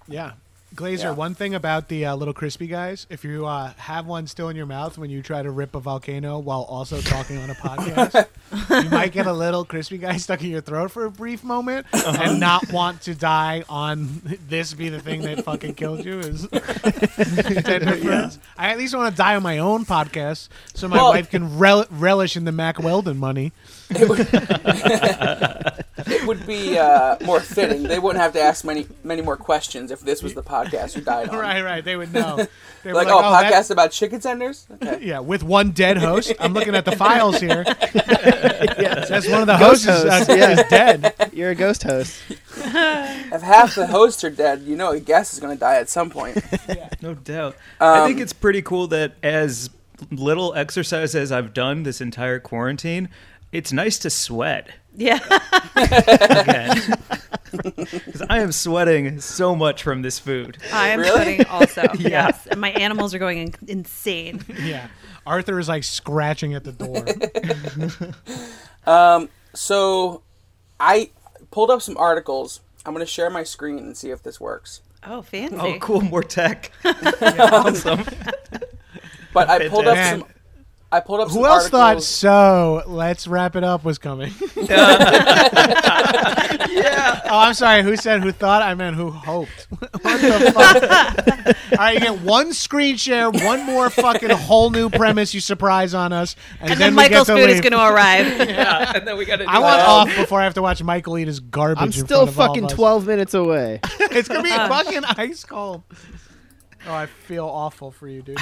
yeah glazer
Yeah.
one thing about the uh, little crispy guys if you uh, have one still in your mouth when you try to rip a volcano while also talking on a podcast you might get a little crispy guy stuck in your throat for a brief moment and not want to die on this be the thing that fucking killed you is tender friends. I at least want to die on my own podcast so my
Well-
wife can rel- relish in the Mac Weldon money.
It would be uh, more fitting. They wouldn't have to ask many many more questions if this was the podcast you died on.
Right, right. They would know. They were
Like, oh, a
that-
podcast about chicken tenders? Okay.
Yeah, with one dead host. I'm looking at the files here. That's one of the hosts is, uh,
host, yeah.
is dead.
You're a ghost host.
If half the hosts are dead, you know a guest is going to die at some point.
No doubt.
Um,
I think it's pretty cool that as little exercise as I've done this entire quarantine, it's nice to sweat
Yeah.
again. Because I am sweating so much from this food.
I am
Really?
sweating also.
Yeah.
Yes. And my animals are going in- insane.
Yeah. Arthur is like scratching at the door.
So I pulled up some articles. I'm going to share my screen and see if this works.
Oh, fancy.
Oh, cool. More tech. awesome.
But I pulled up
Fantastic.
some. I pulled up some
Who else thought
articles.
so? Let's wrap it up was coming. yeah. Oh, I'm sorry. Who said who thought? I meant who hoped. what the fuck? All right, you get one screen share, one more fucking whole new premise you surprise on us, and,
and
then,
then
we get
Michael's
to
food is
leave.
going to arrive.
Yeah. And then we got to.
I want off
"Oh."
before I have to watch Michael eat his garbage.
I'm
in
still
front of all
fucking
of us.
12 minutes away.
It's gonna
Oh.
be fucking ice cold. Oh, I feel awful for you, dude.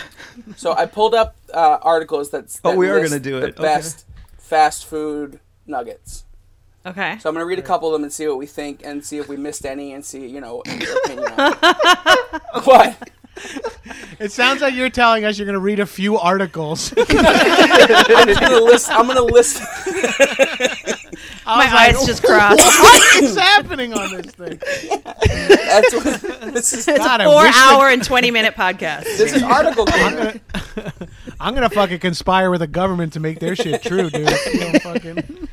So I pulled up uh, articles that's.
Oh,
that
we are
list
gonna do
the
it. Okay.
Best fast food nuggets.
Okay.
So I'm going to read a couple of them and see what we think, and see if we missed any, and see you know your opinion. on it. what?
It sounds like you're telling us you're gonna read a few articles.
I'm just going to list. I'm going to list.
I
My
was like,
eyes just crossed.
What is happening on this thing?
That's what, this is.
It's God, I
Four
wish the-
hour and 20 minute podcast.
This is article.
I'm gonna, I'm gonna fucking conspire with the government to make their shit true, dude. No fucking-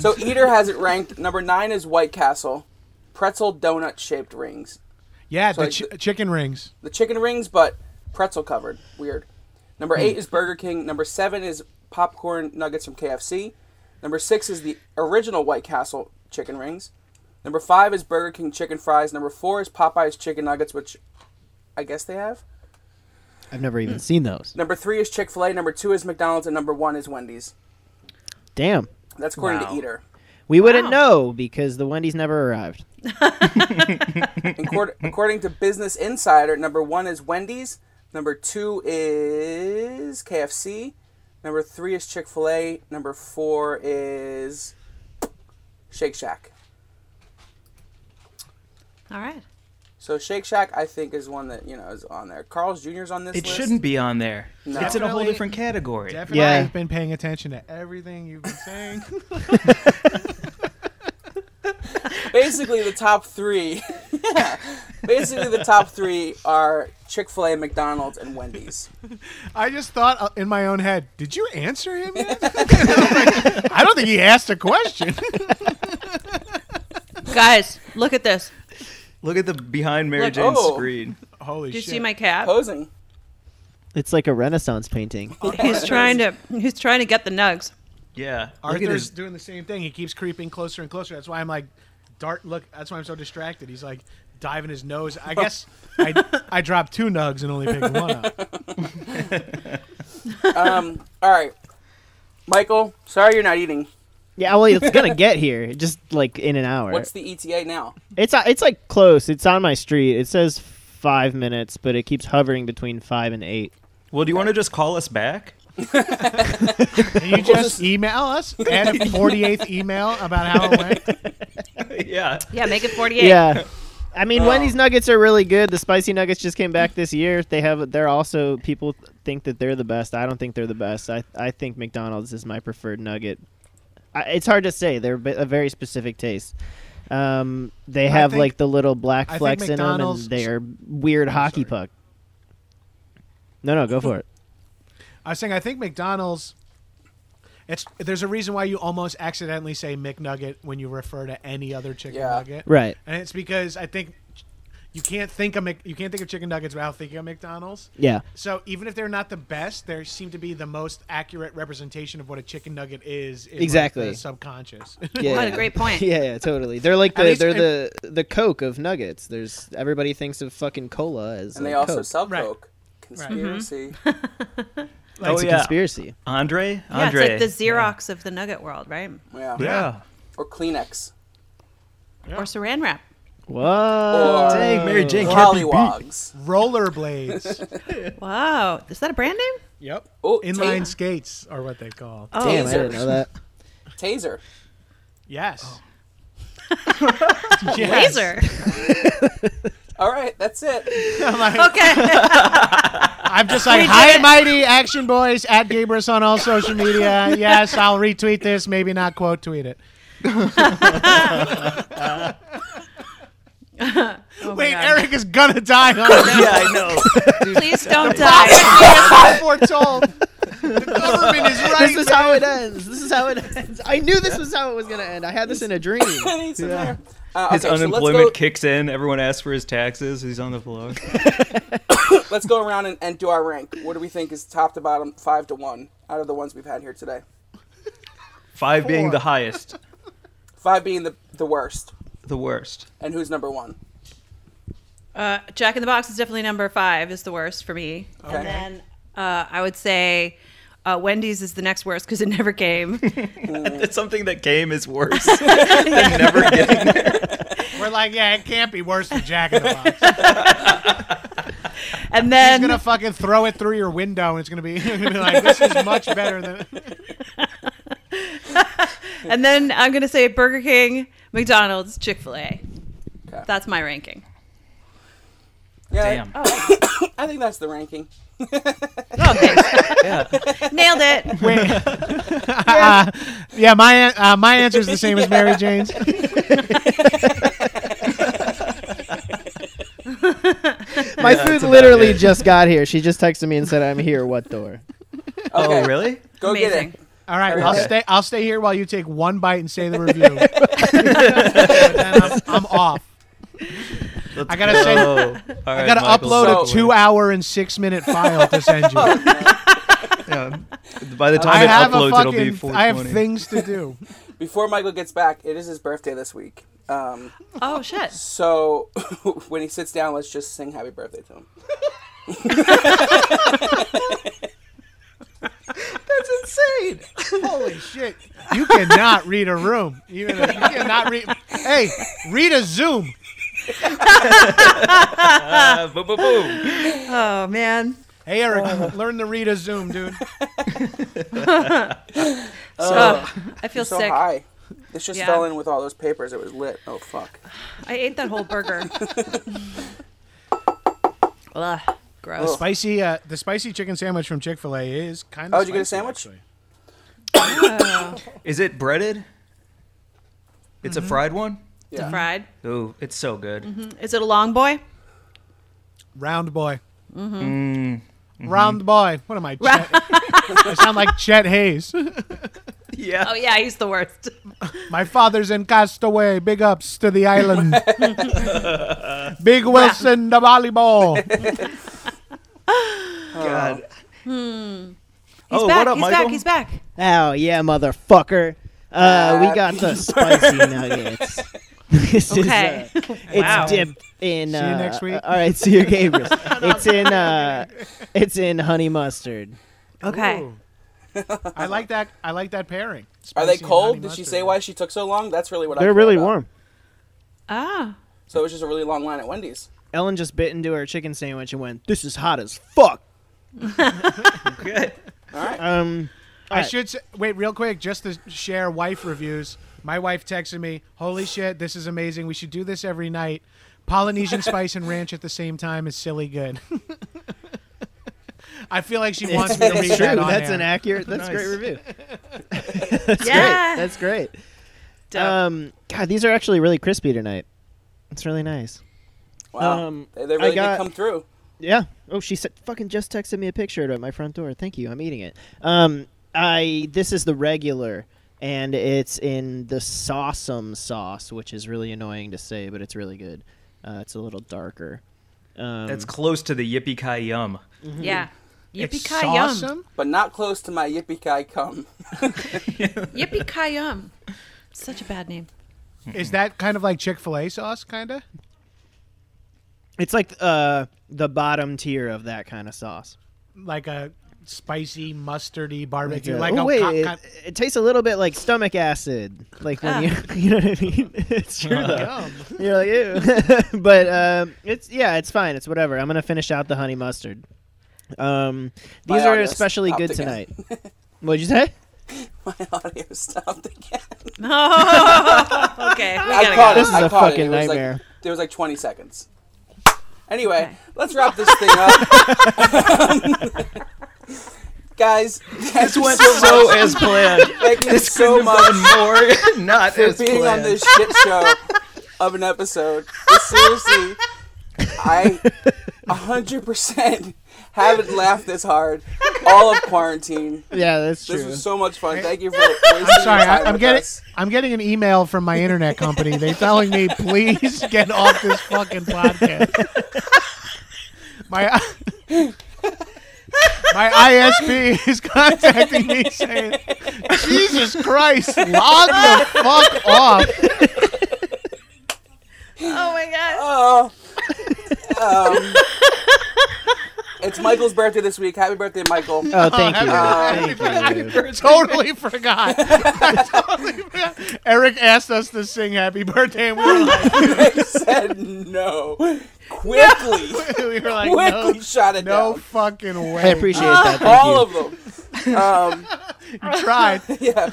So Eater has it ranked number nine is White Castle, pretzel donut shaped rings.
Yeah, the
like
ch-
the-
chicken rings.
The chicken rings, but pretzel covered. Weird. Number eight is Burger King. Number seven is popcorn nuggets from KFC. Number six is the original White Castle chicken rings. Number five is Burger King chicken fries. Number four is Popeye's chicken nuggets, which I guess they have.
I've never even seen those.
Number three is Chick Fil A. Number two is McDonald's, and number one is Wendy's.
Damn.
That's according
Wow.
to Eater.
We wouldn't
Wow.
know because the Wendy's never arrived.
Accord- according to Business Insider, number one is Wendy's, number two is KFC, number three is Chick Fil A, number four is Shake Shack.
All right.
So Shake Shack, I think, is one that you know is on there. Carl's Jr.'s on this.
It
list.
shouldn't be on there.
No.
It's in a whole
Definitely-
different category.
Definitely,
Yeah.
I've been paying attention to everything you've been saying.
Basically, the top three. yeah. Basically, the top three are Chick Fil A, McDonald's, and Wendy's.
I just thought uh, in my own head, did you answer him yet? Like, I don't think he asked a question.
Guys, look at this.
Look at the behind Mary
Look-
Jane's
oh.
screen.
Holy
Do you
shit!
see my cat?
Posing.
It's like a Renaissance painting.
Uh,
He's trying to he's trying to get the nugs.
Yeah. Look at
Arthur's
his.
doing the same thing. He keeps creeping closer and closer. That's why I'm like, dart. Look, that's why I'm so distracted. He's like diving his nose. I guess I I dropped two nugs and only picked one up.
Um. All right, Michael. Sorry, you're not eating.
Yeah, well, it's gonna get here. Just like in an hour.
What's the ETA now?
It's uh, it's like close. It's on my street. It says five minutes, but it keeps hovering between five and eight.
Well, do you want to just call us back?
Can you just email us? Add a 48th email about how it went.
yeah.
Yeah, make it 48.
Yeah. I mean, Wendy's nuggets are really good. The spicy nuggets just came back this year. They have. They're also people think that they're the best. I don't think they're the best. I I think McDonald's is my preferred nugget. I, it's hard to say. They're a bit- a very specific taste. Um, they have
think-
like the little black
I think
flecks in them, and
McDonald's-
they are weird hockey puck. No, no, go for it.
I was saying, I think McDonald's. It's there's a reason why you almost accidentally say McNugget when you refer to any other chicken
Yeah.
nugget.
Right.
And it's because I think you can't think of Mc, you can't think of chicken nuggets without thinking of McDonald's.
Yeah.
So even if they're not the best, they seem to be the most accurate representation of what a chicken nugget is. In like,
Exactly.
the subconscious.
Yeah.
What a great point.
Yeah, yeah, totally. They're like
At
the
least
they're
it-
the the Coke of nuggets. There's everybody thinks of fucking cola as
And they
like
also
Coke.
sell
Right.
coke. Conspiracy.
it's
oh,
a
yeah.
conspiracy.
Andre?
Yeah,
Andre.
it's like the Xerox of the nugget world, right?
Mm-hmm.
Yeah.
Yeah.
Or Kleenex.
Or saran wrap.
Whoa.
Or-
Dang, Mary Jane
Uh,
can't be beat.
Lollywogs.
Rollerblades.
Wow. Is that a brand name?
yep.
Oh,
Inline
taser.
skates are what they call.
Oh,
Damn, I
Taser.
didn't know that.
Taser.
Yes. Yes.
Laser.
All right, that's it.
I'm, like,
Okay.
I'm just like, high and mighty action boys at Gabrus on all social media. Yes, I'll retweet this, maybe not quote tweet it.
Oh my
Wait,
God.
Eric is gonna die on
yeah, I know.
Please don't die.
foretold. The government is right.
This is how it ends. This is how it ends. I knew this was how it was gonna end. I had this in a dream.
I need some air. Uh,
His
okay, so let's
unemployment
go-
kicks in. Everyone asks for his taxes. He's on the vlog.
Let's go around and, and do our rank. What do we think is top to bottom, five to one, out of the ones we've had here today?
Five being the highest,
Five being the, the worst.
the worst.
And who's number one?
Uh, Jack in the Box is definitely number five. Is the worst for me.
Oh,
Okay.
And then uh, I would say uh, Wendy's is the next worst because it never came.
It's something that came is worse than never getting there.
We're like, yeah, it can't be worse than Jack in the Box.
and
He's
then
gonna fucking throw it through your window, and it's gonna be, gonna be like, this is much better than.
and then I'm gonna say Burger King, McDonald's, Chick Fil A.
Okay.
That's my ranking.
Yeah,
Damn.
Oh,
I think that's the ranking.
Oh, thanks. Nailed it.
Wait. uh, yeah, my an- uh, my answer is the same as Mary Jane's.
My
Yeah, that's
food
about
literally
it.
just got here. She just texted me and said, "I'm here. What door?"
Okay,
Oh, really?
go
Amazing.
get it.
All right, I'll
Okay.
stay. I'll stay here while you take one bite and say the review. And then I'm, I'm off.
Let's
I gotta
go.
send-
All
I
right,
gotta
Michael,
upload a
so-
two-hour and six-minute file to send you.
Yeah. By the time
I
it
have a
uploads, it'll be
fucking.
420.
I have things to do.
Before Michael gets back, it is his birthday this week. Um,
Oh shit.
so when he sits down, let's just sing happy birthday to him.
That's insane. Holy shit. You cannot read a room. You, you cannot read. Hey, read a Zoom.
Uh, boom, boom, boom.
Oh man.
Hey, Eric, learn to read a Zoom, dude.
Oh, I feel
So
sick.
high. This just
Yeah.
fell in with all those papers. It was lit. Oh fuck.
I ate that whole burger. Ugh,
The
gross.
spicy, uh, the spicy chicken sandwich from Chick Fil A is kind of.
Oh, did you get a sandwich?
Is it breaded? It's a fried one?
Oh, Yeah.
Fried.
Ooh, it's so good.
Is it a long boy?
Round boy. Mm-hmm. Round boy. What am I? Chet? I sound like Chet Hayes.
Yeah.
Oh yeah, he's the worst.
My father's in Castaway. Big ups to the island. Big Wilson, the volleyball.
God.
He's
oh,
back.
what up,
he's
Michael?
back. He's back.
Oh yeah, motherfucker. Uh, we got the spicy nuggets. this
Okay.
is uh, it's
Wow.
dipped in.
See you
uh,
next week.
All right, see you, Gabriel. it's in. Uh, it's in honey mustard.
Okay.
Ooh. I like that. I like that pairing.
Are they
Spicy
cold?
honey
Did she
mustard.
say why she took so long? That's really what I.
They're
care
really
about.
warm.
Ah.
So it was just a really long line at Wendy's.
Ellen just bit into her chicken sandwich and went, "This is hot as fuck."
Good.
All right.
Um,
I
Alright.
should say, wait real quick just to share wife reviews. My wife texted me, "Holy shit, this is amazing. We should do this every night. Polynesian spice and ranch at the same time is silly good." I feel like she wants me to read
it's true.
that on
That's
air.
an accurate. That's a great
Nice.
review.
yeah.
Great. That's great.
Dope.
Um, God, these are actually really crispy tonight. It's really nice.
Wow.
um,
they, they
I
really did
got-
come through.
Yeah. Oh, she said, fucking just texted me a picture at my front door. Thank you. I'm eating it. Um, I this is the regular, and it's in the sauceum sauce, which is really annoying to say, but it's really good. Uh, it's a little darker. Um,
That's close to the yippee ki yum.
yeah.
It's
Yippee ki yum.
awesome.
But not close to my yippee ki cum.
Yippee ki yum. Such a bad name.
Is that kind of like Chick Fil A sauce, kind of?
it's like uh the bottom tier of that kind of sauce.
Like a spicy mustardy barbecue,
Uh,
like
oh,
a
wait,
co-
it,
co-
it tastes a little bit like stomach acid, like when you
Ah.
you know what I mean. it's true though. You're like ew, but um, it's yeah, it's fine. It's whatever. I'm gonna finish out the honey mustard. Um,
By
these are
August,
especially
opt
good
again.
tonight. What'd you say?
My audio stopped again.
Oh, okay. We
I
gotta
caught
go.
it.
This is
I
a
caught
fucking
it. It was
nightmare.
Like, there was like 20 seconds. Anyway, let's wrap this thing up. Guys, this
went so as planned.
Thank you
This
so
couldn't
much
have gone more not
for
as
being on
planned.
this shit show of an episode. But seriously, I 100% haven't laughed this hard all of quarantine.
Yeah, that's true.
This was so much fun. Thank you for wasting your
I'm sorry. I,
time
I'm
with
getting
us.
I'm getting an email from my internet company. They telling me please get off this fucking podcast. My my ISP is contacting me saying, Jesus Christ, log the fuck off.
Oh my god.
Oh. Um, it's Michael's birthday this week. Happy birthday, Michael.
oh, thank you.
happy-
thank you.
Totally forgot. I totally forgot. Eric asked us to sing happy birthday and we were like,
they said no. Quickly.
we were like
Quickly
no,
shot it
no
down.
fucking way.
I appreciate that. Thank
All
you.
of them. Um,
You tried.
yeah.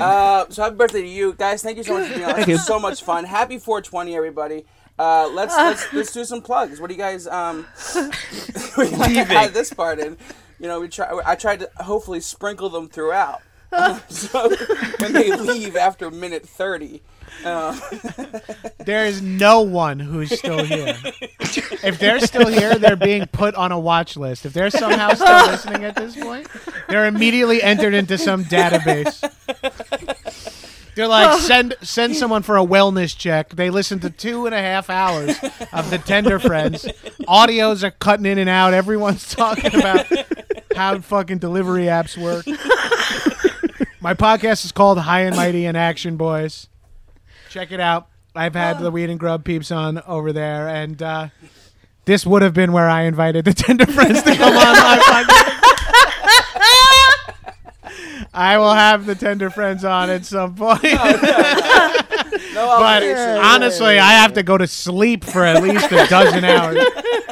Uh, so happy birthday to you guys. Thank you so much for being on. This
you.
was so much fun. Happy 420, everybody. Uh, let's, let's let's do some plugs. What do you guys um? we
Leaving.
had this part in. You know, we try. I tried to hopefully sprinkle them throughout. so when they leave after minute thirty,
There is no one who's still here. if they're still here, they're being put on a watch list. If they're somehow still listening at this point, they're immediately entered into some database. They're like send send someone for a wellness check. They listen to two and a half hours of the Tender Friends. Audios are cutting in and out. Everyone's talking about how fucking delivery apps work. My podcast is called High and Mighty in Action Boys check it out. I've had the Weed and Grub peeps on over there, and uh, this would have been where I invited the Tender Friends to come on my podcast. I will have the Tender Friends on at some point.
no
but
obligation.
honestly, I have to go to sleep for at least a dozen hours.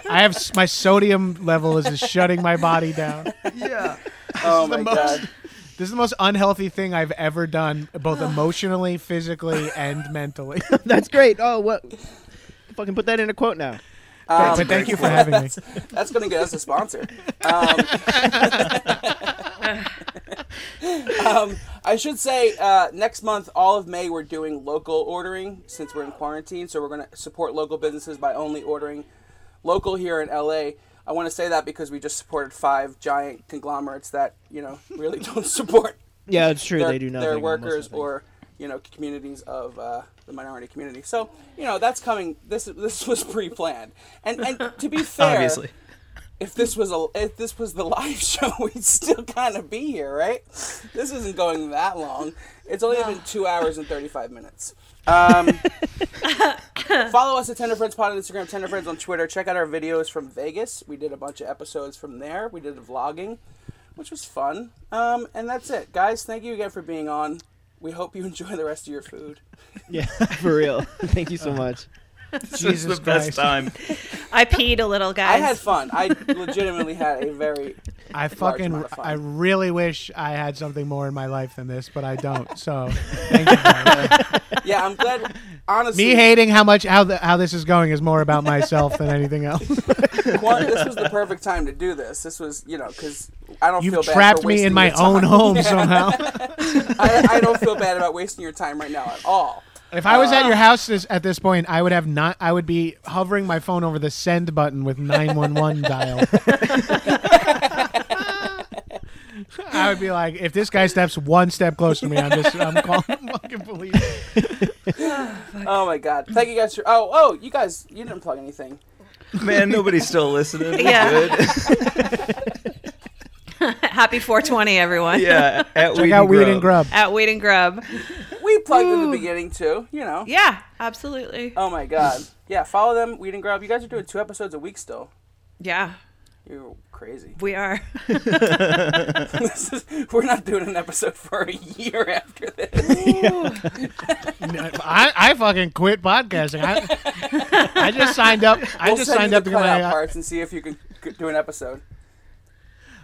I have s- my sodium level is just shutting my body down.
oh
the
my
most-
god.
This is the most unhealthy thing I've ever done, both emotionally, physically, and mentally.
That's great. Oh, what? Fucking put that in a quote now.
Um,
but thank you for having me.
That's going to get us a sponsor. Um, um, I should say uh, next month, all of May, we're doing local ordering since we're in quarantine. So we're going to support local businesses by only ordering local here in LA. I want to say that because we just supported five giant conglomerates that you know really don't support
Yeah, it's true.
their,
they do nothing.
their
on most
workers
of them.
or you know communities of uh, the minority community. So you know that's coming. This this was pre-planned, and and to be fair,
Obviously.
if this was a if this was the live show, we'd still kind of be here, right? This isn't going that long. It's only been two hours and thirty five minutes. Um, follow us at Tender Friends Pod on Instagram, Tender Friends on Twitter. Check out our videos from Vegas. We did a bunch of episodes from there. We did vlogging, which was fun. Um, and that's it, guys. Thank you again for being on. We hope you enjoy the rest of your food.
Yeah, for real. Thank you so
Uh.
much.
This
Jesus
is the
Christ.
best time.
I peed a little,
I
guys.
had fun. I legitimately had a very
I
amount
fucking
of fun.
I really wish I had something more in my life than this, but I don't. So thank you. guys.
yeah. I'm glad. Honestly,
Me hating how much how the, how this is going is more about myself than anything else.
Quan- this was the perfect time to do this. This was, you know, because I don't feel
You've
bad.
trapped
for
me
wasting
in my
your time.
own home somehow.
I, I don't feel bad about wasting your time right now at all.
If I was at your house this, at this point, I would have not. I would be hovering my phone over the send button with nine one one dial. I would be like, if this guy steps one step closer to me, I'm just I'm calling him fucking police.
Oh my god! Thank you guys for. Oh, oh, you guys, you didn't plug anything.
Man, nobody's still listening. We're
Yeah.
Good.
Happy 420, everyone.
Yeah. At
Check out Weed and Grub.
At Weed and Grub.
We plugged in the beginning too. You know.
Yeah, absolutely.
Oh my god. Yeah, follow them. Weed and Grub. You guys are doing two episodes a week still.
Yeah,
You're crazy.
we are.
This is- we're not doing an episode for a year after this.
I, I fucking quit podcasting. I, I just signed up. I
We'll
just
send
signed
you
up
the
to get my.
cutout
Uh,
parts and see if you can c- do an episode.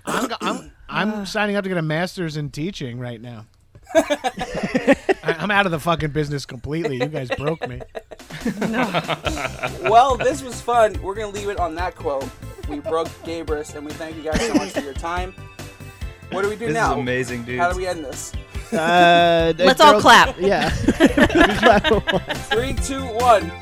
I'm, go- I'm, I'm signing up to get a master's in teaching right now.
I, I'm out of the fucking business completely. You guys broke me.
well, this was fun. We're gonna leave it on that quote. We broke Gabrus, and we thank you guys so much for your time. What do we do
This
now?
is amazing, dude.
How do we end this?
Uh,
Let's all
girls-
clap.
Yeah. Clap.
Three, two, one.